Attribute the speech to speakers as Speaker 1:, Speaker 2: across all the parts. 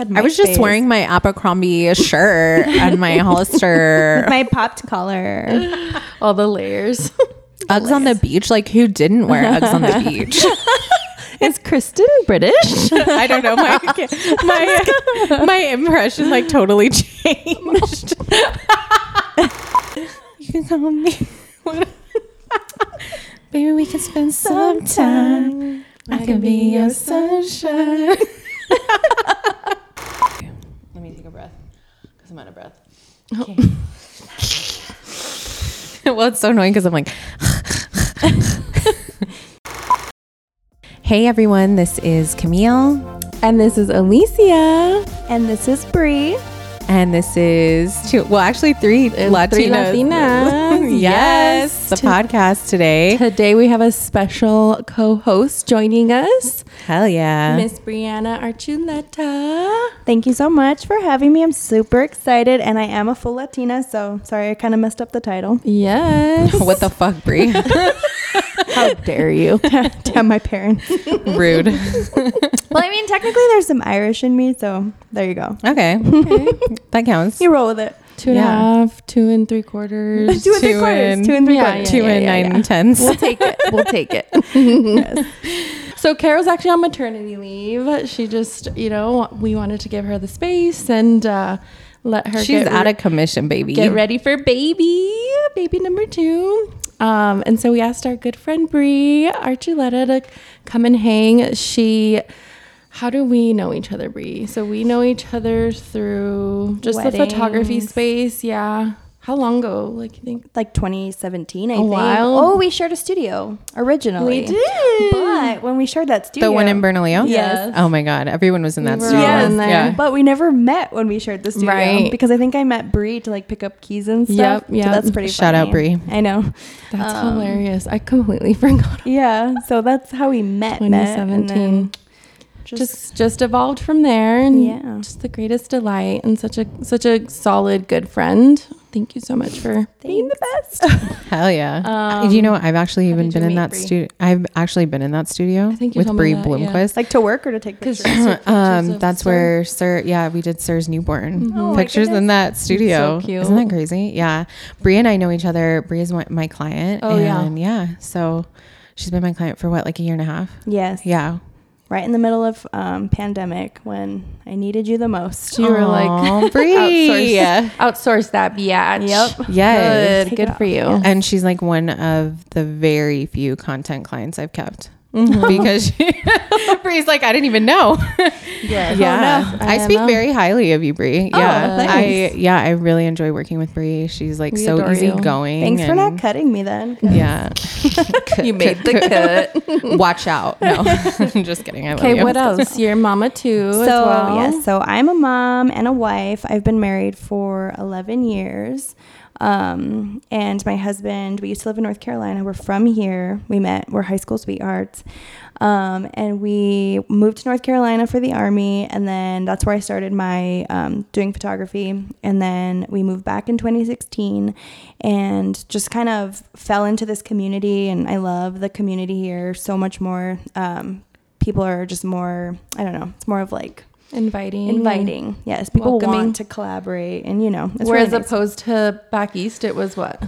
Speaker 1: I was just wearing my Abercrombie shirt and my Hollister
Speaker 2: my popped collar.
Speaker 3: All the layers.
Speaker 1: Uggs on the beach. Like, who didn't wear Uggs on the beach?
Speaker 3: Is Kristen British?
Speaker 1: I don't know. My, my, my impression like totally changed. you can call me. Baby, we can spend some time. I can be your sunshine.
Speaker 4: Let me take a breath because I'm out of breath.
Speaker 1: Oh. well, it's so annoying because I'm like. hey everyone, this is Camille,
Speaker 3: And this is Alicia.
Speaker 2: And this is Brie.
Speaker 1: and this is two. Well, actually, three Latinas.
Speaker 3: three Latinas.
Speaker 1: yes, the podcast today.
Speaker 3: Today we have a special co-host joining us,
Speaker 1: Hell yeah!
Speaker 3: Miss Brianna Archuleta.
Speaker 2: Thank you so much for having me. I'm super excited, and I am a full Latina, so sorry I kind of messed up the title.
Speaker 3: Yes.
Speaker 1: what the fuck, Brie?
Speaker 3: How dare you?
Speaker 2: Damn my parents.
Speaker 1: Rude.
Speaker 2: well, I mean, technically there's some Irish in me, so there you go.
Speaker 1: Okay, that counts.
Speaker 2: You roll with it.
Speaker 3: Two and a half,
Speaker 1: Yeah.
Speaker 3: two and three quarters.
Speaker 2: Two and three
Speaker 1: Two
Speaker 2: quarters.
Speaker 1: and-
Speaker 2: Two and three
Speaker 3: Yeah,
Speaker 2: quarters.
Speaker 1: Two
Speaker 3: yeah,
Speaker 1: and
Speaker 3: yeah,
Speaker 1: nine
Speaker 3: yeah.
Speaker 1: and tens.
Speaker 3: We'll take it. We'll take it. So Carol's actually on maternity leave. She just, you know, we wanted to give her the space and uh, let her
Speaker 1: She's
Speaker 3: get
Speaker 1: out of commission, baby.
Speaker 3: get ready for baby, baby number two. Um, and so we asked our good friend Bree Archuleta to come and hang. She, how do we know each other, Bree? So we know each other through just the photography
Speaker 2: Weddings.
Speaker 3: space. Yeah. How long ago? Like you think?
Speaker 2: Like 2017, I
Speaker 3: A
Speaker 2: think.
Speaker 3: while.
Speaker 2: Oh, we shared a studio originally.
Speaker 3: We did.
Speaker 2: But when we shared that studio,
Speaker 1: The one in Bernalillo?
Speaker 2: Yes.
Speaker 1: Oh my God. Everyone was in that
Speaker 3: were
Speaker 1: studio.
Speaker 3: all
Speaker 2: Yes,
Speaker 3: in there.
Speaker 1: Yeah.
Speaker 2: but we never met when we shared the studio
Speaker 3: Right.
Speaker 2: because I think I met Bree to like pick up keys and stuff.
Speaker 3: Yep,
Speaker 2: So
Speaker 3: yep.
Speaker 2: that's pretty.
Speaker 1: Shout out,
Speaker 2: funny.
Speaker 1: Bree.
Speaker 2: I know.
Speaker 3: That's
Speaker 2: Um,
Speaker 3: hilarious. I completely forgot.
Speaker 2: Yeah, so that's how we met. met, and then
Speaker 3: 2017.
Speaker 2: Just,
Speaker 3: Just just evolved from there and
Speaker 2: Yeah.
Speaker 3: just the greatest delight and such a such a solid good friend. Thank you so much for
Speaker 2: being the best.
Speaker 1: Hell yeah. Uh,
Speaker 3: Um,
Speaker 1: you know, I've actually
Speaker 3: did
Speaker 1: even
Speaker 3: you
Speaker 1: been in
Speaker 3: meet
Speaker 1: that
Speaker 3: Bree?
Speaker 1: studio. I've actually been in that studio
Speaker 3: I think you
Speaker 1: with
Speaker 3: told me
Speaker 1: Brie
Speaker 3: that, yeah.
Speaker 1: Bloomquist.
Speaker 2: like to work or to take pictures.
Speaker 1: um, that's where Sir, yeah, we did Sir's
Speaker 3: Mm-hmm.
Speaker 1: newborn
Speaker 2: Oh my
Speaker 1: pictures in
Speaker 2: goodness.
Speaker 1: that studio.
Speaker 3: so cute.
Speaker 1: Isn't that crazy? Yeah. Brie and I know each other. Brie is my, my client.
Speaker 3: Oh, yeah.
Speaker 1: and yeah. So she's been my client for what, like a year and a half?
Speaker 2: Yes.
Speaker 1: Yeah.
Speaker 2: Right in the middle of um, pandemic when I needed you the most. Oh,
Speaker 3: You were like
Speaker 1: Aw, Brie.
Speaker 3: outsource, outsource that biatch.
Speaker 2: Yep.
Speaker 1: Yes.
Speaker 3: Good.
Speaker 2: Take
Speaker 3: Good
Speaker 2: it
Speaker 3: for you.
Speaker 1: And she's like one of the very few content clients I've kept.
Speaker 3: Mm-hmm.
Speaker 1: because she, Bree's like, I didn't even know.
Speaker 2: Yeah.
Speaker 1: yeah,
Speaker 3: no.
Speaker 1: I,
Speaker 3: I
Speaker 1: speak
Speaker 3: know.
Speaker 1: very highly of you, Bree.
Speaker 2: Oh,
Speaker 1: yeah,
Speaker 2: thanks.
Speaker 1: I yeah, I really enjoy working with Bree. She's like
Speaker 3: We
Speaker 1: so
Speaker 3: adore you.
Speaker 1: easygoing.
Speaker 2: Thanks for not
Speaker 1: and-
Speaker 2: cutting me then.
Speaker 1: Yeah,
Speaker 3: You made the cut.
Speaker 1: watch out. No, I'm just kidding. I love
Speaker 3: Okay,
Speaker 1: you.
Speaker 3: what else? You're mama too.
Speaker 2: So
Speaker 3: as well.
Speaker 2: yes, so I'm a mom and a wife. I've been married for 11 years, um, and my husband. We used to live in North Carolina. We're from here. We met. We're high school sweethearts, um, and we moved to North Carolina for the army, and then that's where I started my um, doing photography. And then we moved back in 2016, and just kind of fell into this community. And I love the community here so much more. Um, people are just more i don't know it's more of like
Speaker 3: Inviting.
Speaker 2: inviting yes people
Speaker 3: Welcoming.
Speaker 2: want to collaborate and you know it's
Speaker 3: Whereas
Speaker 2: really nice.
Speaker 3: opposed to back east, it was what?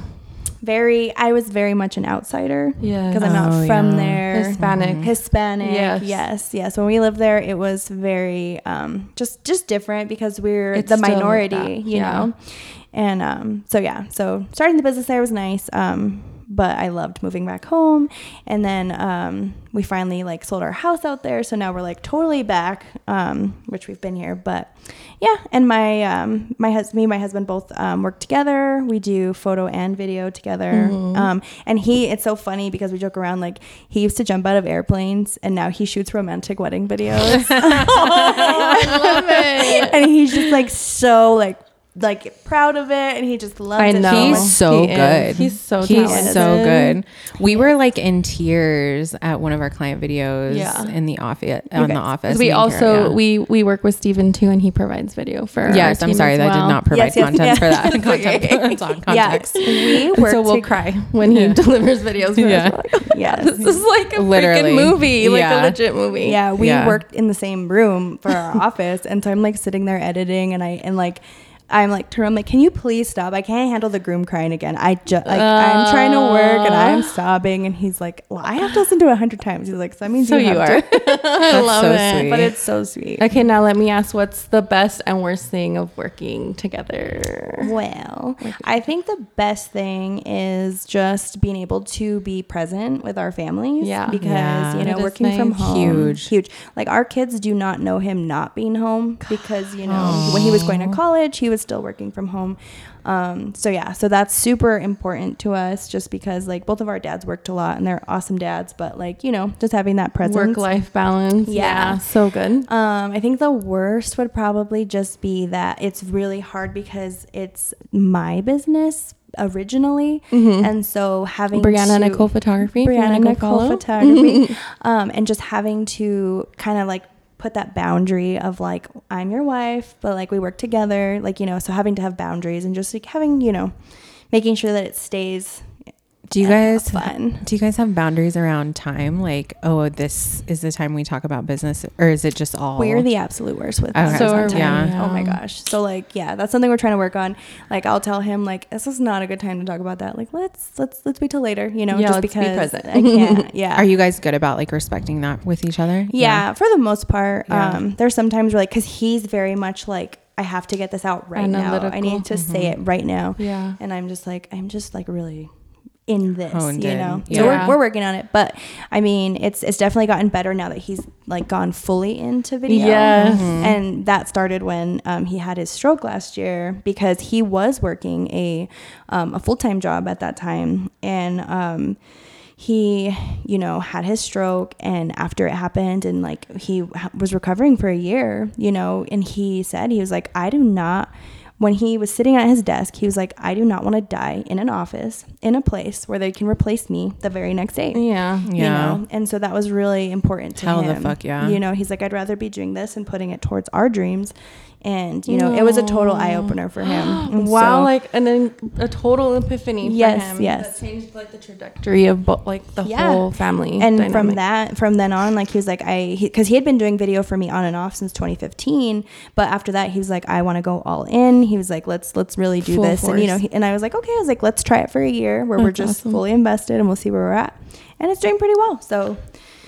Speaker 2: very i was very much an outsider
Speaker 3: Yeah.
Speaker 2: because i'm
Speaker 1: Oh,
Speaker 2: not from
Speaker 1: yeah.
Speaker 2: there
Speaker 3: Hispanic.
Speaker 2: hispanic
Speaker 3: Yes.
Speaker 2: yes. yes when we lived there it was very um just just different because we're
Speaker 3: It's
Speaker 2: the
Speaker 3: still
Speaker 2: minority
Speaker 3: that,
Speaker 2: you
Speaker 3: yeah.
Speaker 2: know and um so yeah so starting the business there was nice um but i loved moving back home and then um we finally like sold our house out there so now we're like totally back um which we've been here but yeah and my um my husband me and my husband both um work together we do photo and video together
Speaker 3: Mm-hmm.
Speaker 2: um and he it's so funny because we joke around like he used to jump out of airplanes and now he shoots romantic wedding videos and he's just like so like like proud of it, and he just loves
Speaker 3: I
Speaker 2: it.
Speaker 3: know.
Speaker 2: much.
Speaker 3: He
Speaker 1: He's so
Speaker 3: is.
Speaker 1: good.
Speaker 3: He's so
Speaker 1: he's so
Speaker 3: talented.
Speaker 1: good. We were like in tears at one of our client videos
Speaker 3: Yeah.
Speaker 1: in the office on the office. me
Speaker 3: We
Speaker 1: and
Speaker 3: also
Speaker 1: Kara, yeah.
Speaker 3: we we work with Steven too, and he provides video for. our
Speaker 1: yes. I'm
Speaker 3: team
Speaker 1: sorry
Speaker 3: as
Speaker 1: that I
Speaker 3: well.
Speaker 1: did not provide
Speaker 2: yes,
Speaker 1: content
Speaker 2: yes.
Speaker 1: for that.
Speaker 2: It's
Speaker 1: content
Speaker 2: okay.
Speaker 1: it's on
Speaker 2: Yes,
Speaker 1: context.
Speaker 2: we
Speaker 3: And
Speaker 2: work.
Speaker 3: so we'll
Speaker 2: to-
Speaker 3: cry when he delivers videos. For
Speaker 1: Yeah.
Speaker 3: us. We're like, "Oh,
Speaker 2: Yes.
Speaker 3: this is like a
Speaker 1: Literally.
Speaker 3: freaking movie, like
Speaker 1: Yeah.
Speaker 3: a legit movie.
Speaker 2: Yeah, we
Speaker 1: Yeah.
Speaker 2: worked in the same room for our office, and so I'm like sitting there editing, and I and like I'm like to her, I'm like, can you please stop? I can't handle the groom crying again. I just like I'm trying to work and
Speaker 3: Uh.
Speaker 2: I'm sobbing, and he's like, well, I have to listen to it a hundred times. He's like, so that means
Speaker 3: So
Speaker 2: you,
Speaker 3: you
Speaker 2: have
Speaker 3: are.
Speaker 2: to.
Speaker 1: That's
Speaker 3: love
Speaker 1: so
Speaker 3: it.
Speaker 1: sweet.
Speaker 2: But it's so sweet.
Speaker 3: Okay, now let me ask what's the best and worst thing of working together?
Speaker 2: Well, I think the best thing is just being able to be present with our families.
Speaker 3: Yeah.
Speaker 2: Because,
Speaker 1: Yeah.
Speaker 2: you know,
Speaker 3: That is
Speaker 2: working from
Speaker 3: nice.
Speaker 2: home.
Speaker 1: Huge.
Speaker 2: Huge. Like, our kids do not know him not being home because, you know, when he was going to college, he was still working from home. Um, so, yeah. So that's super important to us just because, like, both of our dads worked a lot and they're awesome dads, but, like, you know, just having that presence.
Speaker 3: Work life balance.
Speaker 2: Yeah.
Speaker 3: so good.
Speaker 2: Um, I think the worst would probably just be that it's really hard because it's my business originally, and so having
Speaker 3: Mm-hmm. Brianna
Speaker 2: to,
Speaker 3: Nicole Photography. if you wanna
Speaker 2: Brianna
Speaker 3: go
Speaker 2: Nicole
Speaker 3: follow. Mm-hmm.
Speaker 2: Photography, um, and just having to kind of like put that boundary of like I'm your wife, but like we work together, like you know, so having to have boundaries and just like having you know, making sure that it stays
Speaker 1: do you
Speaker 2: uh,
Speaker 1: guys
Speaker 2: fun.
Speaker 1: do you guys have boundaries around time? Like, oh, this is the time we talk about business, or is it just all?
Speaker 2: We're the absolute worst with
Speaker 1: Okay.
Speaker 2: boundaries
Speaker 1: So
Speaker 2: on
Speaker 1: are we,
Speaker 2: time.
Speaker 1: yeah.
Speaker 2: Oh my gosh. So like yeah, that's something we're trying to work on. Like I'll tell him like this is not a good time to talk about that. Like let's let's let's wait till later, you know,
Speaker 3: Yeah,
Speaker 2: just
Speaker 3: let's be
Speaker 2: because
Speaker 3: present.
Speaker 2: I can't. Yeah.
Speaker 1: Are you guys good about like respecting that with each other?
Speaker 2: yeah, for the most part.
Speaker 1: Yeah.
Speaker 2: Um there's sometimes where like cuz he's very much like I have to get this out right now. I
Speaker 3: Analytical.
Speaker 2: need to say
Speaker 1: Mm-hmm.
Speaker 2: it right now.
Speaker 3: Yeah.
Speaker 2: And I'm just like I'm just like really in this,
Speaker 1: Honed
Speaker 2: you
Speaker 1: in.
Speaker 2: know.
Speaker 1: Yeah.
Speaker 2: So
Speaker 3: Yeah.
Speaker 2: we're, we're working on it, but I mean, it's it's definitely gotten better now that he's like gone fully into video.
Speaker 3: Yes.
Speaker 2: And that started when um, he had his stroke last year because he was working a, um, a full time job at that time. And um, he, you know, had his stroke. And after it happened, and like he ha- was recovering for a year, you know, and he said, he was like, I do not. When he was sitting at his desk, he was like, I do not want to die in an office, in a place where they can replace me the very next day
Speaker 3: Yeah.
Speaker 1: Yeah.
Speaker 2: you know and so that was really important to
Speaker 1: Hell
Speaker 2: him
Speaker 1: the fuck yeah.
Speaker 2: you know he's like i'd rather be doing this and putting it towards our dreams and you know it was a total eye-opener for him And
Speaker 3: Wow,
Speaker 2: so-
Speaker 3: like and then a total epiphany.
Speaker 2: Yes,
Speaker 3: for him
Speaker 2: yes.
Speaker 3: That changed like the trajectory of bo- like the
Speaker 2: Yeah.
Speaker 3: whole family.
Speaker 2: and from
Speaker 3: dynamic.
Speaker 2: that from then on like he was like i because he, had been doing video for me on and off since 2015 but after that he was like i want to go all in he was like let's let's really do
Speaker 3: Full
Speaker 2: this and you know
Speaker 3: force. Oh,
Speaker 2: he, and i was like okay i was like let's try it for a year where we're just fully invested and we'll see where we're at and it's doing pretty well so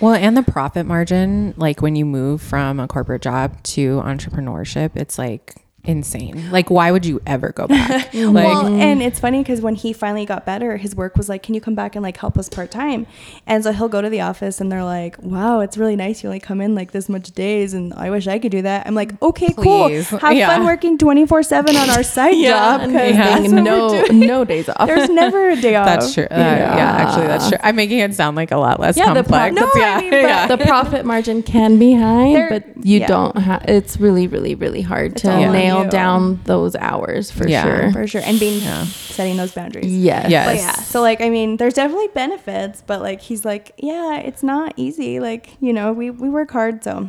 Speaker 1: Well, and the profit margin, like when you move from a corporate job to entrepreneurship, it's like insane. Like, why would you ever go back? like,
Speaker 2: well, and it's funny because when he finally got better, his work was like, "Can you come back and like help us part time?" And so he'll go to the office, and they're like, "Wow, it's really nice. You only come in like this much days, and I wish I could do that." I'm like, "Okay,
Speaker 1: Please.
Speaker 2: cool. Have
Speaker 1: Yeah.
Speaker 2: fun working 24 seven on our side job
Speaker 3: and
Speaker 2: 'cause
Speaker 3: being
Speaker 2: that's what we're
Speaker 3: no
Speaker 2: doing.
Speaker 3: no days off.
Speaker 2: There's never a day off.
Speaker 1: that's true. Uh, yeah. actually, that's true. I'm making it sound like a lot less
Speaker 3: Yeah, the pro-
Speaker 1: complex.
Speaker 3: No, I
Speaker 1: yeah,
Speaker 3: mean, but
Speaker 1: yeah.
Speaker 3: the profit margin can be high,
Speaker 2: There-
Speaker 3: but you
Speaker 2: yeah.
Speaker 3: don't. Ha- it's really, really, really hard to
Speaker 2: all on
Speaker 3: nail
Speaker 2: you.
Speaker 3: down those hours for
Speaker 1: Yeah.
Speaker 3: sure.
Speaker 2: for sure. And being setting those boundaries.
Speaker 3: Yes.
Speaker 1: Yes.
Speaker 2: But yeah, so like I mean, there's definitely benefits, but like he's like, yeah, it's not easy. Like you know, we we work hard, so.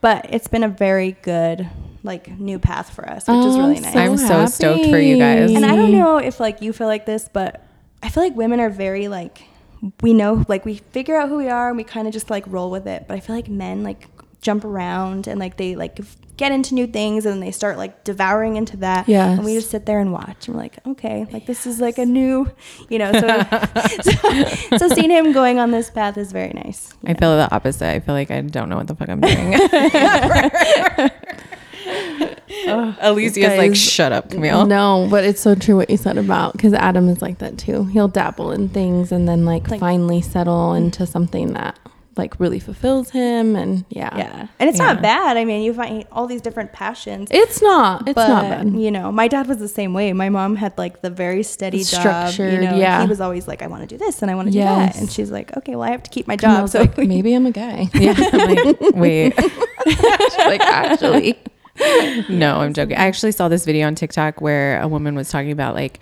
Speaker 2: But it's been a very good like new path for us, which is
Speaker 3: Oh,
Speaker 2: really
Speaker 3: I'm
Speaker 2: nice.
Speaker 3: so
Speaker 1: I'm so stoked for you guys.
Speaker 3: happy.
Speaker 2: and I don't know if like you feel like this, but I feel like women are very like we know like we figure out who we are and we kind of just like roll with it. But I feel like men like jump around and like they like f- get into new things and they start like devouring into that.
Speaker 3: Yes.
Speaker 2: And we just sit there and watch. And we're like, okay, like this is like a new, you know. So so, so seeing him going on this path is very nice.
Speaker 1: I feel the opposite. I feel like I don't know what the fuck I'm doing. Alicia's like,
Speaker 3: guys,
Speaker 1: shut up, Camille.
Speaker 3: No, but it's so true what you said about because Adam is like that too. He'll dabble in things and then like,
Speaker 2: Like-
Speaker 3: finally settle into something that like really fulfills him. And yeah,
Speaker 2: Yeah, and it's
Speaker 1: Yeah.
Speaker 2: not bad. I mean, you find all these different passions.
Speaker 3: it's not. It's not bad.
Speaker 2: You know, my dad was the same way. My mom had like the very steady Structured, job.
Speaker 3: Structured,
Speaker 2: You know,
Speaker 3: yeah.
Speaker 2: he was always like, "I want to do this and I want to do
Speaker 3: Yes.
Speaker 2: that," and she's like, "Okay, well, I have to keep my
Speaker 3: And I
Speaker 2: job."
Speaker 3: was
Speaker 2: So
Speaker 3: like, maybe I'm a guy.
Speaker 1: Yeah. I'm like, wait.
Speaker 3: like actually,
Speaker 1: no, I'm joking. I actually saw this video on TikTok where a woman was talking about like,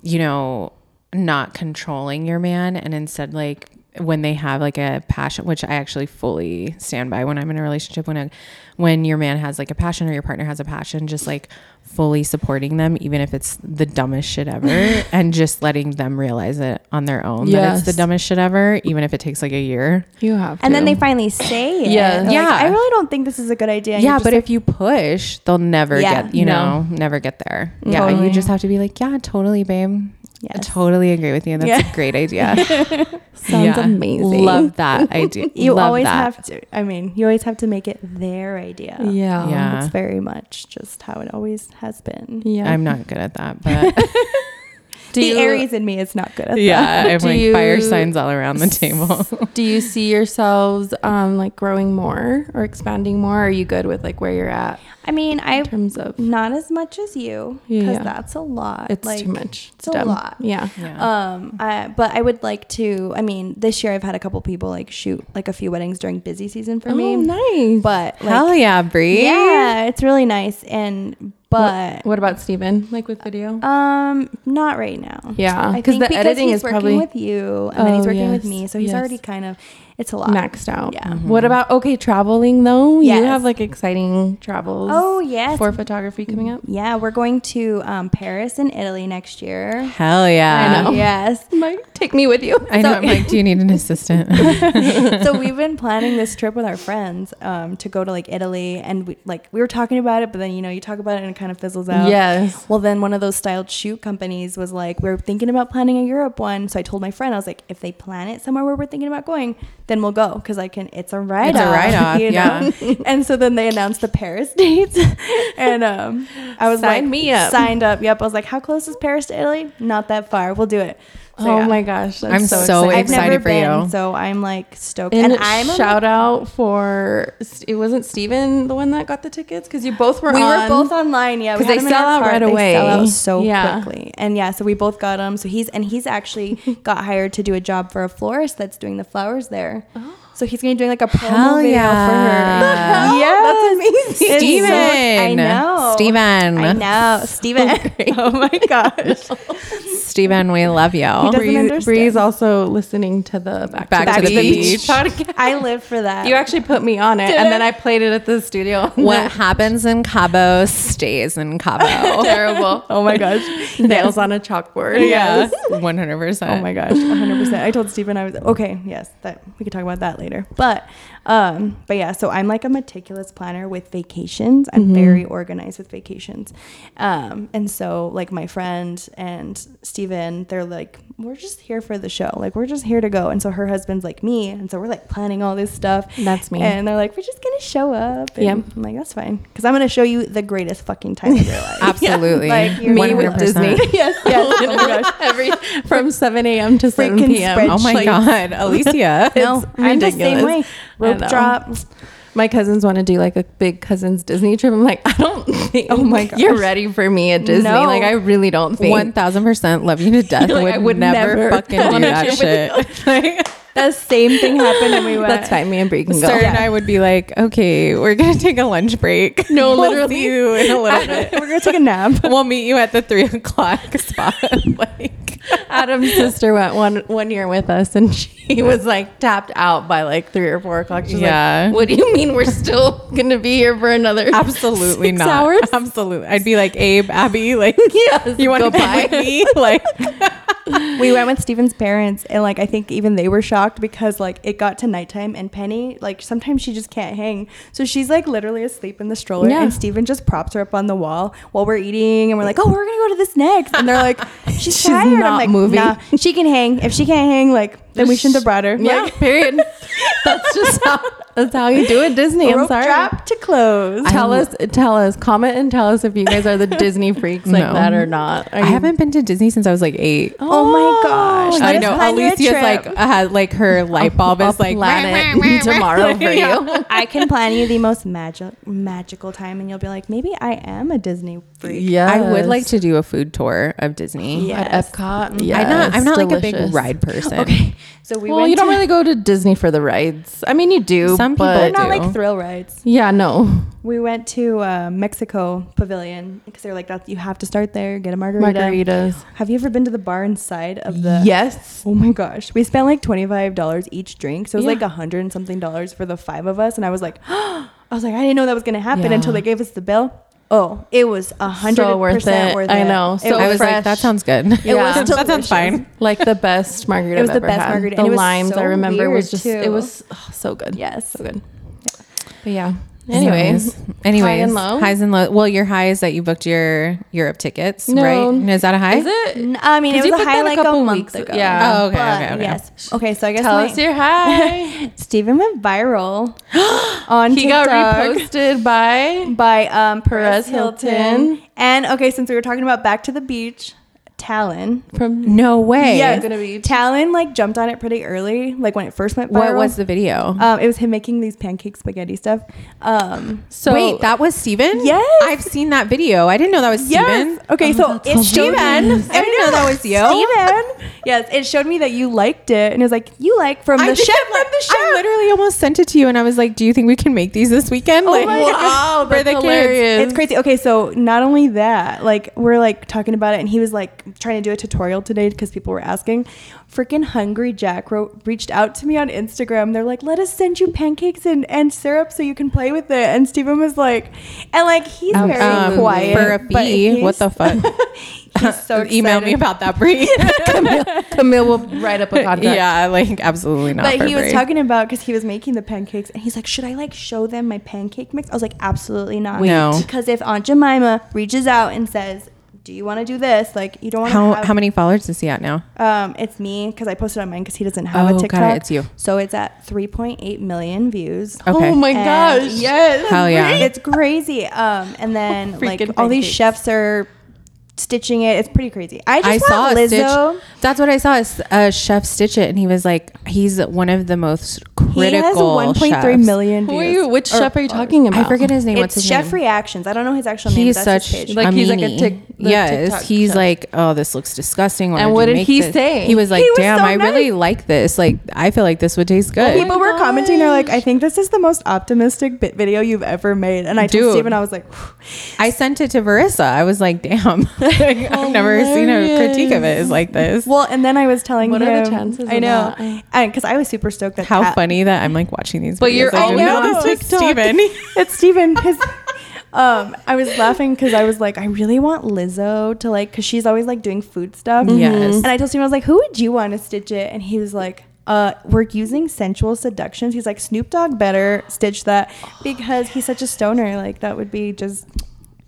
Speaker 1: you know, not controlling your man and instead like when they have like a passion which I actually fully stand by when I'm in a relationship when a when your man has like a passion or your partner has a passion just like fully supporting them even if it's the dumbest shit ever and just letting them realize it on their own that it's the
Speaker 3: Yes.
Speaker 1: dumbest shit ever even if it takes like a year.
Speaker 3: You have
Speaker 2: And then
Speaker 3: to.
Speaker 2: they finally say it.
Speaker 3: Yeah.
Speaker 2: They're like,
Speaker 1: Yeah.
Speaker 2: I really don't think this is a good idea. And
Speaker 1: yeah,
Speaker 2: you're just
Speaker 1: but
Speaker 2: like,
Speaker 1: if you push, they'll never
Speaker 2: Yeah.
Speaker 1: get, you
Speaker 3: No.
Speaker 1: know, never get there. Yeah,
Speaker 3: Totally.
Speaker 1: you just have to be like, yeah, totally, babe. I
Speaker 2: Yes.
Speaker 1: totally agree with you. That's
Speaker 2: Yeah.
Speaker 1: a great idea.
Speaker 3: sounds amazing.
Speaker 1: Love that idea.
Speaker 2: you
Speaker 1: Love
Speaker 2: always
Speaker 1: that.
Speaker 2: have to. I mean, you always have to make it their idea. Um,
Speaker 3: Yeah.
Speaker 1: Yeah.
Speaker 2: It's very much just how it always has been.
Speaker 3: Yeah.
Speaker 1: I'm not good at that, but
Speaker 3: do
Speaker 2: the
Speaker 3: you,
Speaker 2: Aries in me is not good at that.
Speaker 1: yeah, I'm
Speaker 3: Do
Speaker 1: like fire
Speaker 3: you-
Speaker 1: signs all around the table.
Speaker 3: Do you see yourselves um like growing more or expanding more? Are you good with like where you're at
Speaker 2: I mean, I
Speaker 3: in terms of
Speaker 2: not as much as you because
Speaker 3: Yeah.
Speaker 2: that's a lot.
Speaker 3: it's
Speaker 2: Like,
Speaker 3: too much.
Speaker 2: it's a lot.
Speaker 3: Yeah.
Speaker 1: Yeah.
Speaker 2: Um, I, but I would like to. I mean, this year I've had a couple people like shoot like a few weddings during busy season for
Speaker 3: Oh,
Speaker 2: me.
Speaker 3: nice.
Speaker 2: But like,
Speaker 1: Hell yeah, Bree.
Speaker 2: yeah, it's really nice. And but
Speaker 3: what about Steven? Like with video?
Speaker 2: Uh, um, not right now.
Speaker 3: yeah.
Speaker 2: I
Speaker 3: Because
Speaker 2: think
Speaker 3: the
Speaker 2: because
Speaker 3: editing
Speaker 2: he's
Speaker 3: is
Speaker 2: working
Speaker 3: probably
Speaker 2: with you, and then he's
Speaker 3: Oh,
Speaker 2: working with
Speaker 3: yes,
Speaker 2: me, so he's
Speaker 3: yes.
Speaker 2: already kind of. It's a lot.
Speaker 3: maxed out.
Speaker 2: Yeah.
Speaker 1: Mm-hmm.
Speaker 3: What about okay traveling though?
Speaker 2: Yes.
Speaker 3: You have like exciting travels.
Speaker 2: Oh yes.
Speaker 3: For photography coming up.
Speaker 2: yeah, we're going to um, Paris and Italy next year.
Speaker 1: Hell
Speaker 3: I
Speaker 1: yeah.
Speaker 3: know.
Speaker 2: Yes.
Speaker 3: Mike, take me with you.
Speaker 1: I know. I'm like, do you need an assistant?
Speaker 2: so we've been planning this trip with our friends um, to go to like Italy, and we, like we were talking about it, but then you know you talk about it and it kind of fizzles out.
Speaker 3: Yes.
Speaker 2: Well, then one of those styled shoot companies was like, we are thinking about planning a Europe one. So I told my friend, I was like, if they plan it somewhere where we're thinking about going, then we'll go because I can. It's a write off.
Speaker 1: write-off,
Speaker 2: and so then they announced the Paris dates, and um, I was
Speaker 3: Sign
Speaker 2: like,
Speaker 3: me up.
Speaker 2: signed up. Yep. I was like, how close is Paris to Italy? Not that far. We'll do it. So,
Speaker 3: oh
Speaker 2: yeah.
Speaker 3: my gosh. That's
Speaker 1: I'm
Speaker 3: so,
Speaker 1: so
Speaker 3: exciting.
Speaker 2: I've never
Speaker 1: excited for
Speaker 2: been,
Speaker 1: you.
Speaker 2: so I'm like stoked.
Speaker 3: And,
Speaker 2: And, I'm a
Speaker 3: shout out for it wasn't Steven the one that got the tickets because you both were
Speaker 2: we
Speaker 3: on.
Speaker 2: were both online. Yeah, we
Speaker 3: 'Cause
Speaker 2: had
Speaker 3: they
Speaker 2: them in our
Speaker 3: sell out
Speaker 2: cart.
Speaker 3: right
Speaker 2: They sell
Speaker 3: away.
Speaker 2: out so
Speaker 3: Yeah.
Speaker 2: quickly, and yeah, so we both got them. So he's and he's actually got hired to do a job for a florist that's doing the flowers there.
Speaker 3: Oh.
Speaker 2: So he's gonna be doing like a promo
Speaker 1: Hell
Speaker 2: video for
Speaker 1: yeah.
Speaker 2: her.
Speaker 1: The
Speaker 3: uh,
Speaker 1: hell?
Speaker 2: Yes, that's amazing.
Speaker 1: Steven.
Speaker 2: I know.
Speaker 1: Steven.
Speaker 2: I know. Steven. oh my gosh.
Speaker 1: Steven, we love you.
Speaker 2: does- doesn't
Speaker 3: Bree,
Speaker 2: understand.
Speaker 3: Bree's also listening to the Back,
Speaker 1: Back
Speaker 3: to,
Speaker 1: to
Speaker 3: the,
Speaker 1: the
Speaker 3: Beach
Speaker 1: Beach.
Speaker 3: podcast.
Speaker 2: I live for that.
Speaker 3: You actually put me on it, and then I played it at the studio.
Speaker 1: What happens in Cabo stays in Cabo.
Speaker 3: terrible!
Speaker 2: oh my gosh.
Speaker 3: Nails on a chalkboard.
Speaker 1: Yes, one hundred percent.
Speaker 2: Oh my gosh, 100%. I told Stephen I was okay, yes, that we could talk about that later. But um but yeah, so I'm like a meticulous planner with vacations. I'm
Speaker 3: Mm-hmm.
Speaker 2: very organized with vacations. Um and so like my friend and Stephen, they're like we're just here for the show. Like we're just here to go. And so her husband's like me, and so we're like planning all this stuff.
Speaker 3: That's me.
Speaker 2: And they're like we're just going to show up. And
Speaker 3: Yep.
Speaker 2: I'm like that's fine cuz I'm going to show you the greatest fucking time of your life.
Speaker 1: Absolutely.
Speaker 2: Like, you're- Me with
Speaker 1: 100%.
Speaker 3: Disney.
Speaker 2: yes, yes. Oh my gosh.
Speaker 3: Every from 7 a.m. to 7
Speaker 2: Freaking
Speaker 3: p.m.
Speaker 2: spread
Speaker 1: Oh my
Speaker 2: Like-
Speaker 1: God, Alicia.
Speaker 2: No, I'm the same way.
Speaker 3: ridiculous. I
Speaker 2: Rope
Speaker 3: know.
Speaker 2: drop.
Speaker 3: My cousins want to do like a big cousins Disney trip. I'm like, I don't think.
Speaker 2: Oh my gosh.
Speaker 3: you're ready for me at Disney.
Speaker 2: No.
Speaker 3: Like I really don't think.
Speaker 1: One thousand percent love you to death.
Speaker 3: Like,
Speaker 1: would
Speaker 3: I would
Speaker 1: never,
Speaker 3: never
Speaker 1: fucking do
Speaker 3: wanna do
Speaker 1: that shit. Like,
Speaker 2: The same thing happened when we went.
Speaker 3: That's fine. Me and Brie can go.
Speaker 1: Sir and I would be like, okay, we're gonna take a lunch break.
Speaker 3: No,
Speaker 1: We'll
Speaker 3: literally.
Speaker 1: see you in a little bit.
Speaker 2: We're gonna take a nap.
Speaker 1: We'll meet you at the three o'clock spot. like,
Speaker 3: Adam's sister went one one year with us, and she was like tapped out by like three or four o'clock. She's like,
Speaker 1: Yeah.
Speaker 3: what do you mean we're still gonna be here for another?
Speaker 1: absolutely
Speaker 3: six
Speaker 1: not.
Speaker 3: Hours?
Speaker 1: Absolutely, I'd be like, Abe, Abby, like,
Speaker 3: Yes.
Speaker 1: you want to
Speaker 3: goodbye.
Speaker 1: buy me? Like,
Speaker 2: We went with Steven's parents, and like I think even they were shocked because like it got to nighttime, and Penny like sometimes she just can't hang, so she's like literally asleep in the stroller,
Speaker 3: Yeah.
Speaker 2: and Steven just props her up on the wall while we're eating, and we're like, oh, we're gonna go to this next, and they're like, she's, tired.
Speaker 3: not
Speaker 2: I'm like,
Speaker 3: moving.
Speaker 2: nah, she can hang. If she can't hang, like then we shouldn't have brought her.
Speaker 3: Yeah.
Speaker 2: Like,
Speaker 3: period. That's just how that's how you do it, Disney. I'm
Speaker 2: rope
Speaker 3: sorry.
Speaker 2: drop to close.
Speaker 3: Tell us, tell us, comment and tell us if you guys are the Disney freaks like
Speaker 1: No.
Speaker 3: that or not. Are
Speaker 1: I
Speaker 3: you-
Speaker 1: haven't been to Disney since I was like eight.
Speaker 2: Oh my gosh.
Speaker 1: I
Speaker 2: Let us
Speaker 1: know.
Speaker 2: plan you a
Speaker 1: Alicia's
Speaker 2: trip.
Speaker 1: like uh, had like her light bulb
Speaker 3: I'll
Speaker 1: is like
Speaker 3: plan it tomorrow for you.
Speaker 2: I can plan you the most magic magical time, and you'll be like, maybe I am a Disney freak.
Speaker 3: Yeah,
Speaker 1: I would like to do a food tour of Disney.
Speaker 2: Yeah.
Speaker 3: at
Speaker 2: Yes.
Speaker 3: Epcot.
Speaker 1: I'm not. I'm
Speaker 3: Yes,
Speaker 1: not like a
Speaker 3: delicious.
Speaker 1: big ride person.
Speaker 2: Okay, So we
Speaker 3: well,
Speaker 2: went
Speaker 3: you don't
Speaker 2: to-
Speaker 3: really go to Disney for the rides. I mean, you do.
Speaker 1: Some people
Speaker 3: but-
Speaker 2: They're not
Speaker 1: do.
Speaker 2: like thrill rides.
Speaker 3: Yeah, no.
Speaker 2: We went to uh, Mexico Pavilion because they were like, "That's you have to start there, get a margarita."
Speaker 3: Margaritas.
Speaker 2: Have you ever been to the bar inside of the?
Speaker 3: yes.
Speaker 2: Oh my gosh, we spent like twenty five dollars each drink, so it was
Speaker 3: Yeah.
Speaker 2: like a hundred and something dollars for the five of us, and I was like, I was like, I didn't know that was gonna happen
Speaker 3: Yeah.
Speaker 2: until they gave us the bill. Oh, it was a hundred
Speaker 3: So worth
Speaker 2: percent
Speaker 3: it.
Speaker 2: worth it.
Speaker 3: I know.
Speaker 2: It
Speaker 3: So
Speaker 1: I was
Speaker 3: fresh.
Speaker 1: like, that sounds good.
Speaker 2: It was
Speaker 1: that sounds
Speaker 2: delicious.
Speaker 1: fine.
Speaker 3: Like the best margarita.
Speaker 2: It was
Speaker 3: I've ever
Speaker 2: the best
Speaker 3: had.
Speaker 2: margarita,
Speaker 3: The
Speaker 2: and it was
Speaker 3: limes
Speaker 2: so
Speaker 3: I remember
Speaker 2: weird,
Speaker 3: was just it
Speaker 2: too.
Speaker 3: was oh, so good.
Speaker 2: Yes.
Speaker 3: So good. But yeah. Anyways.
Speaker 1: anyways,
Speaker 3: High and low?
Speaker 1: highs and low. Well, your high is that you booked your Europe tickets,
Speaker 3: No.
Speaker 1: right? Is that a high?
Speaker 3: Is it?
Speaker 2: N- I mean, it
Speaker 3: 'Cause
Speaker 2: was
Speaker 3: you
Speaker 2: a
Speaker 3: booked
Speaker 2: high
Speaker 3: that a
Speaker 2: like a
Speaker 3: couple
Speaker 2: month
Speaker 3: weeks
Speaker 2: ago.
Speaker 3: ago. Yeah.
Speaker 1: Oh, okay,
Speaker 2: But,
Speaker 1: okay, okay.
Speaker 2: Yes. Okay, so I guess
Speaker 3: Tell
Speaker 2: my-
Speaker 3: us your high.
Speaker 2: Steven went viral on
Speaker 3: he
Speaker 2: TikTok.
Speaker 3: got reposted by
Speaker 2: by um, Perez
Speaker 3: Perez
Speaker 2: Hilton.
Speaker 3: Hilton.
Speaker 2: And okay, since we were talking about Back to the Beach, Talon.
Speaker 3: from
Speaker 1: No way.
Speaker 2: Yes,
Speaker 3: Gonna be-
Speaker 2: Talon like jumped on it pretty early, like when it first went
Speaker 1: What
Speaker 2: viral.
Speaker 1: was the video?
Speaker 2: Um, it was him making these pancake spaghetti stuff. Um,
Speaker 3: so
Speaker 1: Wait, that was Steven?
Speaker 2: Yes.
Speaker 1: I've seen that video. I didn't know that was
Speaker 2: yes.
Speaker 1: Steven. Oh,
Speaker 2: Okay, so it's Steven. I didn't
Speaker 1: I didn't know that was you.
Speaker 2: Steven. Yes, it showed me that you liked it, and it was like you like from
Speaker 1: I
Speaker 2: the
Speaker 1: did,
Speaker 2: chef
Speaker 1: like,
Speaker 2: from the chef.
Speaker 1: I literally almost sent it to you and I was like, Do you think we can make these this weekend? like,
Speaker 2: Oh my
Speaker 3: wow,
Speaker 1: for
Speaker 3: that's
Speaker 1: the kids.
Speaker 3: hilarious.
Speaker 2: It's crazy. Okay, so not only that, like we're like talking about it, and he was like trying to do a tutorial today because people were asking. Freaking hungry Jack wrote, reached out to me on Instagram. They're like, "Let us send you pancakes and and syrup so you can play with it." And Stephen was like, and like he's very
Speaker 1: Um,
Speaker 2: quiet
Speaker 1: For a
Speaker 2: but
Speaker 1: bee. What
Speaker 2: he's-
Speaker 1: the fuck?
Speaker 2: He's so
Speaker 1: Email me
Speaker 2: excited.
Speaker 1: about that, Brie.
Speaker 3: Camille will write up a contract.
Speaker 1: yeah, like absolutely not.
Speaker 2: But
Speaker 1: for
Speaker 2: he was
Speaker 1: Brie.
Speaker 2: talking about because he was making the pancakes, and he's like, "Should I like show them my pancake mix?" I was like, "Absolutely not."
Speaker 1: Wait. No.
Speaker 2: because if Aunt Jemima reaches out and says, "Do you want to do this?" Like, you don't want to.
Speaker 1: How
Speaker 2: have,
Speaker 1: how many followers does he at now?
Speaker 2: Um, it's me because I posted on mine because he doesn't have
Speaker 1: Oh,
Speaker 2: a
Speaker 1: got it.
Speaker 2: TikTok.
Speaker 1: It's you.
Speaker 2: So it's at 3.8 million views.
Speaker 1: Okay.
Speaker 3: Oh my
Speaker 2: And-
Speaker 3: gosh. Yes.
Speaker 1: Hell yeah.
Speaker 2: It's crazy. Um, and then like
Speaker 3: Freaking
Speaker 2: all these
Speaker 3: pancakes.
Speaker 2: chefs are stitching it. It's pretty crazy. I
Speaker 1: I
Speaker 2: just
Speaker 1: saw
Speaker 2: want
Speaker 1: a
Speaker 2: Lizzo.
Speaker 1: Stitch. That's what I saw. is A chef Stitch it, and he was like, he's one of the most critical.
Speaker 2: He has 1.3
Speaker 1: chefs.
Speaker 2: million views.
Speaker 3: Who are you? Which
Speaker 2: Or
Speaker 3: chef are you
Speaker 2: followers.
Speaker 3: talking about?
Speaker 1: I forget his name. What's
Speaker 2: It's
Speaker 1: his
Speaker 2: Chef
Speaker 1: name?
Speaker 2: Reactions. I don't know his actual name.
Speaker 1: He's
Speaker 2: but that's
Speaker 1: such
Speaker 2: his page.
Speaker 3: Like, he's like a
Speaker 1: meanie.
Speaker 3: tick- the
Speaker 1: yes.
Speaker 3: TikTok
Speaker 1: he's
Speaker 3: chef.
Speaker 1: like, oh, this looks disgusting. Why
Speaker 3: And
Speaker 1: did
Speaker 3: what
Speaker 1: you
Speaker 3: did
Speaker 1: make
Speaker 3: he
Speaker 1: this?"
Speaker 3: say?
Speaker 1: He was like,
Speaker 2: was
Speaker 1: damn,
Speaker 2: so
Speaker 1: I really
Speaker 2: nice.
Speaker 1: like this. Like, I feel like this would taste good.
Speaker 2: People were commenting. They're like, "I think this is the most optimistic bit video you've ever made." And I
Speaker 1: Dude.
Speaker 2: told Steven, I was like,
Speaker 1: I sent it to Verissa. I was like, damn, Like,
Speaker 3: Oh,
Speaker 1: I've never seen a critique of it is like this.
Speaker 2: "Well," and then I was telling
Speaker 3: What
Speaker 2: him,
Speaker 3: are the chances
Speaker 2: I
Speaker 3: of
Speaker 2: know,
Speaker 3: that?
Speaker 2: because I was super stoked that
Speaker 1: How
Speaker 2: Kat-
Speaker 1: funny that I'm like watching these.
Speaker 3: But
Speaker 1: videos.
Speaker 3: you're
Speaker 1: I didn't
Speaker 3: always
Speaker 1: know
Speaker 2: on
Speaker 1: this was
Speaker 2: TikTok.
Speaker 1: Steven.
Speaker 2: It's Steven because um, I was laughing because I was like, I really want Lizzo to like, because she's always like doing food stuff.
Speaker 1: Yes.
Speaker 2: And I told Steven, I was like, who would you want to stitch it? And he was like, uh, we're using sensual seductions. He's like, Snoop Dogg better stitch that because he's such a stoner. Like, that would be just,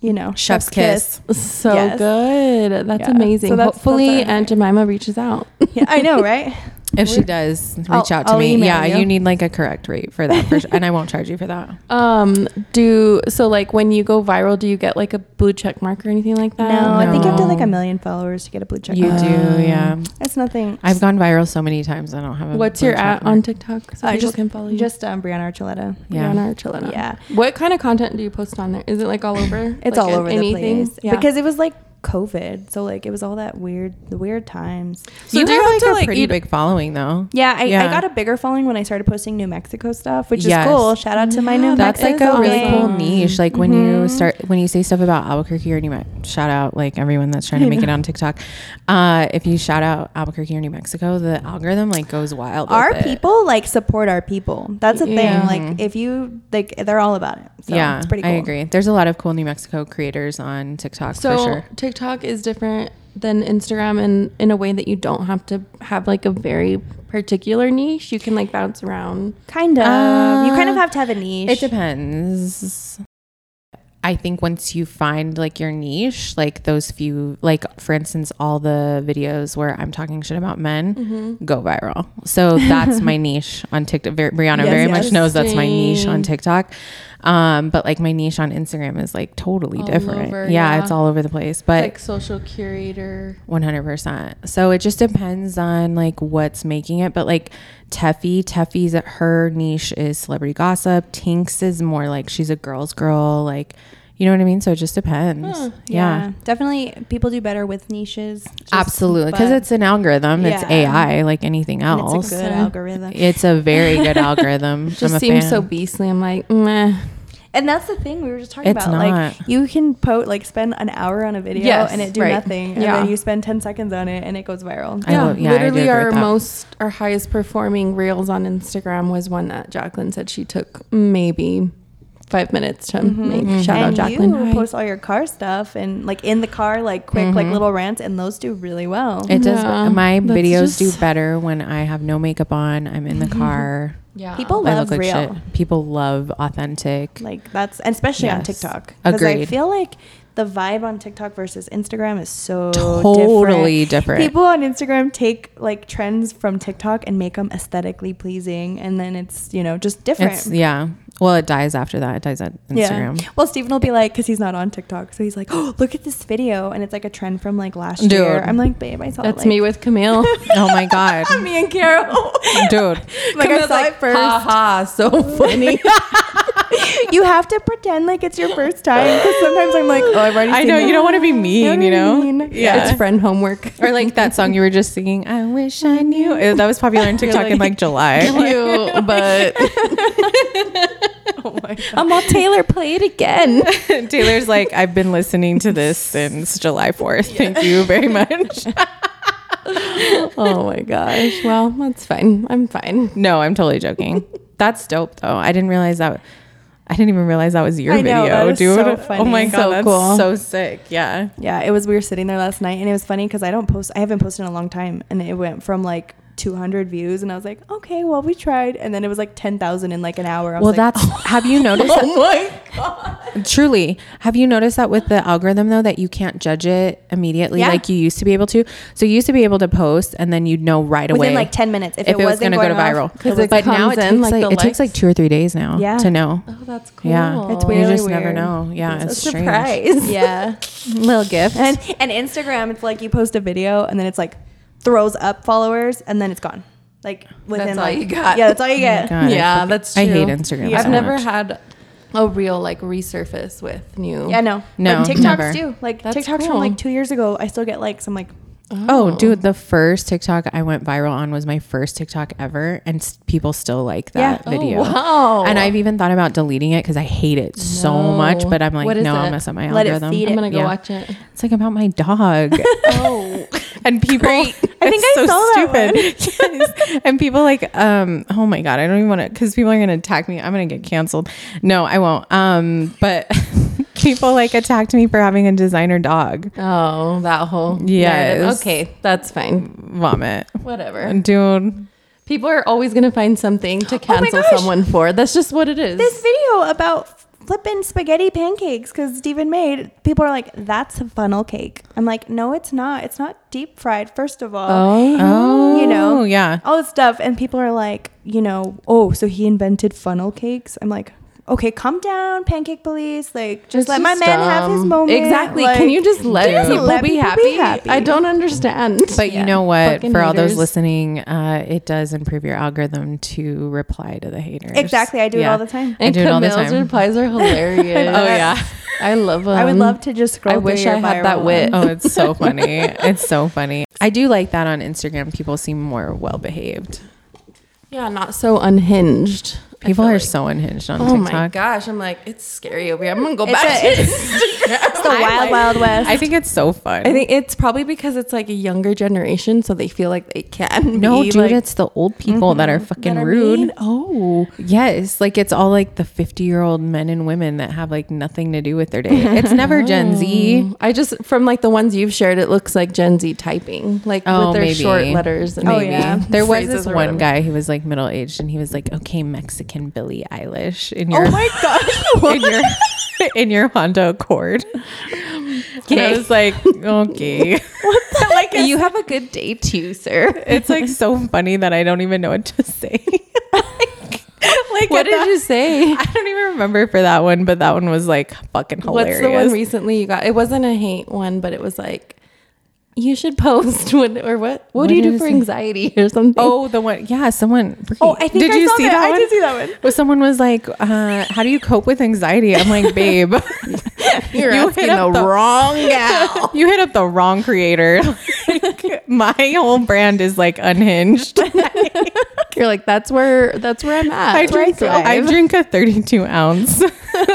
Speaker 2: you know,
Speaker 1: Chef's kiss.
Speaker 3: So
Speaker 2: Yes.
Speaker 3: good. That's
Speaker 2: Yeah.
Speaker 3: amazing.
Speaker 2: So that's-
Speaker 3: Hopefully,
Speaker 2: that's our
Speaker 3: Aunt Jemima reaches out.
Speaker 2: Yeah, I know, right?
Speaker 1: If she does, reach
Speaker 2: I'll-
Speaker 1: out to
Speaker 2: I'll
Speaker 1: me.
Speaker 2: email
Speaker 1: Yeah, you.
Speaker 2: you.
Speaker 1: need like a correct rate for that, for sure. and I won't charge you for that.
Speaker 3: Um, do so like when you go viral, do you get like a blue check mark or anything like
Speaker 2: No,
Speaker 3: that?
Speaker 2: I think you have to have, like
Speaker 1: No.
Speaker 2: a million followers to get a blue check.
Speaker 1: You
Speaker 2: mark.
Speaker 1: do, yeah.
Speaker 2: It's nothing.
Speaker 1: Um, I've gone viral so many times. I don't have a.
Speaker 3: What's
Speaker 1: blue
Speaker 3: your
Speaker 1: check
Speaker 3: at
Speaker 1: mark.
Speaker 3: on TikTok? So
Speaker 2: Uh,
Speaker 3: people
Speaker 2: just
Speaker 3: can follow you.
Speaker 2: just um, Brianna Archuleta.
Speaker 1: Yeah.
Speaker 3: Rihanna or Chilena.
Speaker 2: Yeah.
Speaker 3: What kind of content do you post on there? Is it like all over?
Speaker 2: It's
Speaker 3: Like,
Speaker 2: all
Speaker 3: an-
Speaker 2: over
Speaker 3: anything?
Speaker 2: the place
Speaker 3: Yeah.
Speaker 2: because it was like COVID, so like it was all that weird, the weird times.
Speaker 3: So
Speaker 1: you
Speaker 3: do
Speaker 1: have,
Speaker 3: you have
Speaker 1: like
Speaker 3: to,
Speaker 1: a
Speaker 3: like,
Speaker 1: pretty
Speaker 3: eat-
Speaker 1: big following though.
Speaker 2: Yeah I,
Speaker 1: Yeah.
Speaker 2: I got a bigger following when I started posting New Mexico stuff, which
Speaker 1: Yes.
Speaker 2: is cool. Shout out to my New
Speaker 1: That's like
Speaker 2: Mexico
Speaker 1: a really
Speaker 2: gang.
Speaker 1: cool Mm-hmm. niche. Like when you start when you say stuff about Albuquerque or New Mexico, shout out like everyone that's trying to make it on TikTok. Uh, if you shout out Albuquerque or New Mexico, the algorithm like goes wild. with
Speaker 2: Our
Speaker 1: it.
Speaker 2: people like support our people. That's a
Speaker 3: Yeah.
Speaker 2: thing. Like if you like, they're all about it. So
Speaker 1: yeah,
Speaker 2: it's pretty cool.
Speaker 1: I agree. There's a lot of cool New Mexico creators on TikTok
Speaker 3: So
Speaker 1: for sure.
Speaker 3: TikTok is different than Instagram in in a way that you don't have to have like a very particular niche. You can like bounce around.
Speaker 2: Kind of. you kind of
Speaker 1: Uh,
Speaker 2: have to have a niche.
Speaker 1: It depends. I think once you find like your niche, like those few, like for instance, all the videos where I'm talking shit about men
Speaker 2: Mm-hmm.
Speaker 1: go viral. So that's my niche on TikTok. Ver- Brianna
Speaker 2: Yes,
Speaker 1: very
Speaker 2: yes.
Speaker 1: much knows that's my niche on
Speaker 3: Interesting.
Speaker 1: TikTok. Um, but like my niche on Instagram is like totally
Speaker 3: All
Speaker 1: different.
Speaker 3: over,
Speaker 1: yeah,
Speaker 3: yeah.
Speaker 1: it's all over the place. But
Speaker 3: like social curator.
Speaker 1: 100%. So it just depends on like what's making it. But like Teffy, Teffy's her niche is celebrity gossip. Tinks is more like she's a girl's girl. Like, you You know what I mean? So it just depends.
Speaker 3: Huh,
Speaker 1: yeah.
Speaker 2: Definitely people do better with niches. just-
Speaker 1: Absolutely. Because
Speaker 2: but-
Speaker 1: it's an algorithm. It's
Speaker 2: Yeah.
Speaker 1: AI like anything
Speaker 2: and
Speaker 1: else.
Speaker 2: it's a good algorithm.
Speaker 1: It's a very good algorithm.
Speaker 3: Just
Speaker 1: I'm a
Speaker 3: seems
Speaker 1: fan.
Speaker 3: so beastly. I'm like, meh.
Speaker 2: And that's the thing we were just talking
Speaker 1: It's
Speaker 2: about.
Speaker 1: not.
Speaker 2: Like you can po like spend an hour on a video
Speaker 3: Yes,
Speaker 2: and it do
Speaker 3: right.
Speaker 2: nothing, and
Speaker 3: Yeah.
Speaker 2: then you spend ten seconds on it and it goes viral.
Speaker 1: I
Speaker 3: yeah,
Speaker 1: will- yeah, I do
Speaker 3: literally
Speaker 1: agree
Speaker 3: our
Speaker 1: with that.
Speaker 3: most our highest performing reels on Instagram was one that Jacqueline said she took maybe five minutes to make.
Speaker 1: Mm-hmm.
Speaker 3: Shout out
Speaker 2: and
Speaker 3: Jacqueline.
Speaker 2: you
Speaker 3: Hi.
Speaker 2: post all your car stuff and like in the car, like quick, like little rants, and those do really well.
Speaker 1: Mm-hmm. It does.
Speaker 3: Yeah,
Speaker 1: my
Speaker 3: that's
Speaker 1: videos do
Speaker 3: just-
Speaker 1: better when I have no makeup on. I'm in the car.
Speaker 3: yeah.
Speaker 2: People
Speaker 1: I look
Speaker 2: love
Speaker 1: like
Speaker 2: real.
Speaker 1: shit. People love authentic.
Speaker 2: Like that's and especially on
Speaker 1: Yes.
Speaker 2: TikTok because I
Speaker 1: Agreed.
Speaker 2: feel like the vibe on TikTok versus Instagram is so
Speaker 1: Totally different.
Speaker 2: People on Instagram take like trends from TikTok and make them aesthetically pleasing, and then it's you know just different.
Speaker 1: It's yeah. Well, it dies after that. It dies at Instagram.
Speaker 2: Yeah. Well, Steven will be like, because he's not on TikTok, so he's like, oh, look at this video, and it's like a trend from like last
Speaker 1: Dude.
Speaker 2: year. I'm like, babe, I saw it,
Speaker 3: That's
Speaker 2: like-
Speaker 3: me with Camille.
Speaker 1: Oh my god,
Speaker 2: me and Carol.
Speaker 1: dude.
Speaker 2: like I saw it first.
Speaker 3: Ha ha, so funny.
Speaker 2: You have to pretend like it's your first time because sometimes I'm like, oh, I've already.
Speaker 1: I
Speaker 2: seen
Speaker 1: know
Speaker 2: that.
Speaker 1: you don't want to be mean. You know.
Speaker 2: mean.
Speaker 1: Yeah.
Speaker 3: It's friend homework.
Speaker 1: or like that song you were just singing. I wish I knew. Eh, That was popular on TikTok in like July.
Speaker 3: you, but I'm all Taylor. Play it again.
Speaker 1: Taylor's like, I've been listening to this since July 4th. Thank you very much.
Speaker 3: oh my gosh. Well, that's fine. I'm fine.
Speaker 1: No, I'm totally joking. That's dope though. I didn't realize that. I didn't even realize that was your
Speaker 2: I know,
Speaker 1: video,
Speaker 2: that is
Speaker 1: dude.
Speaker 2: so
Speaker 1: Oh my
Speaker 2: funny.
Speaker 1: god,
Speaker 3: So
Speaker 1: that's
Speaker 3: cool.
Speaker 1: so sick. Yeah.
Speaker 2: Yeah, it was. We were sitting there last night, and it was funny because I don't post. I haven't posted in a long time, and it went from like 200 views, and I was like, okay, well, we tried, and then it was like 10,000 in like an hour. I was
Speaker 1: Well,
Speaker 2: like,
Speaker 1: that's. Have you noticed? that- Truly, have you noticed that with the algorithm though that you can't judge it immediately
Speaker 2: Yeah.
Speaker 1: like you used to be able to? So you used to be able to post and then you'd know right
Speaker 2: within
Speaker 1: away
Speaker 2: like 10 minutes if,
Speaker 1: if it was
Speaker 2: wasn't
Speaker 1: going to go to
Speaker 2: off,
Speaker 1: viral.
Speaker 3: 'Cause it
Speaker 1: but now
Speaker 3: comes
Speaker 1: it
Speaker 3: in,
Speaker 1: takes
Speaker 3: like,
Speaker 1: like,
Speaker 3: the
Speaker 1: it takes like
Speaker 3: likes.
Speaker 1: two or three days now
Speaker 2: Yeah.
Speaker 1: to know.
Speaker 3: Oh, that's cool.
Speaker 1: Yeah,
Speaker 2: It's
Speaker 1: you
Speaker 2: really
Speaker 1: just never
Speaker 2: weird.
Speaker 1: know. Yeah, it's, strange.
Speaker 3: surprise.
Speaker 2: Yeah.
Speaker 3: Little gift.
Speaker 2: And and Instagram, it's like you post a video and then it's like throws up followers and then it's gone. Like within
Speaker 3: That's all
Speaker 2: like,
Speaker 3: you got.
Speaker 2: Yeah, that's all you get.
Speaker 1: God, I
Speaker 3: yeah,
Speaker 1: fucking-
Speaker 3: that's
Speaker 1: I hate
Speaker 3: true.
Speaker 1: Instagram.
Speaker 2: Yeah.
Speaker 1: so
Speaker 3: I've never
Speaker 1: much.
Speaker 3: had a real like resurface with new.
Speaker 2: Yeah, no,
Speaker 1: No,
Speaker 2: But TikToks
Speaker 1: never.
Speaker 2: do. Like
Speaker 3: That's
Speaker 2: TikToks from
Speaker 3: cool.
Speaker 2: like two years ago, I still get likes. I'm like,
Speaker 1: Oh, dude, the first TikTok I went viral on was my first TikTok ever, and s- people still like
Speaker 2: Yeah. Oh,
Speaker 1: that video.
Speaker 3: wow.
Speaker 1: And I've even thought about deleting it because I hate it so
Speaker 3: No.
Speaker 1: much. But I'm like,
Speaker 3: What is
Speaker 1: no,
Speaker 3: it?
Speaker 1: I'll mess up my
Speaker 2: Let it
Speaker 1: algorithm.
Speaker 2: feed
Speaker 3: I'm gonna go
Speaker 1: Yeah.
Speaker 3: watch it.
Speaker 1: It's like about my dog.
Speaker 3: Oh,
Speaker 1: and people
Speaker 2: I think
Speaker 1: it's
Speaker 2: I saw that
Speaker 1: Yes. and people like um oh my god i don't even want to because people are gonna attack me i'm gonna get canceled no i won't um but people like attacked me for having a designer dog
Speaker 3: oh, that whole
Speaker 1: Yes.
Speaker 3: narrative. Okay, that's fine.
Speaker 1: vomit
Speaker 3: Whatever.
Speaker 1: dude
Speaker 3: People are always gonna find something to cancel
Speaker 2: gosh.
Speaker 3: someone for. That's just what it is.
Speaker 2: this video about flipping spaghetti pancakes because Steven made. People are like, that's a funnel cake. I'm like, no, it's not. It's not deep fried. First of all,
Speaker 1: oh
Speaker 2: you know,
Speaker 1: yeah
Speaker 2: all this stuff. And people are like, you know, oh, so he invented funnel cakes. I'm like, okay, calm down, pancake police. Like,
Speaker 3: It's
Speaker 2: just let my
Speaker 3: just
Speaker 2: man have his
Speaker 3: dumb.
Speaker 2: moment.
Speaker 3: Exactly.
Speaker 2: Like,
Speaker 3: Can you just let
Speaker 2: just
Speaker 3: people,
Speaker 2: let
Speaker 3: be,
Speaker 2: people
Speaker 3: happy?
Speaker 2: be happy.
Speaker 3: I don't understand.
Speaker 1: but you know what
Speaker 3: Fucking
Speaker 1: for all those
Speaker 3: haters.
Speaker 1: listening uh it does improve your algorithm to reply to the haters
Speaker 2: Exactly. I do it
Speaker 1: Yeah.
Speaker 2: all the time.
Speaker 1: I
Speaker 3: and
Speaker 1: do it all the
Speaker 3: Camille's
Speaker 1: time
Speaker 3: replies are hilarious.
Speaker 1: oh yeah
Speaker 3: I love them.
Speaker 2: I would love to just scroll.
Speaker 3: I wish
Speaker 2: through your
Speaker 3: I had
Speaker 2: viral
Speaker 3: that wit.
Speaker 2: ones.
Speaker 1: oh it's so funny it's so funny i do like that on instagram people seem more well behaved
Speaker 3: Yeah, not so unhinged. I
Speaker 1: People
Speaker 3: feel
Speaker 1: are
Speaker 3: like.
Speaker 1: so unhinged on
Speaker 3: Oh my
Speaker 1: TikTok.
Speaker 3: gosh, I'm like, it's scary over here. I'm gonna go
Speaker 2: It's,
Speaker 3: back.
Speaker 2: a, it's, it's the wild, wild west.
Speaker 1: I think it's so fun.
Speaker 3: I think it's probably because it's like a younger generation, so they feel like they can.
Speaker 1: no,
Speaker 3: be
Speaker 1: dude,
Speaker 3: like,
Speaker 1: it's the old people that are fucking rude.
Speaker 3: Oh,
Speaker 1: Yes, like it's all like the fifty-year-old men and women that have like nothing to do with their day. It's never Gen Z.
Speaker 3: I just from like the ones you've shared, it looks like Gen Z typing, like
Speaker 1: Oh,
Speaker 3: with their
Speaker 1: maybe.
Speaker 3: short letters. And
Speaker 2: Oh,
Speaker 3: maybe
Speaker 2: yeah.
Speaker 1: There was
Speaker 3: phrases
Speaker 1: this
Speaker 3: or
Speaker 1: one
Speaker 3: whatever.
Speaker 1: guy who was like middle-aged, and he was like, "Okay, Mexican Billie Eilish in your
Speaker 2: oh my gosh.
Speaker 1: in your in your Honda Accord." And I
Speaker 3: Okay.
Speaker 1: was like, "Okay."
Speaker 3: like you have a good day too, sir.
Speaker 1: It's like so funny that I don't even know what to say. like, like
Speaker 3: What
Speaker 1: at
Speaker 3: did
Speaker 1: the-
Speaker 3: you say?
Speaker 1: I don't even remember for that one, but that one was like fucking hilarious.
Speaker 3: What's the one recently you got? It wasn't a hate one, but it was like You should post what or what? What,
Speaker 1: What
Speaker 3: do you
Speaker 1: did
Speaker 3: do
Speaker 1: it
Speaker 3: for
Speaker 1: say?
Speaker 3: anxiety or something?
Speaker 1: Oh, the one. Yeah, someone.
Speaker 2: Oh, I think
Speaker 1: did
Speaker 2: I
Speaker 1: you
Speaker 2: saw
Speaker 1: see
Speaker 2: that.
Speaker 1: that?
Speaker 2: I
Speaker 1: one?
Speaker 2: did see that one.
Speaker 1: Well, someone was like, uh, "How do you cope with anxiety?" I'm like, "Babe,
Speaker 3: you're
Speaker 1: you
Speaker 3: asking
Speaker 1: hit
Speaker 3: the,
Speaker 1: up the-
Speaker 3: wrong gal.
Speaker 1: you hit up the wrong creator. Like, my whole brand is like unhinged.
Speaker 3: you're like that's where that's where I'm at.
Speaker 1: I
Speaker 3: That's where
Speaker 1: drink, I
Speaker 3: thrive.
Speaker 1: drink a 32 ounce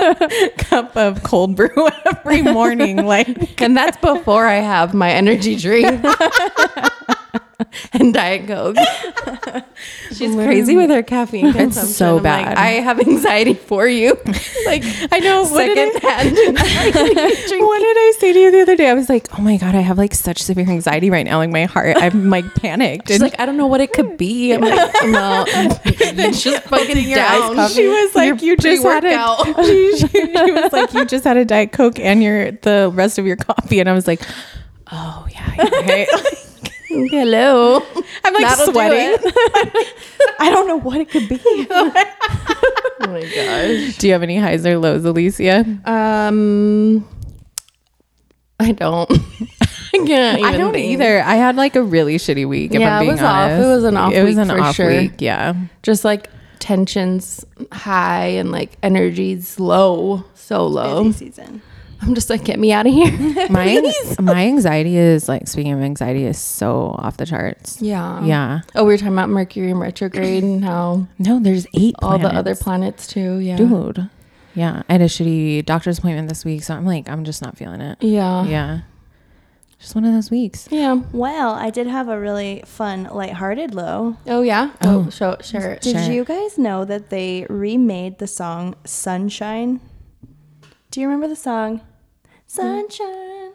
Speaker 1: cup of cold brew every morning. Like,
Speaker 3: and that's before I have my energy drink and diet coke. She's crazy with her caffeine.
Speaker 1: It's
Speaker 3: consumption.
Speaker 1: so
Speaker 3: I'm like,
Speaker 1: bad.
Speaker 3: I have anxiety for you. like
Speaker 1: I know. What did I,
Speaker 3: secondhand.
Speaker 1: what did I say to you the other day? I was like, "Oh my god, I have like such severe anxiety right now. Like my heart, I'm like panicked."
Speaker 3: She's
Speaker 1: And
Speaker 3: like, I don't know what it could be. I'm like, no, it's just fucking down.
Speaker 1: She was like, "You just had a."
Speaker 3: pre-workout.
Speaker 1: She, she, she was like, "You just had a diet coke and your the rest of your coffee," and I was like, "Oh yeah, you're right."
Speaker 3: Hello.
Speaker 1: I'm like
Speaker 3: That'll do
Speaker 1: sweating. Do,
Speaker 2: I don't know what it could be.
Speaker 3: Oh my gosh.
Speaker 1: you have any highs or lows, Alicia?
Speaker 3: Um, I don't. I can't. Even
Speaker 1: I don't
Speaker 3: think.
Speaker 1: either. I had like a really shitty week. If
Speaker 3: Yeah,
Speaker 1: I'm
Speaker 3: it
Speaker 1: being
Speaker 3: was off. It
Speaker 1: honest.
Speaker 3: was an off
Speaker 1: It was
Speaker 3: week
Speaker 1: an
Speaker 3: for
Speaker 1: off
Speaker 3: sure.
Speaker 1: week. Yeah.
Speaker 3: Just like tensions high and like energy's low, so low.
Speaker 2: Busy season.
Speaker 3: I'm just like, get me out of here.
Speaker 1: My my anxiety is like speaking of anxiety is so off the charts.
Speaker 3: Yeah.
Speaker 1: Yeah.
Speaker 3: Oh, we were talking about Mercury in retrograde and how
Speaker 1: No, there's eight.
Speaker 3: all the other
Speaker 1: planets.
Speaker 3: planets too. Yeah.
Speaker 1: dude. Yeah, I had a shitty doctor's appointment this week, so I'm like, I'm just not feeling it.
Speaker 3: Yeah.
Speaker 1: Yeah, just one of those weeks.
Speaker 3: Yeah.
Speaker 2: Well, I did have a really fun, lighthearted low.
Speaker 3: Oh yeah. Oh, show, share it.
Speaker 2: Did
Speaker 1: Sure.
Speaker 2: you guys know that they remade the song Sunshine? Do you remember the song Sunshine?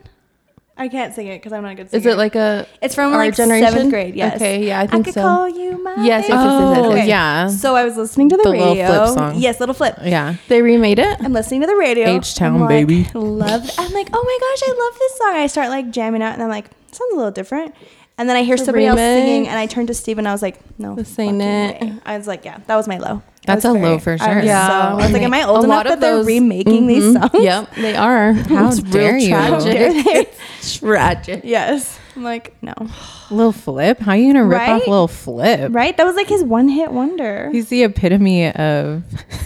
Speaker 2: I can't sing it because I'm not a good singer.
Speaker 3: Is it like a?
Speaker 2: It's from
Speaker 3: our
Speaker 2: like
Speaker 3: generation?
Speaker 2: seventh grade. Yes.
Speaker 3: Okay, yeah, I think
Speaker 2: could
Speaker 3: so.
Speaker 2: call you my.
Speaker 3: Yes, yes, yes,
Speaker 2: baby.
Speaker 3: yes, yes, yes.
Speaker 1: yeah.
Speaker 2: So I was listening to the,
Speaker 1: The
Speaker 2: radio.
Speaker 1: little flip song.
Speaker 2: Yes, little flip.
Speaker 1: Yeah,
Speaker 3: They remade it.
Speaker 2: I'm listening to the radio.
Speaker 1: H-Town,
Speaker 2: I'm like,
Speaker 1: baby.
Speaker 2: Love. I'm like, oh my gosh, I love this song. I start like jamming out, and I'm like, sounds a little different. And then I hear somebody else singing,
Speaker 3: remix.
Speaker 2: and I turn to Steve, and I was like, no,
Speaker 3: This ain't
Speaker 2: fucking
Speaker 3: it.
Speaker 2: way. I was like, yeah, that was my low. I
Speaker 1: That's
Speaker 2: was
Speaker 1: a low for
Speaker 2: I
Speaker 1: sure.
Speaker 2: was
Speaker 3: Yeah.
Speaker 2: so- I was like, am I
Speaker 3: A
Speaker 2: old enough
Speaker 3: lot
Speaker 2: that
Speaker 3: of
Speaker 2: they're
Speaker 3: those-
Speaker 2: remaking these songs?
Speaker 3: Mm-hmm. Yep, they are.
Speaker 1: How
Speaker 3: It's
Speaker 1: dare you. How
Speaker 3: Tragic.
Speaker 2: dare they?
Speaker 3: It's tragic.
Speaker 2: Yes. I'm like, no.
Speaker 1: little flip. How you gonna rip
Speaker 2: Right?
Speaker 1: off little flip?
Speaker 2: Right? That was like his one hit wonder.
Speaker 1: He's the epitome of.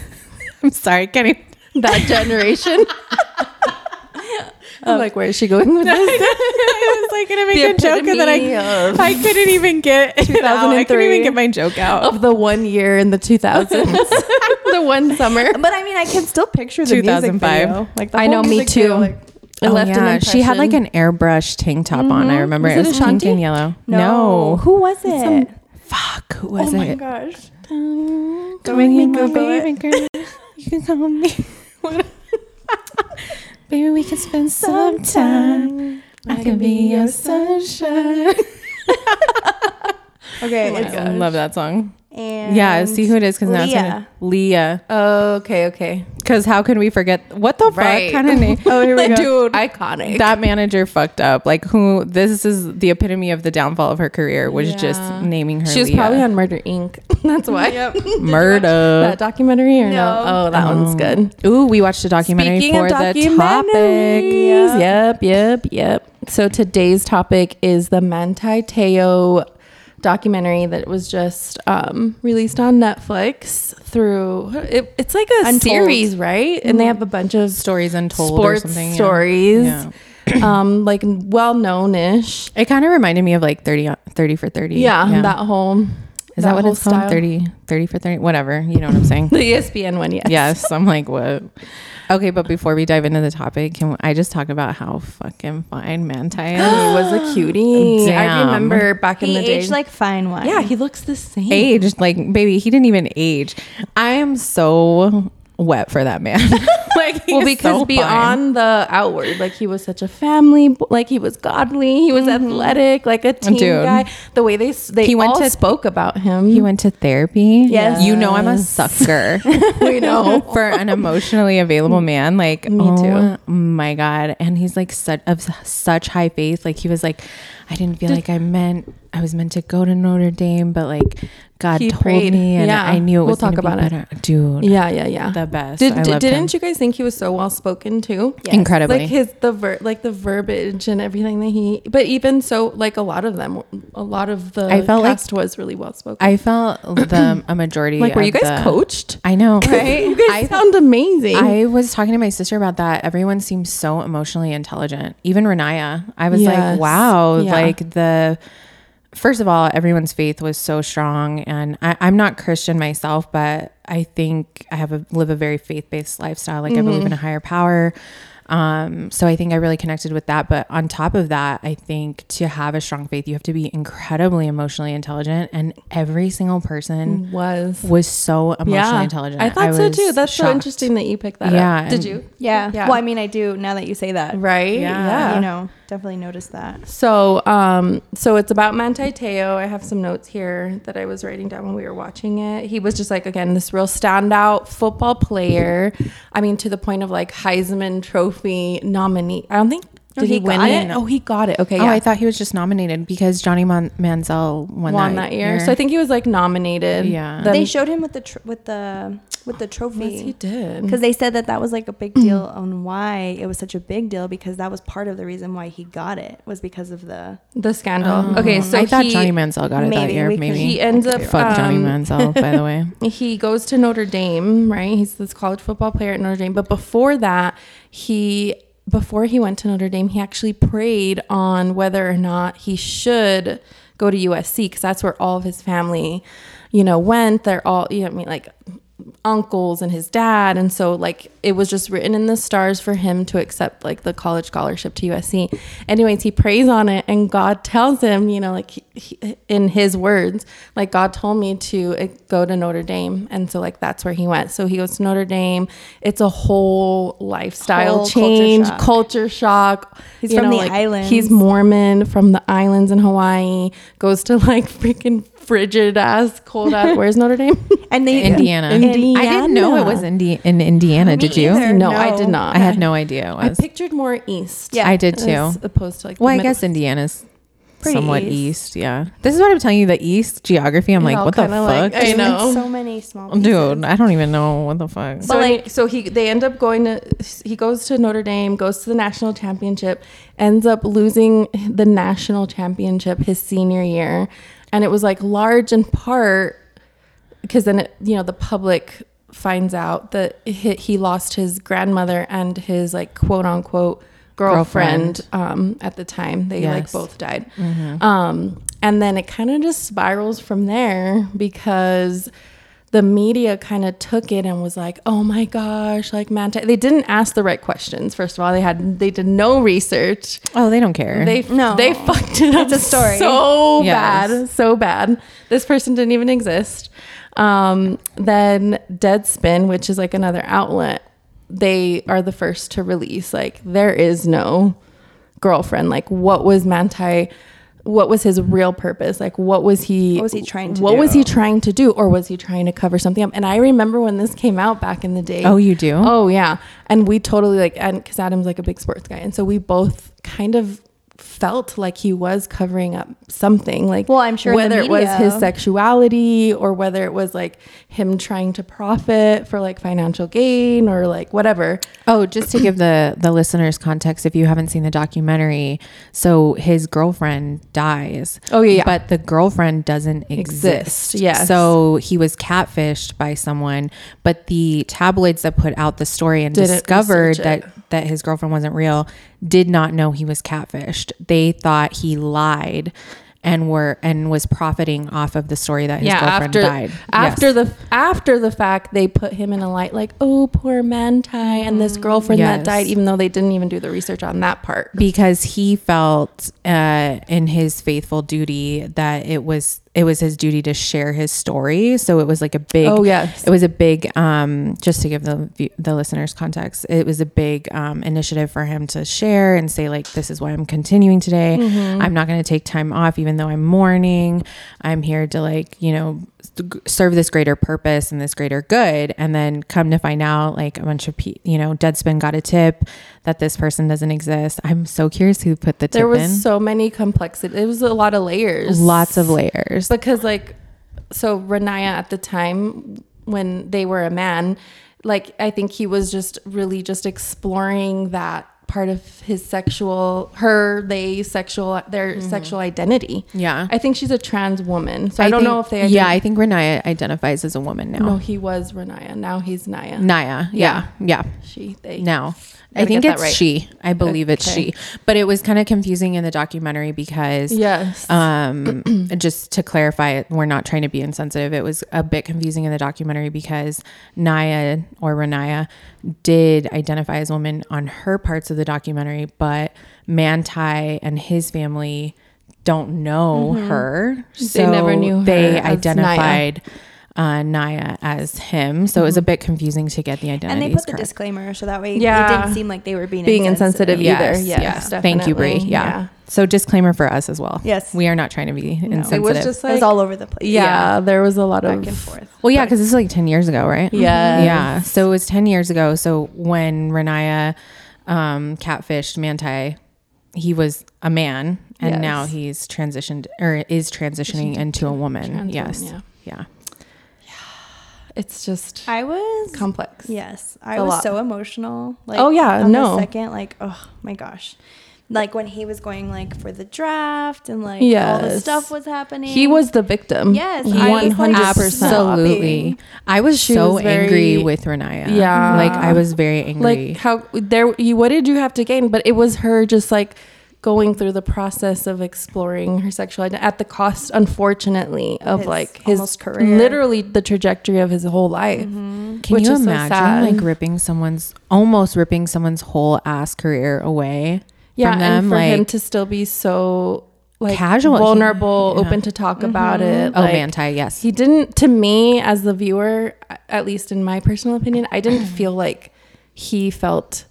Speaker 1: I'm sorry, I can't even.
Speaker 3: That generation. I'm like, where is she going with this?
Speaker 1: I was like gonna make
Speaker 3: The
Speaker 1: a joke and then
Speaker 3: epitome
Speaker 1: I,
Speaker 3: of-
Speaker 1: I couldn't even get it out. I couldn't
Speaker 3: 2003.
Speaker 1: even get my joke out.
Speaker 3: Of the one year in the 2000s, the one summer.
Speaker 2: But I mean, I can still picture the music
Speaker 1: 2005.
Speaker 2: video. Like the
Speaker 3: I
Speaker 2: whole
Speaker 3: know, me
Speaker 2: music video,
Speaker 3: too.
Speaker 2: like-
Speaker 3: It left an impression.
Speaker 1: Oh, she had like an airbrush tank top on. I remember
Speaker 3: Was
Speaker 1: it
Speaker 3: it
Speaker 1: was pink
Speaker 3: Ashanti?
Speaker 1: and yellow.
Speaker 2: no.
Speaker 1: No,
Speaker 2: Who was it?
Speaker 1: fuck, who was
Speaker 2: oh
Speaker 1: it?
Speaker 2: my gosh.
Speaker 3: Mm,
Speaker 2: Don't make me Google it.
Speaker 1: You can call me. Baby, we can spend some time. I can be your sunshine.
Speaker 2: Okay.
Speaker 3: my
Speaker 2: it's-
Speaker 3: God.
Speaker 1: I love that song.
Speaker 2: and
Speaker 1: yeah, see who it is because now it's
Speaker 2: Leah.
Speaker 1: gonna- Leah.
Speaker 3: Okay, okay.
Speaker 1: Because how can we forget what the
Speaker 3: Right.
Speaker 1: fuck kind of name? oh, here we Dude,
Speaker 3: Iconic.
Speaker 1: that manager fucked up. Like who? This is the epitome of the downfall of her career. Was just
Speaker 3: Yeah.
Speaker 1: naming her.
Speaker 3: she was
Speaker 1: Leah.
Speaker 3: probably on Murder Inc. That's why.
Speaker 1: murder.
Speaker 3: That documentary or no?
Speaker 2: No.
Speaker 3: Oh, that one's good.
Speaker 1: Ooh, we watched a documentary
Speaker 3: Speaking
Speaker 1: for
Speaker 3: of
Speaker 1: the topic.
Speaker 3: documentaries, Yep, yep, yep. So today's topic is the Manti Teo documentary that was just um, released on Netflix through it, it's like a
Speaker 2: Untold.
Speaker 3: series, right? And they have a bunch of
Speaker 1: Stories Untold or
Speaker 3: sports
Speaker 1: something, yeah.
Speaker 3: stories,
Speaker 1: Yeah.
Speaker 3: um, like well known ish.
Speaker 1: It kind of reminded me of like 30, 30 for 30.
Speaker 3: Yeah, that whole
Speaker 1: Is that, what
Speaker 3: whole
Speaker 1: it's called?
Speaker 3: style.
Speaker 1: 30, 30 for 30, whatever. You know what I'm saying?
Speaker 3: The E ESPN one, yes.
Speaker 1: yes. I'm like, what? Okay, but before we dive into the topic, can I just talk about how fucking fine Manti
Speaker 3: he
Speaker 1: is?
Speaker 3: was a cutie. I
Speaker 1: Damn.
Speaker 3: remember back in
Speaker 2: He
Speaker 3: the day.
Speaker 2: aged like fine wine.
Speaker 3: yeah, he looks the same.
Speaker 1: aged like baby he didn't even age i am so wet for that man like he's
Speaker 3: well because
Speaker 1: so fine.
Speaker 3: beyond the outward like he was such a family bo- like he was godly he was athletic like a team
Speaker 1: Mm-hmm. Dude.
Speaker 3: guy the way they s- they
Speaker 1: He went
Speaker 3: all
Speaker 1: to-
Speaker 3: spoke about him
Speaker 1: he went to therapy
Speaker 2: Yes.
Speaker 1: you know i'm a sucker
Speaker 3: we know
Speaker 1: for an emotionally available man like
Speaker 3: Me
Speaker 1: oh my god and he's like such of such high faith like he was like i didn't feel like i meant I was meant to go to Notre Dame, but like God
Speaker 3: He
Speaker 1: told
Speaker 3: prayed.
Speaker 1: me, and
Speaker 3: Yeah.
Speaker 1: I knew it
Speaker 3: We'll
Speaker 1: was gonna
Speaker 3: talk
Speaker 1: be
Speaker 3: about it.
Speaker 1: better. dude.
Speaker 3: Yeah, yeah, yeah.
Speaker 1: The best.
Speaker 3: Did,
Speaker 1: I
Speaker 3: did,
Speaker 1: loved
Speaker 3: didn't
Speaker 1: him.
Speaker 3: you guys think he was so well spoken too?
Speaker 1: Incredibly.
Speaker 3: Like his the ver- like the verbiage and everything that he, but even so, like a lot of them, a lot of the
Speaker 1: I felt like-
Speaker 3: cast was really well spoken.
Speaker 1: I felt the a majority.
Speaker 3: Like, were you
Speaker 1: of
Speaker 3: guys
Speaker 1: the-
Speaker 3: coached?
Speaker 1: I know.
Speaker 3: you guys
Speaker 1: I
Speaker 3: sound amazing.
Speaker 1: I was talking to my sister about that. Everyone seems so emotionally intelligent. Even Renaya. I was
Speaker 3: Yes.
Speaker 1: like, wow,
Speaker 3: Yeah.
Speaker 1: like the first of all, everyone's faith was so strong. And I, I'm not Christian myself, but I think I have a live a very faith based lifestyle. Like I believe
Speaker 3: Mm-hmm.
Speaker 1: in a higher power. Um, so I think I really connected with that. But on top of that, I think to have a strong faith, you have to be incredibly emotionally intelligent. And every single person
Speaker 3: was.
Speaker 1: was so emotionally intelligent.
Speaker 3: Mm. I thought so
Speaker 1: was
Speaker 3: too. That's so
Speaker 1: shocked.
Speaker 3: interesting that you picked that
Speaker 1: Yeah,
Speaker 3: up. Did
Speaker 1: and-
Speaker 3: you?
Speaker 2: Yeah.
Speaker 3: Yeah.
Speaker 2: Well, I mean, I do now that you say that.
Speaker 3: Right?
Speaker 1: Yeah.
Speaker 2: You know, definitely noticed that.
Speaker 3: So, um, so it's about Manti Teo. I have some notes here that I was writing down when we were watching it. He was just like again this real standout football player. I mean, to the point of like Heisman Trophy nominee. I don't think did he,
Speaker 2: he
Speaker 3: win
Speaker 2: got
Speaker 3: it?
Speaker 2: it.
Speaker 3: Oh, he got it. Okay,
Speaker 1: Oh,
Speaker 3: yeah,
Speaker 1: I thought he was just nominated because Johnny Mon- Manziel won,
Speaker 3: won that year. So I think he was like nominated.
Speaker 1: Yeah.
Speaker 3: Then-
Speaker 2: they showed him with the tr- with the with the
Speaker 3: yes, he
Speaker 2: trophy
Speaker 3: did.
Speaker 2: because they said that that was like a big deal on why it was such a big deal because that was part of the reason why he got it was because of the
Speaker 3: The scandal. okay, so
Speaker 1: Oh. I thought
Speaker 3: he,
Speaker 1: Johnny Manziel got it that
Speaker 2: Maybe
Speaker 1: year.
Speaker 2: we could-
Speaker 1: Maybe
Speaker 3: he ends up
Speaker 1: fuck Johnny
Speaker 3: um,
Speaker 1: Manziel. By the way,
Speaker 3: he goes to Notre Dame, right? He's this college football player at Notre Dame. But before that, he before he went to Notre Dame, he actually prayed on whether or not he should go to USC because that's where all of his family, you know, went. They're all, you know, what I mean, like uncles and his dad, and so like it was just written in the stars for him to accept like the college scholarship to USC. Anyways, he prays on it, and God tells him, you know, like he, he, in his words, like God told me to uh, go to Notre Dame, and so like that's where he went. So he goes to Notre Dame. It's a whole lifestyle
Speaker 2: Whole culture
Speaker 3: change,
Speaker 2: shock.
Speaker 3: culture shock.
Speaker 2: He's from the islands.
Speaker 3: He's Mormon from the islands in Hawaii. Goes to like freaking frigid ass cold ass. Where's Notre Dame?
Speaker 2: and they
Speaker 1: Indiana.
Speaker 3: Indiana.
Speaker 1: I didn't know it was Indi- in Indiana.
Speaker 2: Me
Speaker 1: did you?
Speaker 2: either.
Speaker 3: no, I did
Speaker 2: No.
Speaker 3: not.
Speaker 1: I had no idea. It
Speaker 3: I
Speaker 1: was. I,
Speaker 3: pictured more east.
Speaker 2: Yeah.
Speaker 1: did too.
Speaker 3: As opposed to like. the
Speaker 1: Well, I
Speaker 3: middle.
Speaker 1: guess Indiana's
Speaker 2: Pretty
Speaker 1: somewhat
Speaker 2: east.
Speaker 1: east. Yeah, this is what I'm telling you. The East geography. I'm
Speaker 3: It all
Speaker 1: like, what the
Speaker 3: kinda,
Speaker 1: fuck,
Speaker 3: like, I
Speaker 2: There's
Speaker 3: know.
Speaker 2: so many small pieces.
Speaker 1: dude? I don't even know what the fuck.
Speaker 3: So, like, so he they end up going to he goes to Notre Dame, goes to the national championship, ends up losing the national championship his senior year, and it was like large in part because then it, you know the public finds out that he, he lost his grandmother and his like quote unquote girlfriend, um, at the time they like
Speaker 1: Yes.
Speaker 3: both died um, and then it kind of just spirals from there because the media kind of took it and was like oh my gosh like manta they didn't ask the right questions first of all they had they did no research
Speaker 1: oh, they don't care.
Speaker 3: they
Speaker 2: No.
Speaker 3: they fucked it up
Speaker 2: It's a story.
Speaker 3: so
Speaker 1: Yes.
Speaker 3: bad, so bad. This person didn't even exist. Um, then Deadspin, which is like another outlet, they are the first to release like there is no girlfriend. Like what was Manti? What was his real purpose? Like what was he?
Speaker 2: What was he trying to
Speaker 3: What was
Speaker 2: do?
Speaker 3: he trying to do, or was he trying to cover something up? And I remember when this came out back in the day.
Speaker 1: Oh, you do?
Speaker 3: Oh yeah, and we totally like, and because Adam's like a big sports guy, and so we both kind of felt like he was covering up something. Like,
Speaker 2: Well, I'm sure in the
Speaker 3: whether it was
Speaker 2: media-
Speaker 3: his sexuality or whether it was like him trying to profit for like financial gain or like whatever.
Speaker 1: Oh, just to give the the listeners context, if you haven't seen the documentary, so his girlfriend dies.
Speaker 3: Oh, yeah, yeah.
Speaker 1: but the girlfriend doesn't
Speaker 3: Exist,
Speaker 1: exist.
Speaker 3: yes.
Speaker 1: So he was catfished by someone, but the tabloids that put out the story and
Speaker 3: Didn't
Speaker 1: discovered
Speaker 3: research it.
Speaker 1: that that his girlfriend wasn't real did not know he was catfished. They thought he lied and were and was profiting off of the story that his girlfriend
Speaker 3: after
Speaker 1: died.
Speaker 3: after
Speaker 1: Yes.
Speaker 3: the after the fact, they put him in a light like, oh, poor Manti and this girlfriend that
Speaker 1: Mm, Yes.
Speaker 3: died, even though they didn't even do the research on that part.
Speaker 1: because he felt uh, in his faithful duty that it was it was his duty to share his story. So it was like a big
Speaker 3: Oh, yes.
Speaker 1: it was a big um just to give the view- the listeners context. It was a big um initiative for him to share and say like this is why I'm continuing
Speaker 3: Mm-hmm.
Speaker 1: today. I'm not going to take time off even though I'm mourning. I'm here to like, you know, serve this greater purpose and this greater good and then come to find out like a bunch of pe- you know deadspin got a tip that this person doesn't exist i'm so curious who put the tip
Speaker 3: there was
Speaker 1: in
Speaker 3: so many complexity. It was a lot of layers.
Speaker 1: lots of layers
Speaker 3: because like so Renaya at the time when they were a man, like I think he was just really just exploring that part of his sexual her they sexual their
Speaker 1: Mm-hmm.
Speaker 3: sexual identity.
Speaker 1: Yeah.
Speaker 3: I think she's a trans woman. So I, don't
Speaker 1: think-
Speaker 3: know if they
Speaker 1: yeah i think renaya identifies as a woman now
Speaker 3: No, he was Renaya. Now he's Naya.
Speaker 1: naya yeah yeah,
Speaker 3: She they
Speaker 1: now
Speaker 3: Gotta
Speaker 1: i think
Speaker 3: get that
Speaker 1: it's
Speaker 3: right.
Speaker 1: she i believe it's
Speaker 3: Okay.
Speaker 1: she but it was kind of confusing in the documentary because
Speaker 3: Yes.
Speaker 1: um just to clarify it we're not trying to be insensitive it was a bit confusing in the documentary because naya or renaya did identify as woman on her parts of the documentary but manti and his family don't know her so
Speaker 3: Mm-hmm. never knew her
Speaker 1: they
Speaker 3: as Naya.
Speaker 1: identified uh, Naya as him, so it was a bit confusing to get the
Speaker 2: And
Speaker 1: identity.
Speaker 2: they put the disclaimer so that way it
Speaker 3: Yeah.
Speaker 2: didn't seem like they were being,
Speaker 3: being insensitive
Speaker 1: Yes,
Speaker 3: either.
Speaker 1: yes,
Speaker 3: Yes.
Speaker 1: Thank you, Brie.
Speaker 3: definitely.
Speaker 1: Yeah. So disclaimer for us as well.
Speaker 2: Yes.
Speaker 1: we are not trying to be insensitive.
Speaker 3: It was just
Speaker 2: it
Speaker 3: like
Speaker 2: was all over the place.
Speaker 3: yeah, there was a lot of
Speaker 2: Back and forth.
Speaker 1: Well, yeah, because this is like 10 years ago, right?
Speaker 3: Yes.
Speaker 1: Yeah. So it was 10 years ago. So when Renaya um, catfished Manti, he was a man and
Speaker 3: Yes.
Speaker 1: now he's transitioned or is transitioning into a woman.
Speaker 3: trans woman,
Speaker 1: yes.
Speaker 3: yeah.
Speaker 1: yeah.
Speaker 3: It's just
Speaker 2: I was
Speaker 3: complex.
Speaker 2: Yes, I
Speaker 3: A
Speaker 2: was
Speaker 3: lot.
Speaker 2: so emotional. Like,
Speaker 3: Oh, yeah,
Speaker 2: on
Speaker 3: no.
Speaker 2: The second, like, oh my gosh, like when he was going like for the draft and like all the
Speaker 3: Yes.
Speaker 2: stuff was happening.
Speaker 3: He was the victim.
Speaker 2: Yes, I was,
Speaker 3: one
Speaker 2: like,
Speaker 3: hundred percent.
Speaker 1: Absolutely. I was
Speaker 3: She
Speaker 1: so
Speaker 3: was
Speaker 1: angry
Speaker 3: very-
Speaker 1: with Renaya.
Speaker 3: Yeah.
Speaker 1: Like I was very angry.
Speaker 3: Like how there? You what did you have to gain? But it was her just like going through the process of exploring her sexual identity at the cost, unfortunately, of
Speaker 2: His
Speaker 3: like his
Speaker 2: almost career. Mm-hmm.
Speaker 3: literally the trajectory of his whole life.
Speaker 1: Can
Speaker 3: which
Speaker 1: you
Speaker 3: is so sad.
Speaker 1: imagine like ripping someone's almost ripping someone's whole ass career away
Speaker 3: Yeah,
Speaker 1: from them?
Speaker 3: and for
Speaker 1: like
Speaker 3: him to still be so like
Speaker 1: Casual. He-
Speaker 3: vulnerable,
Speaker 1: yeah.
Speaker 3: open to talk about
Speaker 2: Mm-hmm.
Speaker 3: it.
Speaker 1: Oh
Speaker 3: like,
Speaker 1: Manti, yes.
Speaker 3: he didn't to me as the viewer a- at least in my personal opinion i didn't feel like he felt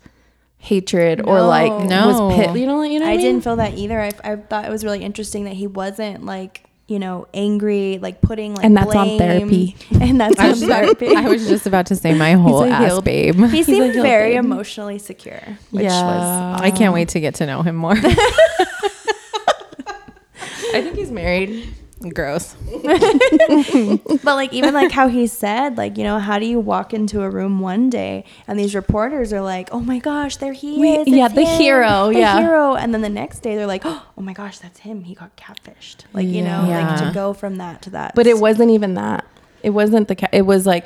Speaker 3: hatred or like
Speaker 1: No.
Speaker 3: was pit you know you know what
Speaker 2: I,
Speaker 3: i, mean?
Speaker 2: didn't feel that either. I, I thought it was really interesting that he wasn't like you know angry, like putting like
Speaker 3: And that's on
Speaker 2: blame-
Speaker 3: therapy.
Speaker 2: and that's
Speaker 1: I
Speaker 2: on
Speaker 1: was, just,
Speaker 2: therapy.
Speaker 1: I was just about to say my whole
Speaker 3: a
Speaker 1: ass
Speaker 3: heel.
Speaker 1: babe.
Speaker 2: He
Speaker 3: a
Speaker 2: seemed
Speaker 3: heel
Speaker 2: very
Speaker 3: babe.
Speaker 2: emotionally secure, which was
Speaker 1: I can't wait to get to know him more.
Speaker 3: i think he's married
Speaker 1: Gross.
Speaker 2: But like even like how he said, like, you know, how do you walk into a room one day and these reporters are like, Oh my gosh, there he
Speaker 3: We-
Speaker 2: is. it's
Speaker 3: yeah, the
Speaker 2: him,
Speaker 3: hero,
Speaker 2: the
Speaker 3: yeah.
Speaker 2: hero. And then the next day they're like, Oh my gosh, that's him. He got catfished. Like, you know, like
Speaker 1: Yeah.
Speaker 2: to go from that to that.
Speaker 3: but it wasn't even that it wasn't the ca- it was like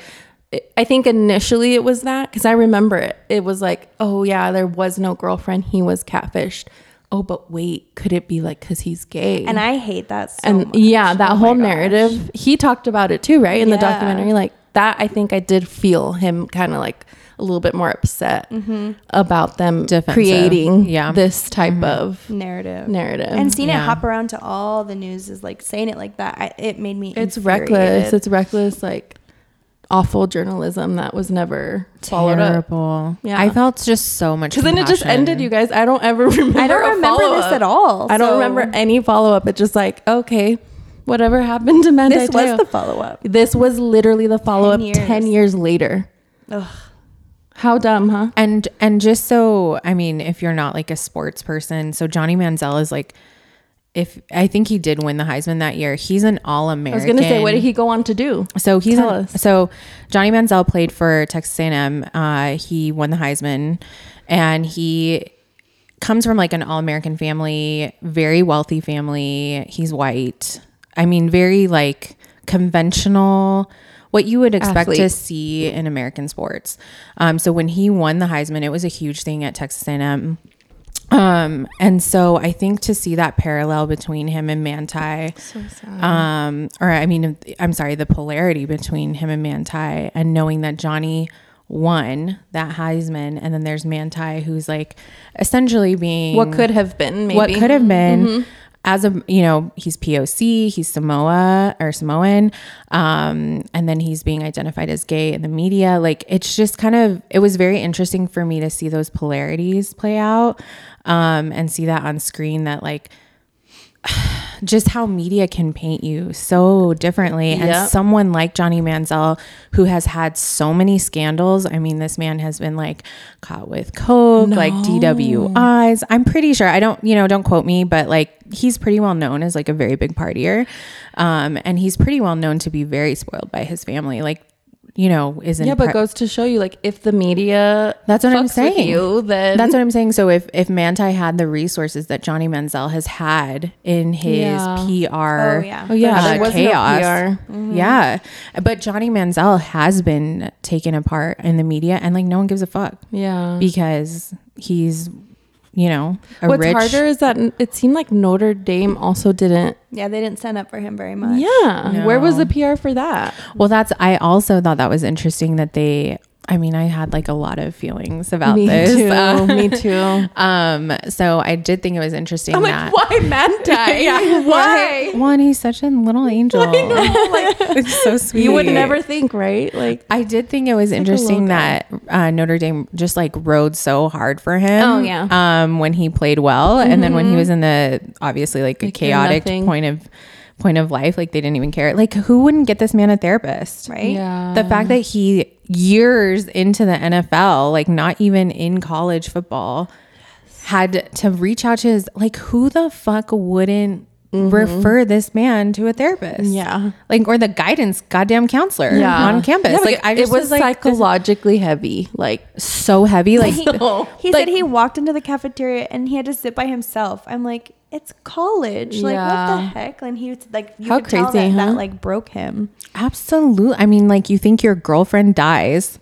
Speaker 3: it- I think initially it was that because I remember it. It was like, oh yeah, there was no girlfriend. He was catfished. Oh, but wait, could it be like because he's gay?
Speaker 2: and I hate that so
Speaker 3: and
Speaker 2: much.
Speaker 3: yeah that
Speaker 2: Oh my
Speaker 3: whole
Speaker 2: gosh.
Speaker 3: narrative he talked about it too right in the
Speaker 2: Yeah.
Speaker 3: documentary like that i think i did feel him kind of like a little bit more upset
Speaker 2: Mm-hmm.
Speaker 3: about them
Speaker 1: Defensive.
Speaker 3: creating
Speaker 1: Yeah.
Speaker 3: this type of
Speaker 2: narrative.
Speaker 3: narrative
Speaker 2: Mm-hmm. And seeing
Speaker 1: Yeah.
Speaker 2: it hop around to all the news is like saying it like that. I, it made me.
Speaker 3: it's
Speaker 2: infuriated.
Speaker 3: reckless it's reckless like awful journalism that was never followed up
Speaker 1: Terrible.
Speaker 3: Yeah.
Speaker 1: I felt just so much.
Speaker 3: because then it just
Speaker 1: compassion.
Speaker 3: ended you guys i don't ever remember
Speaker 2: I don't
Speaker 3: a
Speaker 2: remember this
Speaker 3: follow-up.
Speaker 2: at all.
Speaker 3: i don't
Speaker 2: so
Speaker 3: remember any follow-up it's just like okay whatever happened to Manti
Speaker 2: This was
Speaker 3: Teo?
Speaker 2: the follow up.
Speaker 3: This was literally the follow up 10
Speaker 2: years.
Speaker 3: years, later.
Speaker 2: Ugh.
Speaker 3: How dumb, huh?
Speaker 1: And and just so I mean, if you're not like a sports person, so Johnny Manziel is like, if I think he did win the Heisman that year, he's an All
Speaker 3: I was
Speaker 1: American.
Speaker 3: going to say, what did he go on to do?
Speaker 1: So he's
Speaker 3: Tell
Speaker 1: an-
Speaker 3: us.
Speaker 1: so Johnny Manziel played for Texas A&M. Uh, he won the Heisman, and he comes from like an all-American family, very wealthy family. He's white. I mean, very like conventional. What you would expect to
Speaker 3: Athlete.
Speaker 1: see in American sports. Um, so when he won the Heisman, it was a huge thing at Texas A&M. Um, and so I think to see that parallel between him and Manti, um, or I mean, I'm sorry, the polarity between him and Manti, and knowing that Johnny won that Heisman, and then there's Manti who's like essentially being
Speaker 3: What could have been, maybe? Mm-hmm.
Speaker 1: what could have been as a you know he's poc he's samoa or samoan um, and then he's being identified as gay in the media like it's just kind of it was very interesting for me to see those polarities play out um, and see that on screen that like just how media can paint you so differently. And
Speaker 3: Yep.
Speaker 1: someone like Johnny Manziel, who has had so many scandals, I mean, this man has been like caught with coke, like DWIs. I'm pretty sure. I don't, you know, don't quote me, but like he's pretty well known as like a very big partier, um, and he's pretty well known to be very spoiled by his family. Like, you know, isn't
Speaker 3: yeah, but
Speaker 1: pre-
Speaker 3: goes to show you, like, if the media
Speaker 1: That's what I'm
Speaker 3: fucks with
Speaker 1: saying.
Speaker 3: you, then
Speaker 1: That's what I'm saying. So if if Manti had the resources that Johnny Menzel has had in his
Speaker 3: Yeah.
Speaker 1: PR,
Speaker 2: Oh, yeah.
Speaker 3: oh yeah, Mm-hmm.
Speaker 1: uh,
Speaker 3: there was
Speaker 1: chaos,
Speaker 3: no PR.
Speaker 1: yeah. But Johnny Manziel has been taken apart in the media, and like no one gives a fuck
Speaker 3: Yeah,
Speaker 1: because he's, you know, a
Speaker 3: Mm-hmm. What's
Speaker 1: rich.
Speaker 3: harder is that n- it seemed like Notre Dame also didn't.
Speaker 2: Yeah, they didn't stand up for him very much.
Speaker 3: Yeah, where was
Speaker 1: No.
Speaker 3: the PR for that?
Speaker 1: Well, that's I also thought that was interesting that they. I mean, I had like a lot of feelings about
Speaker 3: me
Speaker 1: this.
Speaker 3: too.
Speaker 1: Um,
Speaker 3: me too.
Speaker 1: Um, so I did think it was interesting.
Speaker 3: I'm
Speaker 1: that-
Speaker 3: like, why Manti? yeah, why?
Speaker 1: One, he's such a little angel. it's so sweet.
Speaker 3: You would never think, right? Like,
Speaker 1: I did think it was
Speaker 3: a little
Speaker 1: interesting that uh, Notre Dame just like rode so hard for him.
Speaker 3: Oh, yeah. Mm-hmm.
Speaker 1: Um, when he played well, and then when he was in the obviously like a
Speaker 3: Like,
Speaker 1: chaotic
Speaker 3: nothing.
Speaker 1: point of point of life, like they didn't even care. Like who wouldn't get this man a therapist?
Speaker 2: Right?
Speaker 3: yeah,
Speaker 1: The fact that he years into the NFL, like not even in college football, had to reach out to his like who the fuck wouldn't refer this man to a therapist?
Speaker 3: Mm-hmm. Yeah.
Speaker 1: Like or the guidance goddamn counselor on campus.
Speaker 3: Yeah, but
Speaker 1: like
Speaker 3: it,
Speaker 1: I just
Speaker 3: it was
Speaker 1: like
Speaker 3: psychologically heavy. Like,
Speaker 1: so heavy. Like
Speaker 2: He, he said he walked into the cafeteria and he had to sit by himself. I'm like, it's college. Like, what the
Speaker 3: Yeah.
Speaker 2: heck? And he was like, you
Speaker 3: How
Speaker 2: could tell
Speaker 3: crazy,
Speaker 2: that, that
Speaker 3: huh?
Speaker 2: like broke him.
Speaker 1: absolutely I mean, like you think your girlfriend dies.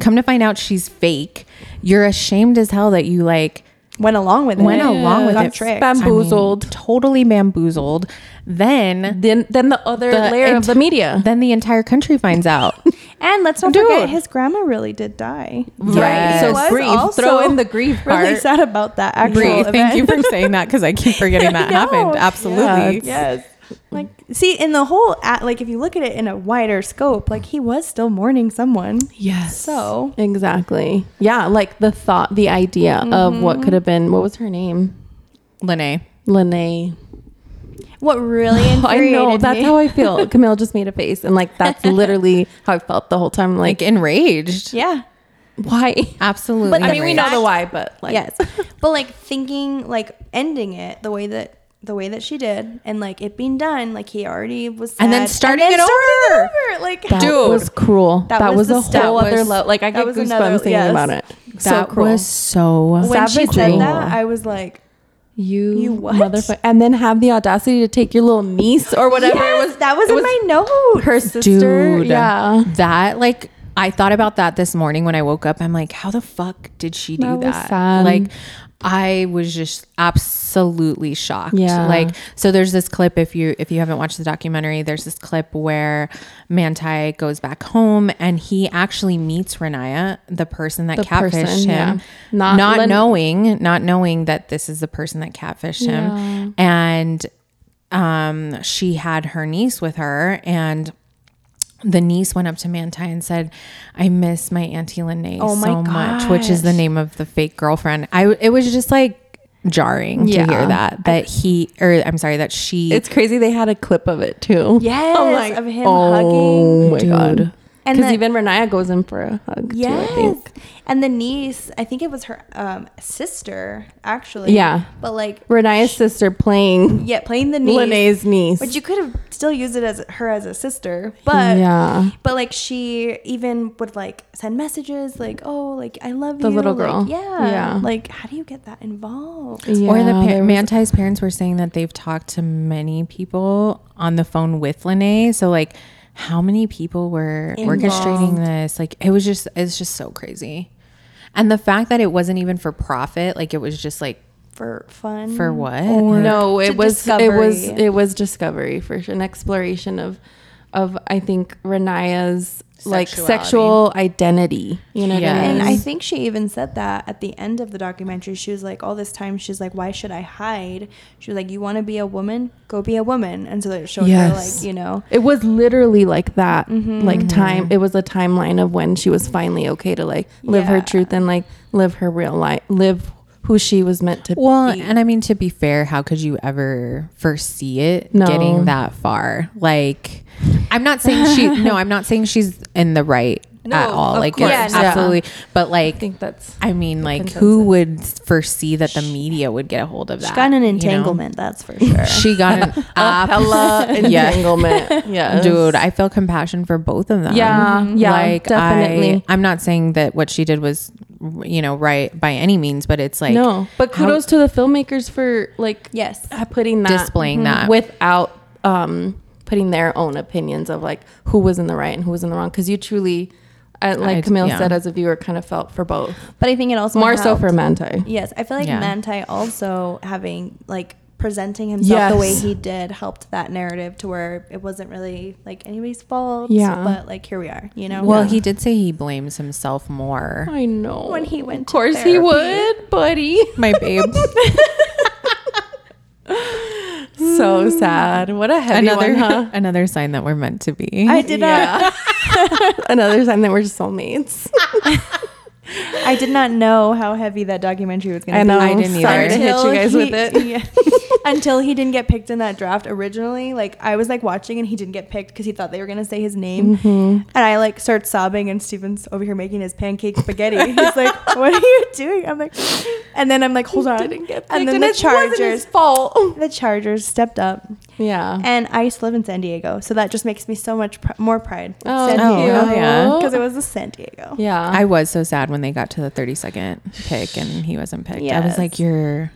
Speaker 1: Come to find out she's fake. You're ashamed as hell that you like
Speaker 2: Went along with it.
Speaker 1: went along with
Speaker 2: Got
Speaker 1: it.
Speaker 2: tricked.
Speaker 1: I mean,
Speaker 3: Bamboozled.
Speaker 1: totally bamboozled. Then
Speaker 3: then, then the other
Speaker 1: the
Speaker 3: layer of
Speaker 1: ent-
Speaker 3: the media.
Speaker 1: Then the entire country finds out.
Speaker 2: And let's not
Speaker 1: Dude.
Speaker 2: forget his grandma really did die.
Speaker 1: Yes.
Speaker 3: Right.
Speaker 2: He was
Speaker 3: So grief.
Speaker 2: also
Speaker 3: Throw in the grief part.
Speaker 2: Really sad about that actual
Speaker 1: Breathe. Thank
Speaker 2: event.
Speaker 1: you for saying that because I keep forgetting that
Speaker 2: No.
Speaker 1: happened. Absolutely.
Speaker 2: Yes. Like, see, in the whole, at, like, if you look at it in a wider scope, like, he was still mourning someone.
Speaker 3: Yes.
Speaker 2: So-
Speaker 3: exactly. Yeah, like the thought, the idea of what could have been. What was her name?
Speaker 1: Lene.
Speaker 3: Lene.
Speaker 2: What really
Speaker 3: I
Speaker 2: infuriated
Speaker 3: know. That's
Speaker 2: me-
Speaker 3: how I feel. Camille just made a face, and like that's literally how I felt the whole time.
Speaker 1: Like
Speaker 3: Like,
Speaker 1: enraged.
Speaker 2: Yeah.
Speaker 3: why?
Speaker 1: Absolutely.
Speaker 2: But the
Speaker 3: I mean, we know the why, but like,
Speaker 2: yes. But like thinking, like ending it the way that the way that she did, and like it being done, like he already was,
Speaker 1: And then
Speaker 2: sad,
Speaker 1: starting it
Speaker 2: starting it over, like
Speaker 3: that
Speaker 1: Dude.
Speaker 3: was cruel.
Speaker 2: That
Speaker 3: That, was,
Speaker 2: was the
Speaker 3: a
Speaker 2: step.
Speaker 3: whole
Speaker 1: That
Speaker 3: other
Speaker 1: was-
Speaker 3: level. Like, I
Speaker 2: that
Speaker 3: get
Speaker 2: was
Speaker 3: goosebumps
Speaker 2: another-
Speaker 3: thinking
Speaker 2: yes.
Speaker 3: about it.
Speaker 1: that
Speaker 3: so cruel.
Speaker 1: was so.
Speaker 2: when she
Speaker 3: savagery.
Speaker 2: said that, I was like,
Speaker 3: you,
Speaker 2: You what?
Speaker 3: motherfucker, Mm, and then have the audacity to take your little niece or whatever
Speaker 2: yes,
Speaker 3: it was.
Speaker 2: that was
Speaker 3: it
Speaker 2: in my notes.
Speaker 3: her sister.
Speaker 1: Dude.
Speaker 3: Yeah,
Speaker 1: That like I thought about that this morning when I woke up. I'm like, how the fuck did she do
Speaker 3: That
Speaker 1: that?
Speaker 3: was sad.
Speaker 1: Like I was just absolutely shocked.
Speaker 3: Yeah.
Speaker 1: Like so there's this clip if you if you haven't watched the documentary, there's this clip where Manti goes back home and he actually meets Renaya, the person that
Speaker 3: The
Speaker 1: catfished
Speaker 3: person,
Speaker 1: him.
Speaker 3: yeah. Not
Speaker 1: not
Speaker 3: Len-
Speaker 1: knowing, not knowing that this is the person that catfished him. And um she had her niece with her and the niece went up to Manti and said, "I miss my auntie Lene
Speaker 2: Oh my
Speaker 1: so much," which is the name of the fake girlfriend. I it was just like jarring
Speaker 3: Yeah.
Speaker 1: to hear that that he or I'm sorry that she.
Speaker 3: it's crazy. They had a clip of it too.
Speaker 2: yes,
Speaker 3: I'm like,
Speaker 2: of him hugging.
Speaker 3: Oh my god.
Speaker 2: And
Speaker 3: Because
Speaker 2: the-
Speaker 3: even Renaya goes in for a hug too. I
Speaker 2: Yes.
Speaker 3: think
Speaker 2: And the niece, I think it was her um, sister, actually.
Speaker 3: Yeah.
Speaker 2: But like,
Speaker 3: Renaya's sister playing
Speaker 2: yeah, playing the niece.
Speaker 3: Lene's niece.
Speaker 2: But you could have still used it as her as a sister. But
Speaker 3: yeah,
Speaker 2: But like she even would like send messages like, "Oh, like I love
Speaker 3: The
Speaker 2: you."
Speaker 3: little
Speaker 2: like,
Speaker 3: girl.
Speaker 2: yeah.
Speaker 3: Yeah.
Speaker 2: Like how do you get that involved?
Speaker 1: or the
Speaker 3: Yeah,
Speaker 1: pa-
Speaker 3: there was-
Speaker 1: Manti's parents were saying that they've talked to many people on the phone with Lene. So like, how many people were orchestrating this? Like, it was just it's just so crazy, and the fact that it wasn't even for profit, like it was just like
Speaker 2: For fun.
Speaker 1: for what?
Speaker 3: no,
Speaker 2: to
Speaker 3: it was it was
Speaker 2: discovery.
Speaker 3: it was discovery for sure, an exploration of of I think Renaya's like
Speaker 1: Sexuality.
Speaker 3: sexual identity. You know what
Speaker 1: Yeah.
Speaker 3: I mean?
Speaker 2: And I think she even said that at the end of the documentary. She was like, all this time, she's like, why should I hide? She was like, you want to be a woman? Go be a woman. And so they showed
Speaker 3: Yes.
Speaker 2: her, like, you know,
Speaker 3: It was literally like that,
Speaker 1: Mm-hmm.
Speaker 3: like time. It was a timeline of when she was finally okay to like live her
Speaker 2: Yeah.
Speaker 3: truth and like live her real life, live who she was meant to
Speaker 1: Well,
Speaker 3: be.
Speaker 1: and I mean to be fair, how could you ever foresee it
Speaker 3: No.
Speaker 1: getting that far? Like, I'm not saying she. no, I'm not saying she's in the right at
Speaker 2: No,
Speaker 1: all.
Speaker 2: of
Speaker 1: Like,
Speaker 2: course.
Speaker 1: yes,
Speaker 3: Yeah, no.
Speaker 1: absolutely. But
Speaker 3: I
Speaker 1: like,
Speaker 3: think that's
Speaker 1: I mean, like, who
Speaker 3: consensus.
Speaker 1: would foresee that the media would get a hold of that?
Speaker 2: She got an
Speaker 1: you know?
Speaker 2: entanglement, that's for sure.
Speaker 1: She got an
Speaker 3: hella
Speaker 1: app. yeah,
Speaker 3: entanglement. Yeah,
Speaker 1: dude, I feel compassion for both of them.
Speaker 3: Yeah, Mm-hmm. yeah,
Speaker 1: like
Speaker 3: definitely.
Speaker 1: I, I'm not saying that what she did was, you know, right by any means, but it's like
Speaker 3: no, but
Speaker 1: how-
Speaker 3: kudos to the filmmakers for like
Speaker 2: Yes.
Speaker 3: uh, putting that
Speaker 1: Displaying that.
Speaker 3: without um putting their own opinions of like who was in the right and who was in the wrong because you truly. uh like
Speaker 1: I-
Speaker 3: Camille
Speaker 1: yeah.
Speaker 3: said, as a viewer, kind of felt for both.
Speaker 2: But I think it also
Speaker 3: More so
Speaker 2: helped-
Speaker 3: for Manti.
Speaker 2: Yes, I feel like
Speaker 1: Yeah.
Speaker 2: Manti also having like presenting himself the way
Speaker 3: Yes.
Speaker 2: he did helped that narrative to where it wasn't really like anybody's fault.
Speaker 3: Yeah.
Speaker 2: but like here we are, you know.
Speaker 1: Well,
Speaker 2: Yeah.
Speaker 1: he did say he blames himself more.
Speaker 3: I know.
Speaker 2: When he went
Speaker 3: Of
Speaker 2: to
Speaker 3: course he
Speaker 2: therapy.
Speaker 3: would, buddy.
Speaker 1: My babe.
Speaker 3: so sad. What a heavy
Speaker 1: another
Speaker 3: one, huh?
Speaker 1: another sign that we're meant to be.
Speaker 2: I did not.
Speaker 3: Another sign that we're soulmates.
Speaker 2: I did not know how heavy that documentary was going
Speaker 3: I
Speaker 2: to be.
Speaker 3: know.
Speaker 1: I didn't
Speaker 3: Sorry to
Speaker 1: either.
Speaker 3: hit you
Speaker 2: Until
Speaker 3: guys
Speaker 2: he-
Speaker 3: with it.
Speaker 2: yeah. until he didn't get picked in that draft originally. Like I was like watching and he didn't get picked because he thought they were gonna say his name,
Speaker 3: Mm-hmm.
Speaker 2: and I like start sobbing and Steven's over here making his pancake spaghetti. He's like, "What are you doing?" I'm like, and then I'm like, "Hold on,"
Speaker 3: Didn't get
Speaker 2: and
Speaker 3: picked,
Speaker 2: then the
Speaker 3: it wasn't his
Speaker 2: Chargers.
Speaker 3: fault.
Speaker 2: The Chargers stepped up,
Speaker 3: Yeah.
Speaker 2: and I used to live in San Diego, so that just makes me so much pr- more pride. San
Speaker 1: oh,
Speaker 2: Diego,
Speaker 1: hell yeah.
Speaker 2: because it was the San Diego.
Speaker 3: yeah.
Speaker 1: I was so sad when they got to the 32nd pick and he wasn't picked. I was like,
Speaker 2: Yes.
Speaker 1: you're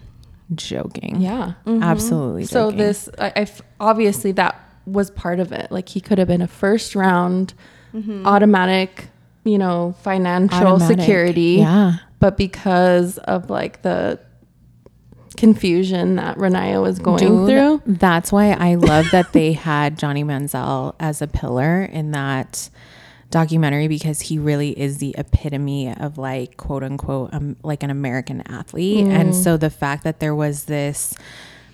Speaker 1: joking.
Speaker 3: yeah.
Speaker 1: Mm-hmm. Absolutely.
Speaker 3: So
Speaker 1: joking.
Speaker 3: this, I, I f- obviously that was part of it. Like he could have been a first round, Mm-hmm. automatic, you know, financial
Speaker 1: Automatic.
Speaker 3: security.
Speaker 1: Yeah.
Speaker 3: But because of like the confusion that Renaya was going
Speaker 1: Dude,
Speaker 3: through,
Speaker 1: That's why I love that they had Johnny Manziel as a pillar in that documentary because he really is the epitome of like quote unquote um, like an American athlete,
Speaker 3: Mm.
Speaker 1: and so the fact that there was this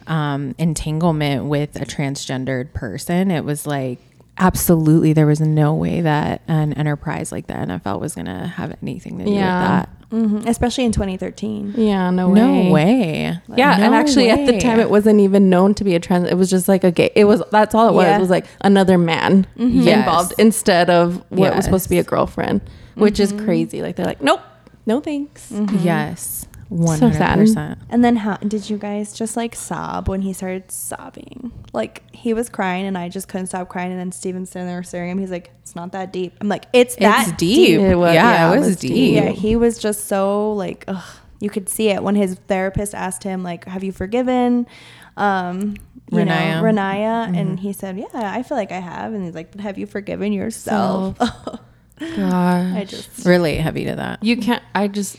Speaker 1: um, entanglement with a transgendered person, it was like. Absolutely, there was no way that an enterprise like the NFL was going to have anything to do
Speaker 3: Yeah.
Speaker 1: with that.
Speaker 2: Mhm. Especially in 2013.
Speaker 3: yeah, no,
Speaker 1: No way.
Speaker 3: Yeah, and
Speaker 1: No
Speaker 3: actually at the
Speaker 1: way.
Speaker 3: time it wasn't even known to be a trans. It was just like a gay. It was that's all it was.
Speaker 2: Yeah.
Speaker 3: It was like another man
Speaker 1: Mm-hmm. Yes.
Speaker 3: involved instead of what was supposed to be a
Speaker 1: Yes. Mm-hmm.
Speaker 3: girlfriend, which is crazy. Like they're like, nope, no thanks.
Speaker 1: Yes,
Speaker 3: So
Speaker 1: one hundred
Speaker 3: sad.
Speaker 1: percent.
Speaker 2: And then how did you guys just like sob when he started sobbing? Like he was crying and I just couldn't stop crying. And then Steven's sitting there staring at him. He's like, "It's not that deep." I'm like, "It's that
Speaker 1: it's deep.
Speaker 3: It was-
Speaker 1: yeah,
Speaker 3: yeah,
Speaker 1: it was deep.
Speaker 2: Yeah, he was just so like, ugh, you could see it when his therapist asked him like, "Have you forgiven?" Um, you
Speaker 1: Renaya. Mm-hmm.
Speaker 2: know, Renaya, and he said, "Yeah, I feel like I have." And he's like, "But have you forgiven yourself?" I just
Speaker 1: Relate heavy to that.
Speaker 3: You can't. I just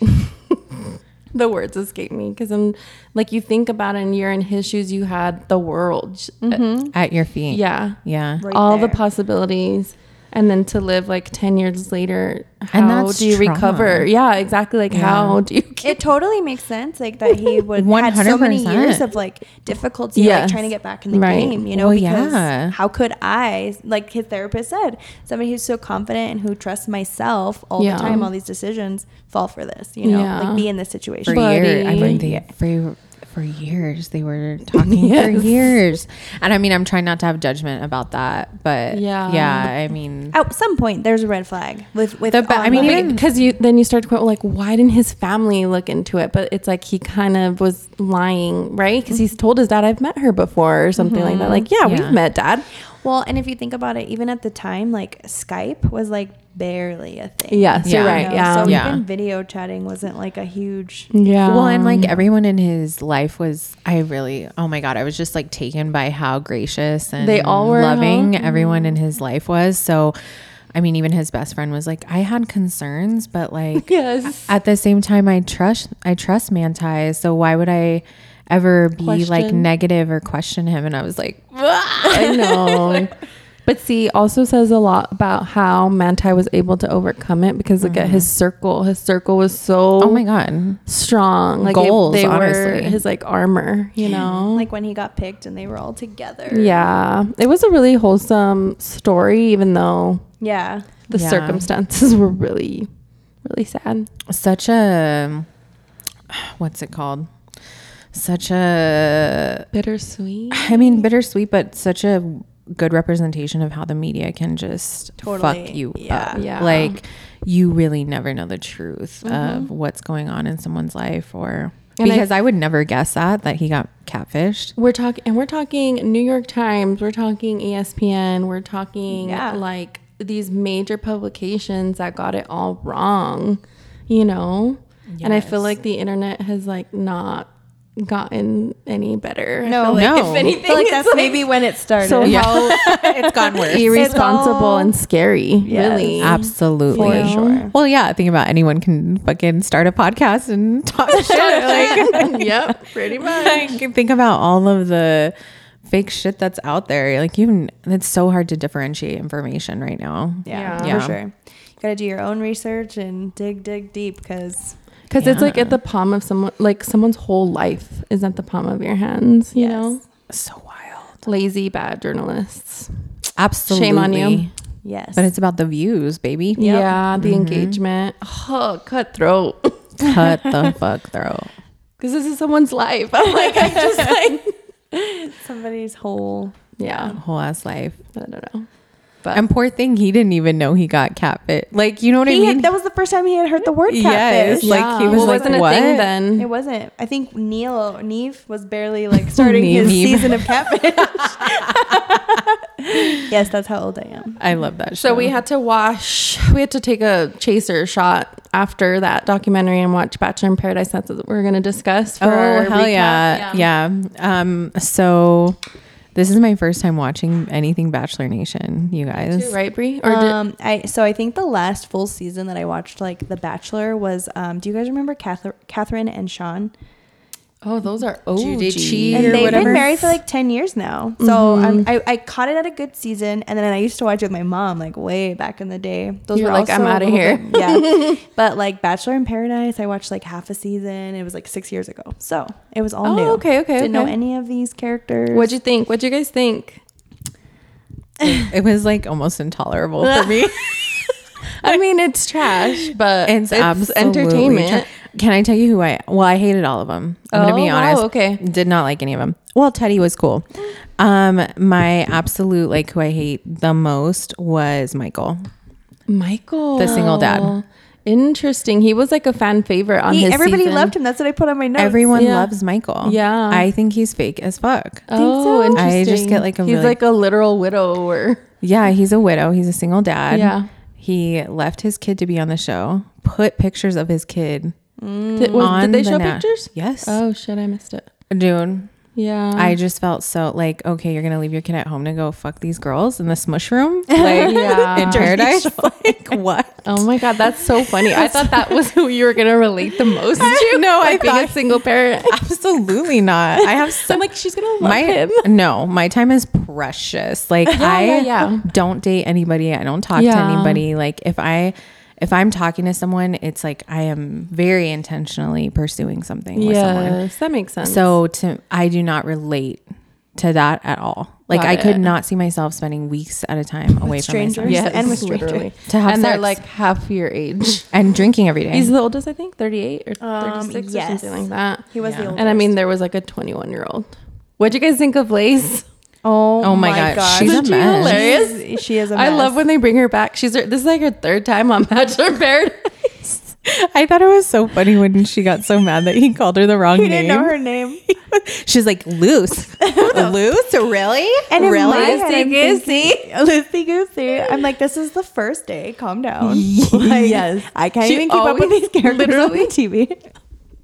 Speaker 3: the words escape me because I'm like you think about it and you're in his shoes. You had the world. j-
Speaker 1: At your feet.
Speaker 3: Yeah.
Speaker 1: Mm-hmm. Yeah.
Speaker 2: Right
Speaker 3: all
Speaker 2: there.
Speaker 3: the possibilities and then to live like 10 years later how
Speaker 1: And that's
Speaker 3: do you
Speaker 1: trauma.
Speaker 3: recover yeah exactly like how do you get
Speaker 2: it totally makes sense like that he would had so many
Speaker 1: 100%.
Speaker 2: years of like difficulty
Speaker 3: Yes.
Speaker 2: like trying to get back in the
Speaker 3: Right.
Speaker 2: game you know
Speaker 1: Well,
Speaker 2: because
Speaker 1: yeah.
Speaker 2: how could i like his therapist said somebody who's so confident and who trusts myself all
Speaker 3: Yeah.
Speaker 2: the time all these decisions fall for this you know
Speaker 3: Yeah.
Speaker 2: like be in this
Speaker 1: For
Speaker 2: situation
Speaker 3: But-
Speaker 1: years. I
Speaker 3: Buddy.
Speaker 1: mean, they, for, for years, they were talking
Speaker 3: Yes.
Speaker 1: for years. And I mean, I'm trying not to have judgment about that, but
Speaker 3: Yeah.
Speaker 1: yeah, yeah I mean,
Speaker 2: at some point there's a red flag with with
Speaker 1: The ba- I mean,
Speaker 2: online.
Speaker 1: even-
Speaker 3: because you then you start to quote like why didn't his family look into it but it's like he kind of was lying right because he's told his dad i've met her before or something like that like yeah,
Speaker 1: Mm-hmm. Yeah.
Speaker 3: we've met dad
Speaker 2: well and if you think about it even at the time like skype was like barely a thing
Speaker 3: yes
Speaker 1: Yeah.
Speaker 3: you're
Speaker 2: you
Speaker 3: right
Speaker 2: know?
Speaker 3: yeah
Speaker 2: so
Speaker 1: Yeah.
Speaker 2: even video chatting wasn't like a huge
Speaker 3: yeah
Speaker 1: well, and like everyone in his life was, I really, oh my God, I was just like taken by how gracious and
Speaker 3: They all were, huh?
Speaker 1: loving everyone in his life was. So, I mean, even his best friend was like, I had concerns, but like,
Speaker 3: yes
Speaker 1: at the same time i trust i trust manti so why would i ever be like
Speaker 3: Question.
Speaker 1: negative or question him and i was like oh
Speaker 3: I know. But see, also says a lot about how Manti was able to overcome it because look at his circle. His circle was so
Speaker 1: Mm-hmm. oh my god
Speaker 3: strong. Like
Speaker 1: Goals,
Speaker 3: they, they were
Speaker 1: honestly.
Speaker 3: his like armor, you know.
Speaker 2: like when he got picked and they were all together
Speaker 3: yeah, it was a really wholesome story, even though
Speaker 2: yeah
Speaker 3: the
Speaker 1: Yeah.
Speaker 3: circumstances were really, really sad.
Speaker 1: such a what's it called? Such a
Speaker 3: Bittersweet.
Speaker 1: I mean, bittersweet, but such a good representation of how the media can just
Speaker 2: Totally.
Speaker 1: fuck you
Speaker 2: Yeah.
Speaker 1: up.
Speaker 3: Yeah.
Speaker 1: Like, you really never know the truth of what's going on in someone's life, or
Speaker 3: And I-
Speaker 1: because I, would never guess that that he got catfished.
Speaker 3: We're talking, and we're talking New York Times, we're talking E ESPN, we're talking
Speaker 2: Yeah.
Speaker 3: like these major publications that got it all wrong, you know? And I feel like the internet has like not gotten any better. I feel
Speaker 2: No, like,
Speaker 1: No.
Speaker 2: if anything,
Speaker 3: I feel like
Speaker 2: that's
Speaker 3: that's
Speaker 2: maybe when it started.
Speaker 3: So Yeah.
Speaker 1: it's gone worse.
Speaker 3: irresponsible
Speaker 2: all-
Speaker 3: and scary,
Speaker 2: Yes.
Speaker 3: really.
Speaker 1: Absolutely.
Speaker 3: For sure.
Speaker 1: Well, yeah. Think about anyone can fucking start a podcast and talk shit. Like,
Speaker 3: yep, pretty much.
Speaker 1: like, think about all of the fake shit that's out there. Like, even it's so hard to differentiate information right now.
Speaker 2: yeah,
Speaker 1: Yeah.
Speaker 2: for sure. You gotta do your own research and dig, dig deep because
Speaker 3: Because it's like at the palm of someone, like someone's whole life is at the palm of your hands, you
Speaker 2: Yes.
Speaker 3: know?
Speaker 1: So wild.
Speaker 3: Lazy, bad journalists.
Speaker 1: Absolutely.
Speaker 3: on you.
Speaker 2: yes,
Speaker 1: But it's about the views, baby.
Speaker 2: Yep.
Speaker 3: Yeah, the engagement. Oh, cutthroat.
Speaker 1: Cut the fuck throat.
Speaker 3: Because this is someone's life. I'm like, I just like,
Speaker 2: somebody's whole.
Speaker 3: yeah,
Speaker 1: Whole ass life.
Speaker 3: I don't know.
Speaker 1: And poor thing, he didn't even know he got catfit. Like, you know what I
Speaker 2: He
Speaker 1: mean?
Speaker 2: had, that was the first time he had heard the word
Speaker 1: Yes,
Speaker 2: catfish.
Speaker 1: like he was
Speaker 3: Well,
Speaker 1: like,
Speaker 3: wasn't
Speaker 1: what?
Speaker 3: a thing
Speaker 2: It
Speaker 3: then.
Speaker 2: wasn't. I think Neil Neve was barely like starting
Speaker 1: Neve.
Speaker 2: his
Speaker 1: Neve.
Speaker 2: season of catfish. yes, that's how old I am.
Speaker 1: I love that.
Speaker 3: So we had to wash, we had to take a chaser shot after that documentary and watch Bachelor in Paradise. That's what we're going to discuss. For our
Speaker 1: Oh hell
Speaker 3: recap.
Speaker 1: yeah. yeah, Um, so this is my first time watching anything Bachelor Nation. You guys,
Speaker 3: Too, Right, Brie? Or did,
Speaker 2: um, I so I think the last full season that I watched, like The Bachelor, was. Um, do you guys remember Cath- Catherine and Sean?
Speaker 3: oh, those are OG.
Speaker 1: Judy Cheese
Speaker 2: And
Speaker 1: or
Speaker 2: they've
Speaker 1: whatever.
Speaker 2: been married for like ten years now. So
Speaker 3: Mm-hmm.
Speaker 2: um, I, I caught it at a good season, and then I used to watch it with my mom, like way back in the day. Those
Speaker 3: You're
Speaker 2: were
Speaker 3: like,
Speaker 2: also
Speaker 3: "I'm
Speaker 2: a
Speaker 3: outta
Speaker 2: little
Speaker 3: here."
Speaker 2: bit- yeah. But like Bachelor in Paradise, I watched like half a season. It was like six years ago, so it was all
Speaker 3: Oh,
Speaker 2: new.
Speaker 3: okay, okay,
Speaker 2: Didn't
Speaker 3: okay.
Speaker 2: know any of these characters.
Speaker 3: What'd you think? What'd you guys think?
Speaker 1: it was like almost intolerable for me.
Speaker 3: I mean, it's trash, but
Speaker 1: It's,
Speaker 3: it's,
Speaker 1: absolutely
Speaker 3: entertainment.
Speaker 1: tra- Can I tell you who I? Well, I hated all of them. I'm gonna
Speaker 3: Oh,
Speaker 1: be
Speaker 3: wow,
Speaker 1: honest.
Speaker 3: okay.
Speaker 1: did not like any of them. Well, Teddy was cool. Um, my absolute like who I hate the most was Michael.
Speaker 3: Michael,
Speaker 1: The single dad.
Speaker 3: Interesting. He was like a fan favorite on
Speaker 2: He-
Speaker 3: his.
Speaker 2: everybody
Speaker 3: season.
Speaker 2: loved him. That's what I put on my notes.
Speaker 1: Everyone
Speaker 3: Yeah.
Speaker 1: loves Michael.
Speaker 3: Yeah.
Speaker 1: I think he's fake as fuck.
Speaker 3: Oh,
Speaker 2: so?
Speaker 3: interesting.
Speaker 1: I just get, like, a
Speaker 3: he's
Speaker 1: really-
Speaker 3: like a literal widower.
Speaker 1: Yeah, he's a widow. He's a single dad.
Speaker 3: Yeah.
Speaker 1: He left his kid to be on the show, put pictures of his kid.
Speaker 3: Did, was-
Speaker 1: on
Speaker 3: did they
Speaker 1: the
Speaker 3: show
Speaker 1: na-
Speaker 3: pictures?
Speaker 1: Yes.
Speaker 3: Oh shit, I missed it.
Speaker 1: Dude,
Speaker 3: Yeah,
Speaker 1: I just felt so like, okay, you're going to leave your kid at home to go fuck these girls in the smush room? Like,
Speaker 3: Yeah.
Speaker 1: in paradise? like, what?
Speaker 3: Oh my god, that's so funny. I thought that was who you were gonna relate the most to.
Speaker 1: no, I
Speaker 3: like being a
Speaker 1: thought-
Speaker 3: single parent.
Speaker 1: Absolutely not. I have so
Speaker 3: I'm like, she's gonna love
Speaker 1: my
Speaker 3: him.
Speaker 1: no my time is precious like i
Speaker 3: yeah, yeah.
Speaker 1: don't date anybody i don't talk to
Speaker 3: Yeah.
Speaker 1: anybody like if i if i'm talking to someone it's like i am very intentionally pursuing something with someone
Speaker 3: Yes, that makes sense.
Speaker 1: so to i do not relate to that at all like
Speaker 3: Got
Speaker 1: i could
Speaker 3: it.
Speaker 1: not see myself spending weeks at a time away from
Speaker 2: strangers.
Speaker 1: myself
Speaker 3: yes,
Speaker 2: and with strangers.
Speaker 3: literally,
Speaker 1: To have
Speaker 3: and they're
Speaker 1: sex.
Speaker 3: like half your age.
Speaker 1: and drinking every day
Speaker 3: He's the oldest, I think, 38 or
Speaker 2: Um,
Speaker 3: 36 or
Speaker 2: yes.
Speaker 3: something like that.
Speaker 2: He was the oldest.
Speaker 3: And I mean, there was like a 21 year old. What'd you guys think of Lace?
Speaker 2: oh,
Speaker 1: Oh my
Speaker 2: my,
Speaker 1: God,
Speaker 2: god,
Speaker 1: she's a Isn't she mess.
Speaker 3: hilarious?
Speaker 2: She is. A
Speaker 3: I
Speaker 2: mess.
Speaker 3: love when they bring her back. She's her, this is like her third time on Bachelor in Paradise.
Speaker 1: i thought it was so funny when she got so mad that he called her the wrong
Speaker 2: He
Speaker 1: name
Speaker 2: didn't know her name.
Speaker 1: she's like loose loose really
Speaker 2: And in
Speaker 1: really
Speaker 2: my head, I'm thinking, Loosey goosey. I'm like, this is the first day. Calm down. Like,
Speaker 3: Yes.
Speaker 2: I can't
Speaker 3: She
Speaker 2: even keep up with
Speaker 3: always-
Speaker 2: these characters
Speaker 3: literally.
Speaker 2: on the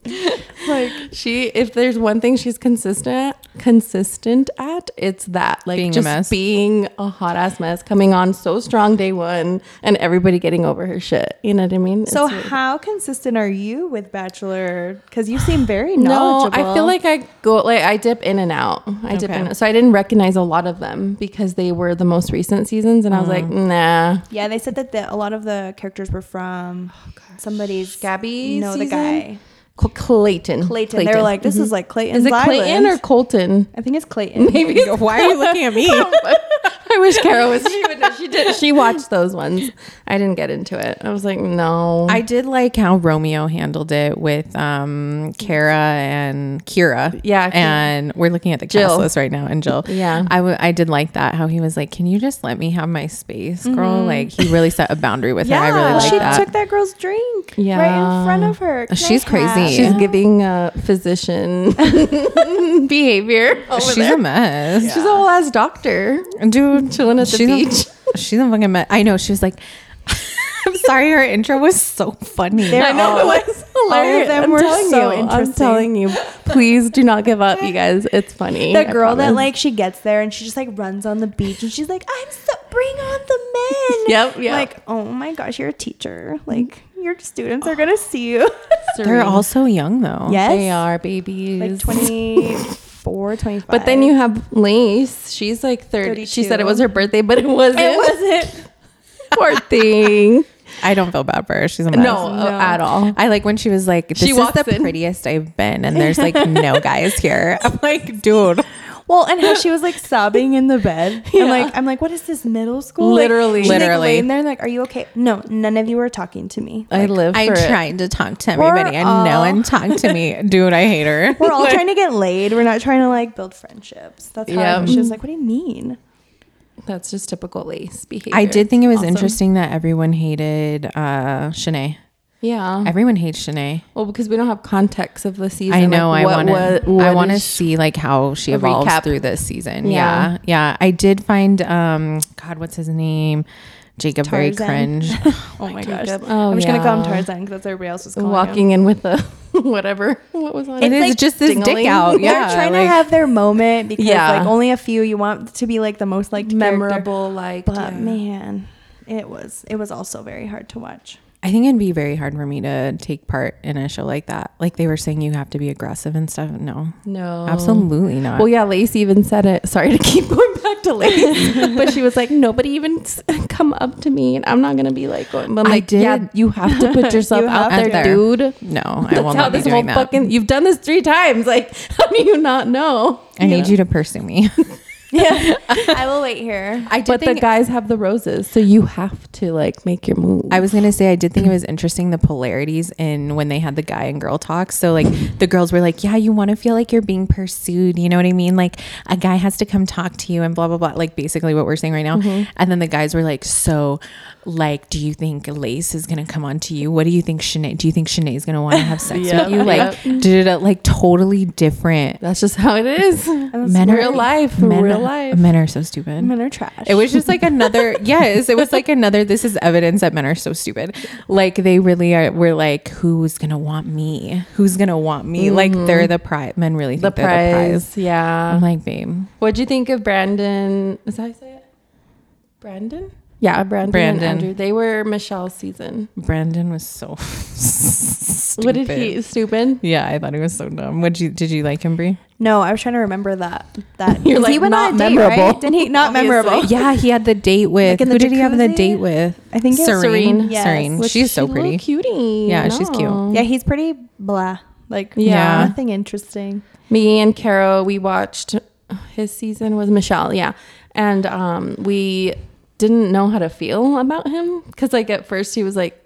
Speaker 2: TV.
Speaker 3: like she, if there's one thing she's consistent consistent at, it's that like
Speaker 1: Being a
Speaker 3: just
Speaker 1: mess.
Speaker 3: being a hot ass mess, coming on so strong day one, and everybody getting over her shit. You know what I mean?
Speaker 2: So,
Speaker 3: It's-
Speaker 2: how consistent are you with Bachelor? Because you seem very
Speaker 3: No,
Speaker 2: knowledgeable.
Speaker 3: I feel like I go like I dip in and out. I dip
Speaker 1: Okay.
Speaker 3: in, so I didn't recognize a lot of them because they were the most recent seasons, and I was like,
Speaker 2: Mm.
Speaker 3: nah.
Speaker 2: Yeah, they said that the, a lot of the characters were from somebody's
Speaker 3: Oh, Gabby
Speaker 2: No, the
Speaker 3: season?
Speaker 2: guy.
Speaker 3: Cl- Clayton. Mm-hmm.
Speaker 2: Clayton. They were like, this is like Clayton's
Speaker 3: is it Clayton
Speaker 2: Island.
Speaker 3: or Colton?
Speaker 2: I think it's Clayton.
Speaker 3: Maybe it's
Speaker 1: Why are you looking at me?
Speaker 3: Oh, I wish Carol was. She would know. She did. She watched those ones. I didn't get into it. I was like, no.
Speaker 1: I did like how Romeo handled it with um Kara and Kira.
Speaker 3: Yeah, Ki-
Speaker 1: And we're looking at the
Speaker 3: Jill.
Speaker 1: cast list right now and Jill.
Speaker 3: Yeah.
Speaker 1: I, w- I did like that how he was like, "Can you just let me have my space, girl?" Like he really set a boundary with her. I really like
Speaker 2: she
Speaker 1: that.
Speaker 2: took that girl's drink right
Speaker 3: Yeah.
Speaker 2: in front of her. Can I
Speaker 1: She's
Speaker 2: have-
Speaker 1: crazy.
Speaker 3: She's giving uh, physician behavior. over
Speaker 1: She's
Speaker 3: there.
Speaker 1: a mess.
Speaker 3: She's a whole ass doctor.
Speaker 1: Dude,
Speaker 3: Chilling at the
Speaker 1: she's
Speaker 3: beach.
Speaker 1: A, she's a fucking mess. I know. She was like, I'm sorry, her intro was so funny.
Speaker 2: They're
Speaker 3: Oh.
Speaker 2: all-
Speaker 3: was
Speaker 2: all of them
Speaker 3: I'm
Speaker 2: were
Speaker 3: telling
Speaker 2: so
Speaker 3: you, I'm
Speaker 2: interesting.
Speaker 3: telling you, please do not give up, you guys. It's funny.
Speaker 2: The girl that
Speaker 3: promise.
Speaker 2: like she gets there and she just like runs on the beach and she's like, I'm so bring on the men.
Speaker 3: Yep, yep.
Speaker 2: Like, oh my gosh, you're a teacher. Like your students are gonna see you.
Speaker 1: They're all so young though.
Speaker 2: yes.
Speaker 3: they are babies.
Speaker 2: Like 24, 25.
Speaker 3: But then you have Lace. She's like 30. She said it
Speaker 2: 32.
Speaker 3: was her birthday, but it wasn't.
Speaker 2: it wasn't
Speaker 3: Poor thing.
Speaker 1: I don't feel bad for her. She's a mess.
Speaker 3: No, uh, at all.
Speaker 1: I like when she was like, "This
Speaker 3: She
Speaker 1: is
Speaker 3: walks
Speaker 1: the
Speaker 3: in.
Speaker 1: prettiest I've been," and there's like no guys here. I'm like, dude,
Speaker 2: well, and how she was like sobbing in the bed. I'm like, I'm like, what is this middle school? Like,
Speaker 3: Literally.
Speaker 2: she's, like,
Speaker 1: Literally.
Speaker 2: laying there, like, are you okay? No, none of you are talking to me.
Speaker 3: I live for
Speaker 1: I
Speaker 3: it.
Speaker 1: tried to talk to everybody, and no
Speaker 2: all-
Speaker 1: one talked to me, dude. I hate her.
Speaker 2: We're all trying to get laid. We're not trying to like build friendships. That's how
Speaker 3: Yeah.
Speaker 2: she was like, what do you mean?
Speaker 3: That's just typical Lace behavior.
Speaker 1: I did think it was
Speaker 3: Awesome.
Speaker 1: interesting that everyone hated uh Shanae.
Speaker 3: Mm-hmm. Yeah.
Speaker 1: Everyone hates Shanae.
Speaker 3: well, because we don't have context of the season.
Speaker 1: I know.
Speaker 3: like,
Speaker 1: I want
Speaker 3: what-
Speaker 1: to.
Speaker 3: what
Speaker 1: I want to
Speaker 3: is-
Speaker 1: see like how she
Speaker 3: a
Speaker 1: evolves
Speaker 3: recap.
Speaker 1: through this season.
Speaker 3: Yeah.
Speaker 1: Yeah. yeah, I did find um God, what's his name? Jacob very
Speaker 2: Tarzan.
Speaker 1: cringe.
Speaker 2: Oh my
Speaker 3: Jacob.
Speaker 2: gosh.
Speaker 3: Oh,
Speaker 2: I'm just going to call him
Speaker 3: yeah.
Speaker 2: Tarzan because that's what everybody else was calling him.
Speaker 3: walking in with a whatever. What was on
Speaker 1: it is just this dick
Speaker 3: ding-a-ling.
Speaker 1: out.
Speaker 2: They're
Speaker 1: Yeah,
Speaker 2: trying
Speaker 1: like-
Speaker 2: to have their moment because
Speaker 3: Yeah.
Speaker 2: like only a few you want to be like the most liked character.
Speaker 3: memorable, like
Speaker 2: But man, it was it was also very hard to watch.
Speaker 1: I think it'd be very hard for me to take part in a show like that. Like they were saying, you have to be aggressive and stuff. No,
Speaker 3: no,
Speaker 1: absolutely not.
Speaker 3: Oh. Well, yeah, Lacey even said it. Sorry to keep going back to Lacey, but she was like, nobody even s- come up to me, and I'm not gonna be like, going. But I'm
Speaker 1: I
Speaker 3: like, yeah,
Speaker 1: did.
Speaker 3: you have to put yourself
Speaker 2: You
Speaker 3: out
Speaker 1: have
Speaker 3: there,
Speaker 1: to.
Speaker 3: dude.
Speaker 1: no, I will
Speaker 3: That's how
Speaker 1: not be
Speaker 3: this
Speaker 1: doing
Speaker 3: whole
Speaker 1: that.
Speaker 3: fucking. You've done this three times. Like, how do you not know?
Speaker 1: I need you to pursue me.
Speaker 2: Yeah. I will wait here.
Speaker 1: I did
Speaker 3: But the
Speaker 1: think-
Speaker 3: guys have the roses, so you have to like make your move.
Speaker 1: I was gonna say I did think it was interesting the polarities in when they had the guy and girl talks. So like the girls were like, "Yeah, you want to feel like you're being pursued," you know what I mean? Like a guy has to come talk to you and blah blah blah. Like basically what we're saying right now.
Speaker 3: Mm-hmm.
Speaker 1: And then the guys were like, "So, like, do you think Lace is gonna come on to you? What do you think Shanae? Do you think Shanae is gonna want to have sex
Speaker 3: Yep,
Speaker 1: with you? Like, da-da-da, like totally different."
Speaker 3: That's just how it is.
Speaker 1: Men are-
Speaker 3: real life.
Speaker 1: men-
Speaker 3: real life.
Speaker 1: Men are so stupid.
Speaker 2: Men are trash.
Speaker 1: It was just like another, yes, it was like another, this is evidence that men are so stupid. Like they really are, we're like, who's going to want me? Who's going to want me? Like they're the prize. Men really think
Speaker 3: Mm-hmm. the
Speaker 1: they're the prize.
Speaker 3: prize. Uh-huh. Yeah.
Speaker 1: I'm like, babe,
Speaker 3: What'd you think of Brandon? Is that how you say it? Brandon? Yeah, Brandon.
Speaker 1: Brandon.
Speaker 3: And Andrew. They were Michelle's season.
Speaker 1: Brandon was so stupid.
Speaker 3: What did he? Stupid.
Speaker 1: Yeah, I thought he was so dumb. Would you, did you like him, Brie?
Speaker 2: no, I was trying to remember that that
Speaker 3: You're
Speaker 2: 'cause
Speaker 3: like, not
Speaker 2: date,
Speaker 3: memorable.
Speaker 2: right? Didn't he not memorable?
Speaker 1: Yeah, he had the date with,
Speaker 2: Like in the
Speaker 1: who did he have the
Speaker 2: jacuzzi?
Speaker 1: date with?
Speaker 2: I think it
Speaker 1: Serene.
Speaker 2: was Serene. Yes.
Speaker 1: Serene.
Speaker 2: Which
Speaker 1: She's so
Speaker 3: She's a little
Speaker 1: pretty.
Speaker 3: Cutie.
Speaker 1: Yeah, she's cute.
Speaker 2: Yeah, he's pretty blah. Like
Speaker 3: Yeah.
Speaker 2: nothing interesting.
Speaker 3: Me and Caro, we watched his season was Michelle. Yeah, and um, we didn't know how to feel about him because like at first he was like,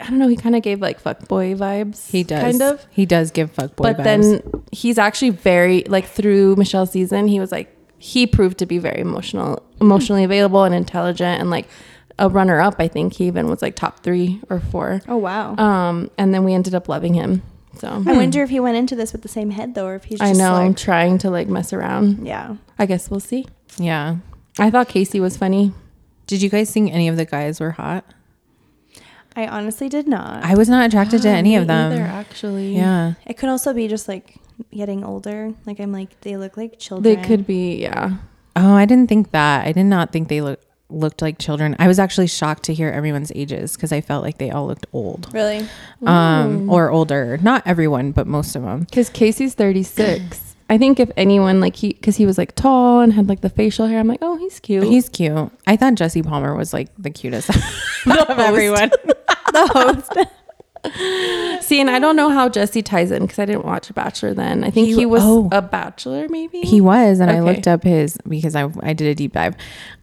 Speaker 3: I don't know, he kind of gave like fuckboy vibes.
Speaker 1: He does.
Speaker 3: kind of.
Speaker 1: He does give fuckboy
Speaker 3: but
Speaker 1: vibes.
Speaker 3: then he's actually very like through Michelle's season, he was like he proved to be very emotional, emotionally available and intelligent, and like a runner up. I think he even was like top three or four.
Speaker 2: Oh wow.
Speaker 3: Um, and then we ended up loving him. So
Speaker 2: I wonder if he went into this with the same head though, or if he's
Speaker 3: I
Speaker 2: just
Speaker 3: know I'm
Speaker 2: like
Speaker 3: trying to like mess around.
Speaker 2: yeah.
Speaker 3: I guess we'll see.
Speaker 1: yeah.
Speaker 3: I thought Casey was funny.
Speaker 1: Did you guys think any of the guys were hot?
Speaker 2: I honestly did not.
Speaker 1: I was not attracted to any of
Speaker 3: Me
Speaker 1: them.
Speaker 3: either, actually.
Speaker 1: Yeah.
Speaker 2: It could also be just like getting older. Like I'm like they look like children.
Speaker 3: They could be, yeah.
Speaker 1: Oh, I didn't think that. I did not think they look, looked like children. I was actually shocked to hear everyone's ages because I felt like they all looked old
Speaker 2: really.
Speaker 1: um, or older. Not everyone, but most of them.
Speaker 3: Because Casey's 36. I think if anyone, like, he, because he was like tall and had like the facial hair, I'm like, oh, he's cute.
Speaker 1: He's cute. I thought Jesse Palmer was like the cutest of everyone.
Speaker 3: See, and I don't know how Jesse ties in because I didn't watch Bachelor then. I think
Speaker 1: He-
Speaker 3: he, was
Speaker 1: oh.
Speaker 3: a bachelor, maybe.
Speaker 1: He was, and I
Speaker 3: Okay.
Speaker 1: looked up his because I I did a deep dive.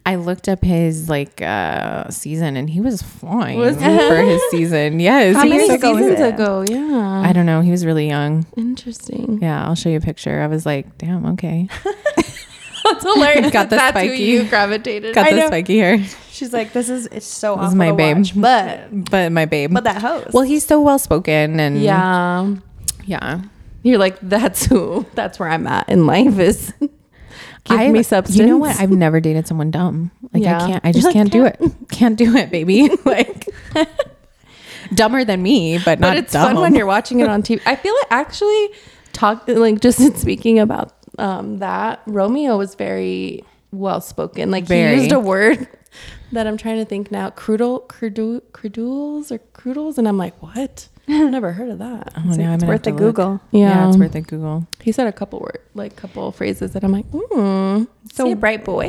Speaker 1: I looked up his like uh season, and he was flying for his season. Yes,
Speaker 3: how
Speaker 1: he
Speaker 3: many
Speaker 1: was-
Speaker 2: ago was
Speaker 3: seasons
Speaker 2: it?
Speaker 3: ago? Yeah,
Speaker 1: I don't know. He was really young.
Speaker 3: interesting.
Speaker 1: Yeah, I'll show you a picture. I was like, damn, okay,
Speaker 3: That's hilarious.
Speaker 1: Got the
Speaker 3: That's
Speaker 1: spiky-
Speaker 3: who you gravitated.
Speaker 1: got
Speaker 2: I
Speaker 1: the
Speaker 2: know.
Speaker 1: spiky hair,
Speaker 2: She's like, this is it's so
Speaker 1: This is
Speaker 2: awful
Speaker 1: my
Speaker 2: to
Speaker 1: babe.
Speaker 2: watch, but
Speaker 1: but my babe.
Speaker 2: but that host.
Speaker 1: well, he's so well spoken, and
Speaker 3: yeah,
Speaker 1: yeah.
Speaker 3: you're like that's who. That's where I'm at in life. Is give
Speaker 1: I've-
Speaker 3: me substance.
Speaker 1: You know what? I've never dated someone dumb. Like I
Speaker 3: Yeah.
Speaker 1: can't. I just can't do it. Can't do it, baby. like dumber than me, but not
Speaker 3: but it's
Speaker 1: dumb.
Speaker 3: fun when you're watching it on TV. I feel like actually talk like just in speaking about um, that Romeo was very well spoken. Like
Speaker 1: Very.
Speaker 3: he used a word that I'm trying to think now. Crudel, crudel, crudules or crudels, and I'm like, what? I've never heard of that.
Speaker 1: Oh, now I'm
Speaker 2: it's
Speaker 1: gonna
Speaker 2: worth a
Speaker 1: have to look.
Speaker 2: Google.
Speaker 1: Yeah. it's worth a Google.
Speaker 3: He said a couple word, like couple phrases that I'm like, hmm.
Speaker 2: So-
Speaker 3: So a bright boy.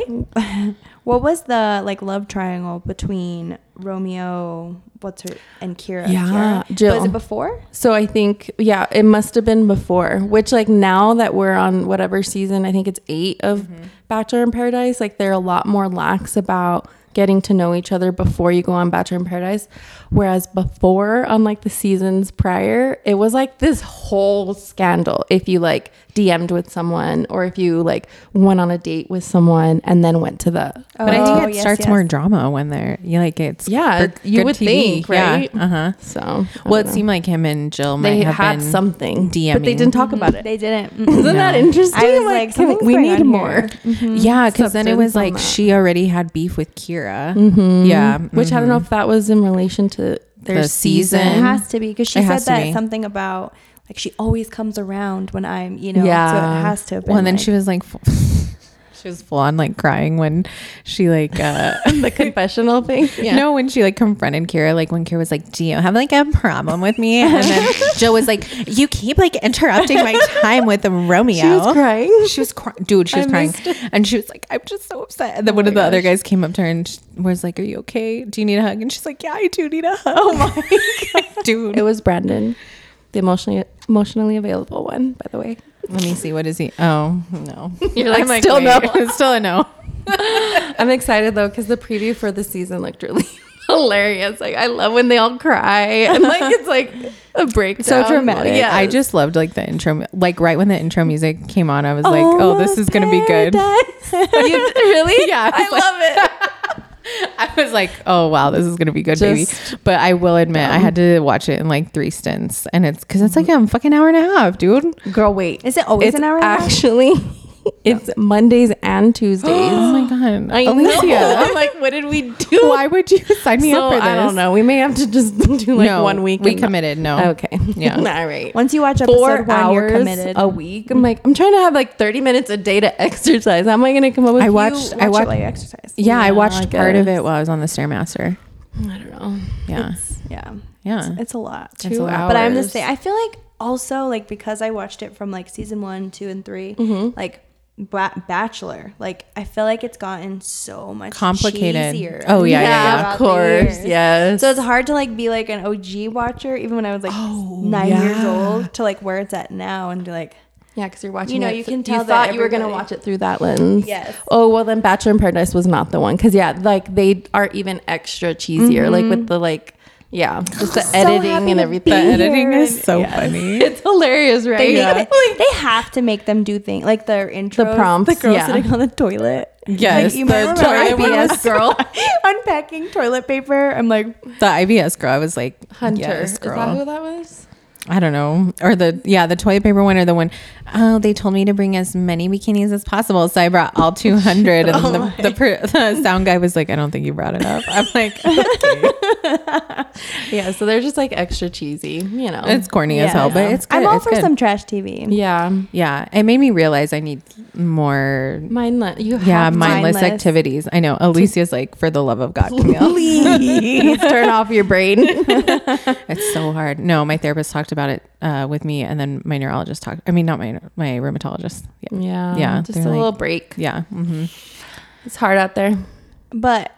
Speaker 2: What was the like love triangle between Romeo, what's her and Kira?
Speaker 3: Yeah,
Speaker 2: Kira?
Speaker 3: Jill.
Speaker 2: Was it before?
Speaker 3: So I think, yeah, it must have been before, which, like, now that we're on whatever season, I think it's eight of Bachelor in Paradise, like, they're a lot more lax about getting to know each other before you go on Bachelor in Paradise. Whereas before, on like the seasons prior, it was like this whole scandal if you like DM'd with someone or if you like went on a date with someone and then went to the.
Speaker 2: Oh,
Speaker 1: But I think it
Speaker 2: yes,
Speaker 1: starts
Speaker 2: yes.
Speaker 1: more drama when they're you like it's
Speaker 3: Yeah,
Speaker 1: for
Speaker 3: you
Speaker 1: good
Speaker 3: would
Speaker 1: TV.
Speaker 3: think, right?
Speaker 1: Yeah. Uh huh.
Speaker 3: So, I
Speaker 1: Well,
Speaker 3: don't
Speaker 1: it
Speaker 3: know.
Speaker 1: seemed like him and Jill might
Speaker 3: they
Speaker 1: have
Speaker 3: had
Speaker 1: been
Speaker 3: something, but they
Speaker 1: DMing.
Speaker 3: didn't talk about it.
Speaker 2: They didn't. Mm.
Speaker 3: Isn't that
Speaker 1: No.
Speaker 3: interesting?
Speaker 2: I was like,
Speaker 3: like,
Speaker 2: something's
Speaker 3: we
Speaker 2: going
Speaker 3: need
Speaker 2: on
Speaker 3: more.
Speaker 1: Yeah, because then it
Speaker 3: Substance
Speaker 1: was
Speaker 3: on
Speaker 1: like
Speaker 3: that. Mm-hmm.
Speaker 1: she already had beef with Kira. Yeah,
Speaker 3: Which I don't know if that was in relation to their
Speaker 1: The
Speaker 3: season.
Speaker 2: It
Speaker 1: season.
Speaker 2: has to be because she
Speaker 1: It
Speaker 2: said
Speaker 1: has to
Speaker 2: that
Speaker 1: be.
Speaker 2: something about like she always comes around when I'm, you know. So
Speaker 3: Yeah.
Speaker 2: it has to. Have been,
Speaker 1: Well, and then
Speaker 2: like-
Speaker 1: she was like, f- she was full on like crying when she like, uh,
Speaker 3: the confessional thing.
Speaker 1: no, when she like confronted Kira, like when Kira was like, "Do you have like a problem with me?" And then Jill was like, "You keep like interrupting my time with Romeo."
Speaker 3: She was crying.
Speaker 1: She was crying, dude. She was
Speaker 3: I
Speaker 1: crying,
Speaker 3: missed Oh
Speaker 1: and she was like, "I'm just so upset." And then one of the other guys came up to her and sh- was like, "Are you okay? Do you need a hug?" And she's like, "Yeah, I do need a hug." Oh my god, dude.
Speaker 3: It was Brandon, the emotionally emotionally available one, by the way.
Speaker 1: Let me see. What is he? Oh no,
Speaker 3: You're
Speaker 1: I'm
Speaker 3: like, still no.
Speaker 1: wait, still a no.
Speaker 3: I'm excited though because the preview for the season looked really hilarious. Like I love when they all cry and like it's like a breakdown.
Speaker 2: So dramatic.
Speaker 3: Yeah,
Speaker 1: I just loved like the intro, like right when the intro music came on, I was like,
Speaker 2: All
Speaker 1: "Oh, this
Speaker 2: of
Speaker 1: is gonna be good."
Speaker 2: paradise.
Speaker 3: You- really.
Speaker 1: Yeah, I
Speaker 3: I,
Speaker 1: was like-
Speaker 3: love it.
Speaker 1: I was like, "Oh wow, this is gonna be good, baby."
Speaker 3: Just
Speaker 1: But I will admit, I had to watch it in like three stints, and it's because it's like a fucking hour and a half, dude.
Speaker 3: Girl, wait.
Speaker 2: Is it always
Speaker 3: it's
Speaker 2: an hour? and a half?
Speaker 3: Actually, it's Mondays and Tuesdays.
Speaker 1: Oh my god,
Speaker 3: I
Speaker 1: Alicia,
Speaker 3: know. I'm like, what did we do?
Speaker 1: why would you sign me
Speaker 3: So,
Speaker 1: up for this?
Speaker 3: I don't know. We may have to just do like
Speaker 1: No,
Speaker 3: one week.
Speaker 1: we
Speaker 3: and-
Speaker 1: committed. No,
Speaker 3: Okay.
Speaker 1: Yeah.
Speaker 3: All right.
Speaker 2: Once you watch episode
Speaker 3: Four
Speaker 2: one,
Speaker 3: hours
Speaker 2: you're committed.
Speaker 3: a week. I'm like, I'm trying to have like 30 minutes a day to exercise. How am I going to come up with?
Speaker 1: I
Speaker 3: you-
Speaker 1: watched.
Speaker 2: I
Speaker 1: I watched.
Speaker 2: while you exercise.
Speaker 1: yeah, I
Speaker 3: Yeah,
Speaker 1: watched
Speaker 3: I
Speaker 1: part of
Speaker 3: guess.
Speaker 1: it while I was on the stairmaster.
Speaker 3: I don't know.
Speaker 1: Yeah,
Speaker 2: Yeah.
Speaker 1: yeah.
Speaker 2: It's a lot.
Speaker 1: It's a lot.
Speaker 2: But I'm the
Speaker 3: hours.
Speaker 2: same. I feel like also like because I watched it from like season one, two, and 3
Speaker 1: Mm-hmm.
Speaker 2: like ba- Bachelor. Like I feel like it's gotten so much
Speaker 1: Complicated.
Speaker 2: cheesier
Speaker 1: Oh, yeah, yeah,
Speaker 2: throughout
Speaker 1: yeah.
Speaker 3: of
Speaker 2: the
Speaker 3: course.
Speaker 2: years.
Speaker 3: Yes.
Speaker 2: So it's hard to like be like an OG watcher, even when I was like
Speaker 1: Oh,
Speaker 2: nine years old, to like where it's at now and be like,
Speaker 3: yeah, because you're watching.
Speaker 2: You know,
Speaker 3: it
Speaker 2: you
Speaker 3: th-
Speaker 2: can tell
Speaker 3: You
Speaker 2: that
Speaker 3: thought you were going to
Speaker 2: everybody-
Speaker 3: watch it through that lens.
Speaker 2: Yes.
Speaker 3: Oh well, then Bachelor in Paradise was not the one because yeah, like they are even extra cheesier, like with the like, yeah, just the editing
Speaker 2: Mm-hmm. happy
Speaker 3: and
Speaker 2: to
Speaker 3: everything.
Speaker 2: be
Speaker 1: The editing
Speaker 2: here
Speaker 1: is
Speaker 2: and-
Speaker 1: so funny.
Speaker 3: It's hilarious, right?
Speaker 2: they, make it- they have to make them do things like their intro,
Speaker 3: prompts,
Speaker 2: the girl
Speaker 3: yeah.
Speaker 2: sitting on the toilet.
Speaker 1: Yes,
Speaker 2: like, you might
Speaker 1: the
Speaker 2: remember
Speaker 1: toilet
Speaker 2: IBS
Speaker 3: girl.
Speaker 2: unpacking toilet paper. I'm like,
Speaker 1: The IBS girl, I was like,
Speaker 3: Hunter.
Speaker 1: Yes,
Speaker 3: Is
Speaker 1: girl.
Speaker 3: that who that was?
Speaker 1: I don't know. Or the yeah, the toilet paper one or the one oh, they told me to bring as many bikinis as possible. So I brought all two hundred
Speaker 2: Oh
Speaker 1: and then the, the, per, the sound guy was like, I don't think you brought enough. I'm like okay.
Speaker 3: Yeah, so they're just like extra cheesy, you know.
Speaker 1: it's corny as
Speaker 2: Yeah.
Speaker 1: hell, but it's good.
Speaker 2: I'm all
Speaker 1: it's
Speaker 2: for
Speaker 1: good.
Speaker 2: some trash TV.
Speaker 3: yeah,
Speaker 1: Yeah. It made me realize I need more
Speaker 3: mindless. You have
Speaker 1: yeah,
Speaker 3: to
Speaker 1: mindless,
Speaker 2: mindless.
Speaker 1: activities. I know. Alicia's like, for the love of God, Camille.
Speaker 3: please turn off your brain.
Speaker 1: It's so hard. No, my therapist talked about it uh, with me, and then my neurologist talked. I mean, not my my rheumatologist. Yeah,
Speaker 3: Yeah,
Speaker 1: Yeah,
Speaker 3: just a
Speaker 1: they're like-
Speaker 3: little break.
Speaker 1: yeah. hmm
Speaker 3: It's hard out there.
Speaker 2: But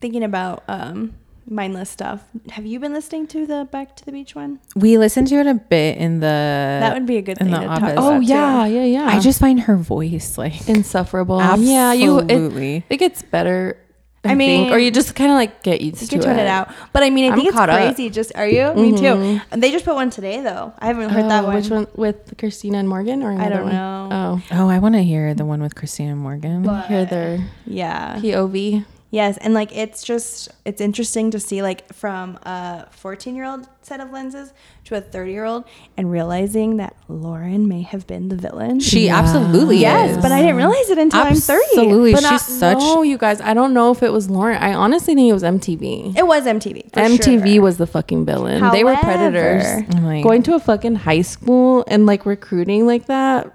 Speaker 2: thinking about um, mindless stuff. Have you been listening to the Back to the Beach one?
Speaker 1: We listened to it a bit in the. That
Speaker 3: Uh,
Speaker 2: that would be a good
Speaker 1: in
Speaker 2: thing
Speaker 1: the
Speaker 2: to
Speaker 1: office.
Speaker 2: talk about.
Speaker 3: Oh
Speaker 2: too.
Speaker 3: yeah, yeah, yeah.
Speaker 1: I just find her voice like
Speaker 3: insufferable.
Speaker 1: absolutely.
Speaker 3: Yeah, you. It, it gets better. I,
Speaker 2: I
Speaker 3: mean,
Speaker 2: mean-
Speaker 3: or you just kind of like get used
Speaker 2: You
Speaker 3: to
Speaker 2: can tune it. out. But I mean, I
Speaker 3: I'm
Speaker 2: think it's
Speaker 3: caught up. Mm-hmm.
Speaker 2: crazy. Just are you? Me too. And They just put one today though. I haven't heard that
Speaker 3: Oh,
Speaker 2: one.
Speaker 3: Which one with Christina and Morgan or another
Speaker 2: don't
Speaker 3: one?
Speaker 2: know.
Speaker 1: Oh, I want to hear the one with Christina Morgan.
Speaker 3: Oh, hear their uh,
Speaker 2: Yeah.
Speaker 3: POV.
Speaker 2: Yes, and like it's just it's interesting to see like from a 14-year-old set of lenses to a 30-year-old and realizing that Lauren may have been the villain.
Speaker 1: she absolutely
Speaker 2: yes,
Speaker 1: is.
Speaker 2: but I didn't realize it until I'm 30.
Speaker 1: Absolutely.
Speaker 3: But
Speaker 1: She's such.
Speaker 3: No, you guys. I don't know if it was Lauren. I honestly think it was MTV.
Speaker 2: It was MTV. for
Speaker 3: MTV
Speaker 2: sure.
Speaker 3: was the fucking villain. they were predators.
Speaker 2: However-
Speaker 1: I'm like-
Speaker 3: Going to a fucking high school and like recruiting like that.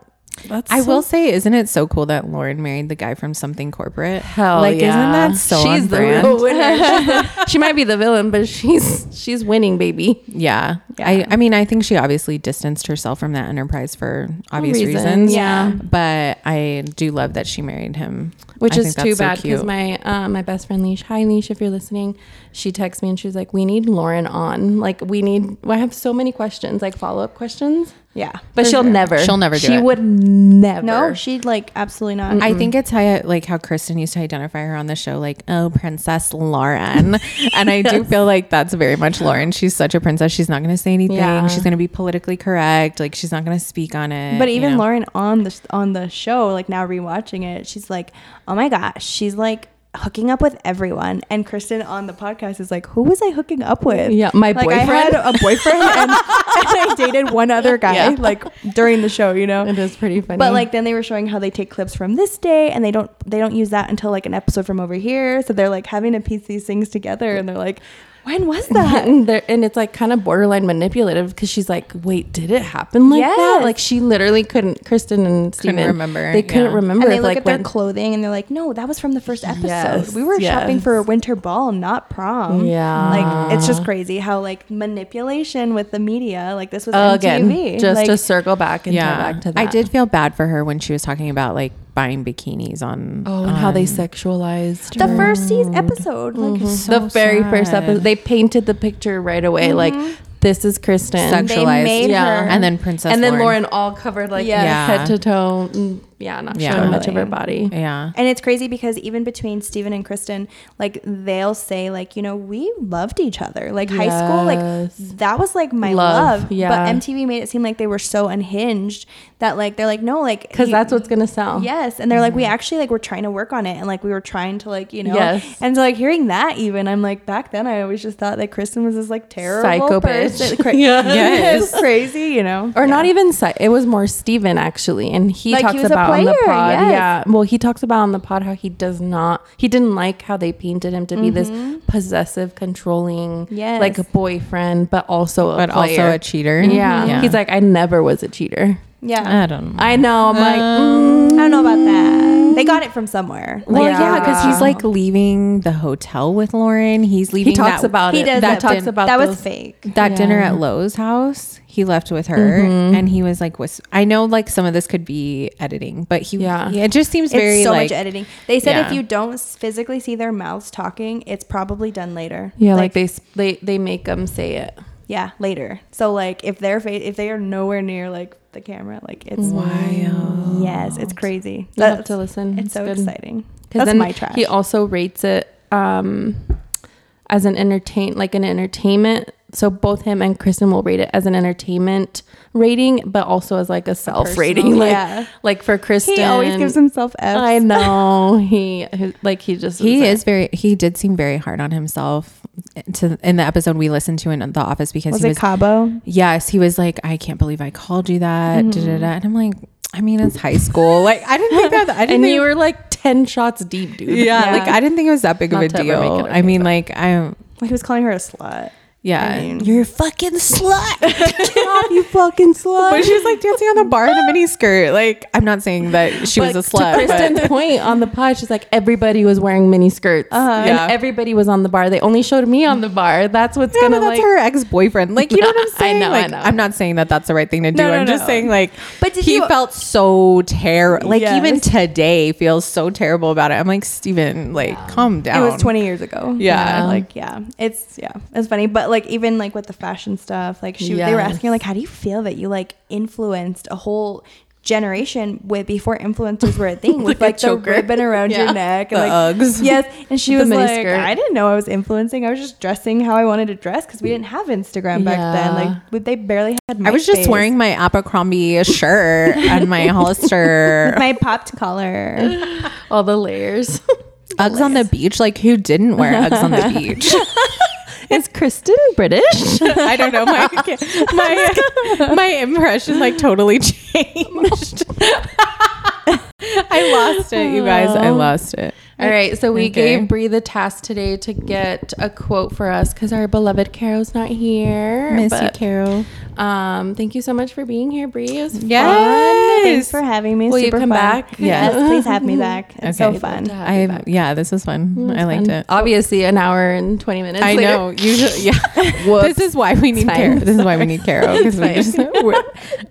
Speaker 3: That's
Speaker 1: I will say, isn't it so cool that Lauren married the guy from something corporate?
Speaker 3: Hell
Speaker 1: like,
Speaker 3: yeah!
Speaker 1: Isn't that so
Speaker 3: She's
Speaker 1: on
Speaker 3: the
Speaker 1: brand?
Speaker 3: real winner. She's the- she might be the villain, but she's she's winning, baby.
Speaker 1: Yeah. I, I mean, I think she obviously distanced herself from that enterprise for obvious
Speaker 3: reasons,
Speaker 1: reasons.
Speaker 3: yeah.
Speaker 1: But I do love that she married him.
Speaker 3: Which
Speaker 1: I
Speaker 3: is
Speaker 1: think that's
Speaker 3: too
Speaker 1: so
Speaker 3: bad because
Speaker 1: cute.
Speaker 3: my uh, my best friend Leash, hi Leash, if you're listening, she texts me and she's like, "We need Lauren on. Like, we need. I have so many questions, like follow up questions,
Speaker 2: Yeah.
Speaker 3: but she'll never,
Speaker 1: She'll never do
Speaker 3: she
Speaker 1: it.
Speaker 3: would never.
Speaker 2: No, she like absolutely not.
Speaker 1: I think it's how like how Kristen used to identify her on the show, like oh Princess Lauren, and I do feel like that's very much Lauren. She's such a princess. She's not going to say anything.
Speaker 3: Yeah.
Speaker 1: She's going to be politically correct. Like she's not going to speak on it.
Speaker 2: But
Speaker 1: you
Speaker 2: even
Speaker 1: know?
Speaker 2: Lauren on the on the show, like now rewatching it, she's like, "Oh my gosh, she's like hooking up with everyone." And Kristen on the podcast is like, "Who was I hooking up with?"
Speaker 3: Yeah, my
Speaker 2: like, I
Speaker 3: boyfriend.
Speaker 2: had a boyfriend, and, and I dated one other guy,
Speaker 3: Yeah.
Speaker 2: like during the show, you know.
Speaker 3: it is pretty funny.
Speaker 2: But like then they were showing how they take clips from this day and they don't they don't use that until like an episode from over here. So they're like having to piece these things together, and they're like, "When was that?"
Speaker 3: and, there- and it's like kind of borderline manipulative because she's like, wait, did it happen like that?
Speaker 2: Yes.
Speaker 3: Like she literally couldn't. Kristen and Steven,
Speaker 1: remember,
Speaker 3: They couldn't
Speaker 1: yeah.
Speaker 3: remember.
Speaker 2: and they
Speaker 3: if,
Speaker 2: look
Speaker 3: like,
Speaker 2: at their
Speaker 3: when-
Speaker 2: clothing and they're like, no, that was from the first episode.
Speaker 3: Yes,
Speaker 2: we were shopping
Speaker 3: yes.
Speaker 2: for a winter ball, not prom.
Speaker 3: Yeah.
Speaker 2: Like, it's just crazy how, like, manipulation with the media, like, this was
Speaker 3: again,
Speaker 2: MTV.
Speaker 3: just
Speaker 2: like,
Speaker 3: to circle back and tie
Speaker 1: yeah,
Speaker 3: back to that.
Speaker 1: I did feel bad for her when she was talking about like buying bikinis on.
Speaker 3: Oh, and how they sexualized
Speaker 2: the
Speaker 3: her.
Speaker 2: first season episode. Like,
Speaker 3: Mm-hmm.
Speaker 1: so
Speaker 3: the very first
Speaker 1: sad.
Speaker 3: episode. They painted the picture right away.
Speaker 2: Mm-hmm.
Speaker 3: Like this is Kristen,
Speaker 1: Sex-
Speaker 2: they
Speaker 1: sexualized.
Speaker 2: made
Speaker 3: Yeah.
Speaker 2: her.
Speaker 1: and then Princess
Speaker 3: and then Lauren.
Speaker 1: Lauren.
Speaker 3: all covered like
Speaker 2: Yes.
Speaker 1: Yeah.
Speaker 3: head to toe. Mm, Yeah, not
Speaker 1: Yeah.
Speaker 3: showing much of her
Speaker 2: Totally.
Speaker 3: body.
Speaker 1: Yeah.
Speaker 2: And it's crazy because even between Steven and Kristen, like they'll say, like, you know, we loved each other. Like high
Speaker 3: Yes.
Speaker 2: school, like that was like my
Speaker 3: Love,
Speaker 2: love.
Speaker 3: yeah.
Speaker 2: But MTV made it seem like they were so unhinged that like they're like, no, like
Speaker 3: Because
Speaker 2: you-
Speaker 3: that's what's gonna sell.
Speaker 2: Yes. And they're like, we actually like were trying to work on it and like we were trying to like, you know.
Speaker 3: Yes.
Speaker 2: And so like hearing that even, I'm like back then I always just thought that Kristen was this like terrible
Speaker 3: Psycho bitch.
Speaker 2: person. Cra-
Speaker 3: Yes.
Speaker 2: yes. crazy, you know.
Speaker 3: Or not even si- it was more Steven actually, and he
Speaker 2: Like, he
Speaker 3: talks
Speaker 2: was a
Speaker 3: about on the
Speaker 2: player,
Speaker 3: pod.
Speaker 2: yes.
Speaker 3: Yeah, well, he talks about on the pod how he does not, he didn't like how they painted him to be this possessive, controlling,
Speaker 2: Mm-hmm. Yes.
Speaker 3: like a boyfriend, but also a
Speaker 1: But
Speaker 3: player.
Speaker 1: also a cheater.
Speaker 3: yeah. he's like, I never was a cheater.
Speaker 2: Yeah.
Speaker 1: I don't. know.
Speaker 3: I know. I'm like,
Speaker 2: Uh,
Speaker 3: "Mm,
Speaker 2: I don't know about that. They got it from somewhere.
Speaker 1: Well,
Speaker 3: Yeah.
Speaker 1: yeah, because he's like leaving the hotel with Lauren. He's leaving.
Speaker 3: he talks
Speaker 1: that-
Speaker 3: about
Speaker 2: he
Speaker 3: it.
Speaker 2: does
Speaker 3: that
Speaker 2: it.
Speaker 3: talks about
Speaker 2: that was
Speaker 3: those-
Speaker 2: fake.
Speaker 1: that
Speaker 3: Yeah.
Speaker 1: dinner at Lowe's house, he left with her, and he was like, "Was I know like some of this could be editing, but he
Speaker 3: Yeah.
Speaker 1: yeah, it just seems very
Speaker 2: it's so
Speaker 1: like
Speaker 2: much editing. They said if
Speaker 1: Yeah.
Speaker 2: you don't s- physically see their mouths talking, it's probably done later.
Speaker 3: Yeah, like, they s- they they make them say it.
Speaker 2: yeah later. So like if their face, if they are nowhere near like the camera, like it's wild. Yes, it's crazy.
Speaker 3: You have to listen.
Speaker 2: It's so
Speaker 3: good.
Speaker 2: exciting.
Speaker 3: 'Cause
Speaker 2: That's
Speaker 3: then
Speaker 2: my trash.
Speaker 3: He also rates it um, as an entertain, like an entertainment. So both him and Kristen will rate it as an entertainment rating, but also as like a self rating.
Speaker 2: personal,
Speaker 3: Like,
Speaker 2: yeah.
Speaker 3: like for Kristen,
Speaker 2: he always gives himself F's.
Speaker 3: I know he his- like he just
Speaker 1: he
Speaker 3: like-
Speaker 1: is very he did seem very hard on himself to in the episode we listened to in the office because
Speaker 2: Was
Speaker 1: he
Speaker 2: it
Speaker 1: was
Speaker 2: Cabo?
Speaker 1: yes he was like I can't believe I called you that da, da, da. and I'm like I mean it's high school like I didn't think that I didn't
Speaker 3: and
Speaker 1: think,
Speaker 3: you were like ten shots deep, dude.
Speaker 1: yeah,
Speaker 2: Yeah.
Speaker 1: like I didn't think it was that big
Speaker 3: Not
Speaker 1: of
Speaker 3: to
Speaker 1: a
Speaker 3: ever make it
Speaker 1: deal
Speaker 3: okay,
Speaker 1: I mean like I'm
Speaker 2: He was calling her a slut.
Speaker 1: Yeah.
Speaker 2: I mean-
Speaker 1: You're a fucking slut.
Speaker 2: you fucking
Speaker 1: but
Speaker 2: slut.
Speaker 1: she was like dancing on the bar in a mini skirt. Like, I'm not saying that she was a slut.
Speaker 3: To
Speaker 1: but-
Speaker 3: Kristen's point on the pod, she's like, everybody was wearing mini skirts.
Speaker 2: Uh-huh.
Speaker 1: Yeah.
Speaker 3: And everybody was on the bar. They only showed me on the bar. That's what's
Speaker 1: Yeah,
Speaker 3: going to
Speaker 1: but that's
Speaker 3: like.
Speaker 1: her ex boyfriend. Like, you know what I'm
Speaker 3: I
Speaker 1: saying?
Speaker 3: know, I
Speaker 1: like,
Speaker 3: know.
Speaker 1: am not saying that that's the right thing to do.
Speaker 2: no,
Speaker 1: I'm just
Speaker 2: no.
Speaker 1: saying, like,
Speaker 2: But did
Speaker 1: he
Speaker 2: you-
Speaker 1: felt so terrible. Like,
Speaker 3: Yes.
Speaker 1: even today feels so terrible about it. I'm like, Steven, like, calm down.
Speaker 2: It was 20 years ago.
Speaker 1: Yeah.
Speaker 3: Yeah.
Speaker 2: Like, yeah. It's, yeah. It's funny. But, like, even, like, with the fashion stuff, like, she, they were asking, her, like, how do you feel that you, like, influenced a whole generation with before influencers were a thing with, like,
Speaker 1: Like a
Speaker 2: the
Speaker 1: choker.
Speaker 2: ribbon around your neck?
Speaker 1: The
Speaker 2: and, like,
Speaker 1: Uggs.
Speaker 2: Yes. And she
Speaker 3: The
Speaker 2: was like,
Speaker 3: miniskirt.
Speaker 2: I didn't know I was influencing. I was just dressing how I wanted to dress because we didn't have Instagram back
Speaker 3: Yeah.
Speaker 2: then. Like, we- they barely had
Speaker 1: I was just
Speaker 2: MySpace.
Speaker 1: wearing my Abercrombie shirt and my Hollister
Speaker 2: my popped collar.
Speaker 3: All the layers.
Speaker 1: Uggs on the beach. Like, who didn't wear Uggs on the beach?
Speaker 3: Is Kristen British?
Speaker 1: I don't know. My, my, my impression, like, totally changed. I lost it, you guys. I lost it.
Speaker 3: All right, so we
Speaker 1: Okay.
Speaker 3: gave Bree the task today to get a quote for us because our beloved Caro's not here. but,
Speaker 1: Carol.
Speaker 3: Um, thank you so much for being here, Bree. It was fun.
Speaker 1: Yes.
Speaker 2: Thanks for having me.
Speaker 3: Will you
Speaker 2: Super
Speaker 3: come
Speaker 2: fun.
Speaker 3: back?
Speaker 2: Yes,
Speaker 1: Yeah.
Speaker 2: please have me back. It's so
Speaker 1: Okay.
Speaker 2: fun.
Speaker 3: Yeah, I'll be
Speaker 1: I
Speaker 3: back. Mm,
Speaker 1: yeah, this was fun. I liked
Speaker 3: Fun.
Speaker 1: it.
Speaker 3: Obviously, an hour and twenty minutes.
Speaker 1: I
Speaker 3: later.
Speaker 1: know. Usually, yeah. this is why we need
Speaker 3: fine.
Speaker 1: Caro. This is why we need Caro because we
Speaker 3: fine.
Speaker 1: just we're,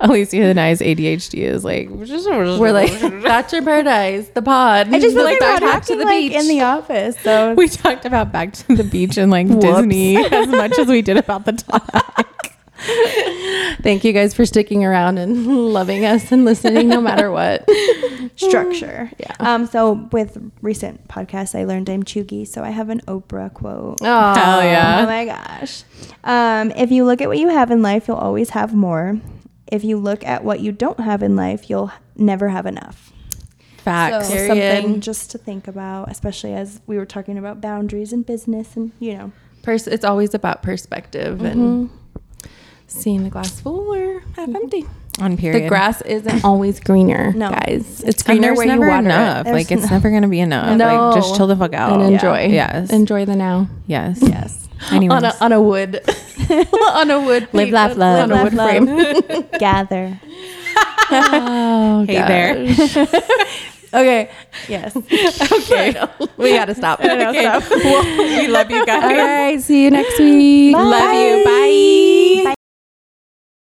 Speaker 1: Alicia and I's ADHD is like we're just
Speaker 3: We're like Dr. Paradise, the pod.
Speaker 2: I just feel
Speaker 3: We're
Speaker 2: like
Speaker 3: back,
Speaker 2: we're
Speaker 3: back to
Speaker 2: talking
Speaker 3: the
Speaker 2: like
Speaker 3: beach.
Speaker 2: in the office. So
Speaker 1: we talked about back to the beach and like Disney as much as we did about the top.
Speaker 3: Thank you guys for sticking around and loving us and listening no matter what.
Speaker 2: structure.
Speaker 3: Yeah.
Speaker 2: Um. So with recent podcasts, I learned I'm chuggy, so I have an Oprah quote.
Speaker 3: Oh,
Speaker 1: Hell
Speaker 2: Oh
Speaker 1: yeah.
Speaker 2: my gosh. Um. If you look at what you have in life, you'll always have more. If you look at what you don't have in life, you'll never have enough.
Speaker 1: Facts.
Speaker 2: So
Speaker 3: Period.
Speaker 2: something just to think about, especially as we were talking about boundaries and business, and you know.
Speaker 3: Pers- it's always about perspective and seeing the glass full or half empty.
Speaker 1: On period.
Speaker 3: The grass isn't Mm-hmm. always greener,
Speaker 2: No.
Speaker 3: guys. It's
Speaker 1: And
Speaker 3: greener
Speaker 1: there's
Speaker 3: where
Speaker 1: never
Speaker 3: you water
Speaker 1: enough.
Speaker 2: There's
Speaker 1: Like it's
Speaker 2: no-
Speaker 1: never gonna be enough.
Speaker 3: it.
Speaker 1: Like just chill the fuck out.
Speaker 3: and enjoy.
Speaker 1: Yeah. Yes.
Speaker 3: enjoy the now.
Speaker 1: yes.
Speaker 2: Yes.
Speaker 1: Anyways.
Speaker 3: On a on a wood, on a wood,
Speaker 1: Live,
Speaker 3: piece-
Speaker 1: laugh, love.
Speaker 3: on a wood
Speaker 2: Live, laugh,
Speaker 3: frame.
Speaker 2: Gather.
Speaker 3: Oh,
Speaker 1: Hey
Speaker 3: gosh.
Speaker 1: there.
Speaker 2: Okay. Yes.
Speaker 1: okay.
Speaker 3: We gotta stop.
Speaker 1: okay. Well, we love you guys.
Speaker 3: All right. See you next week.
Speaker 2: Bye.
Speaker 1: Love you. Bye.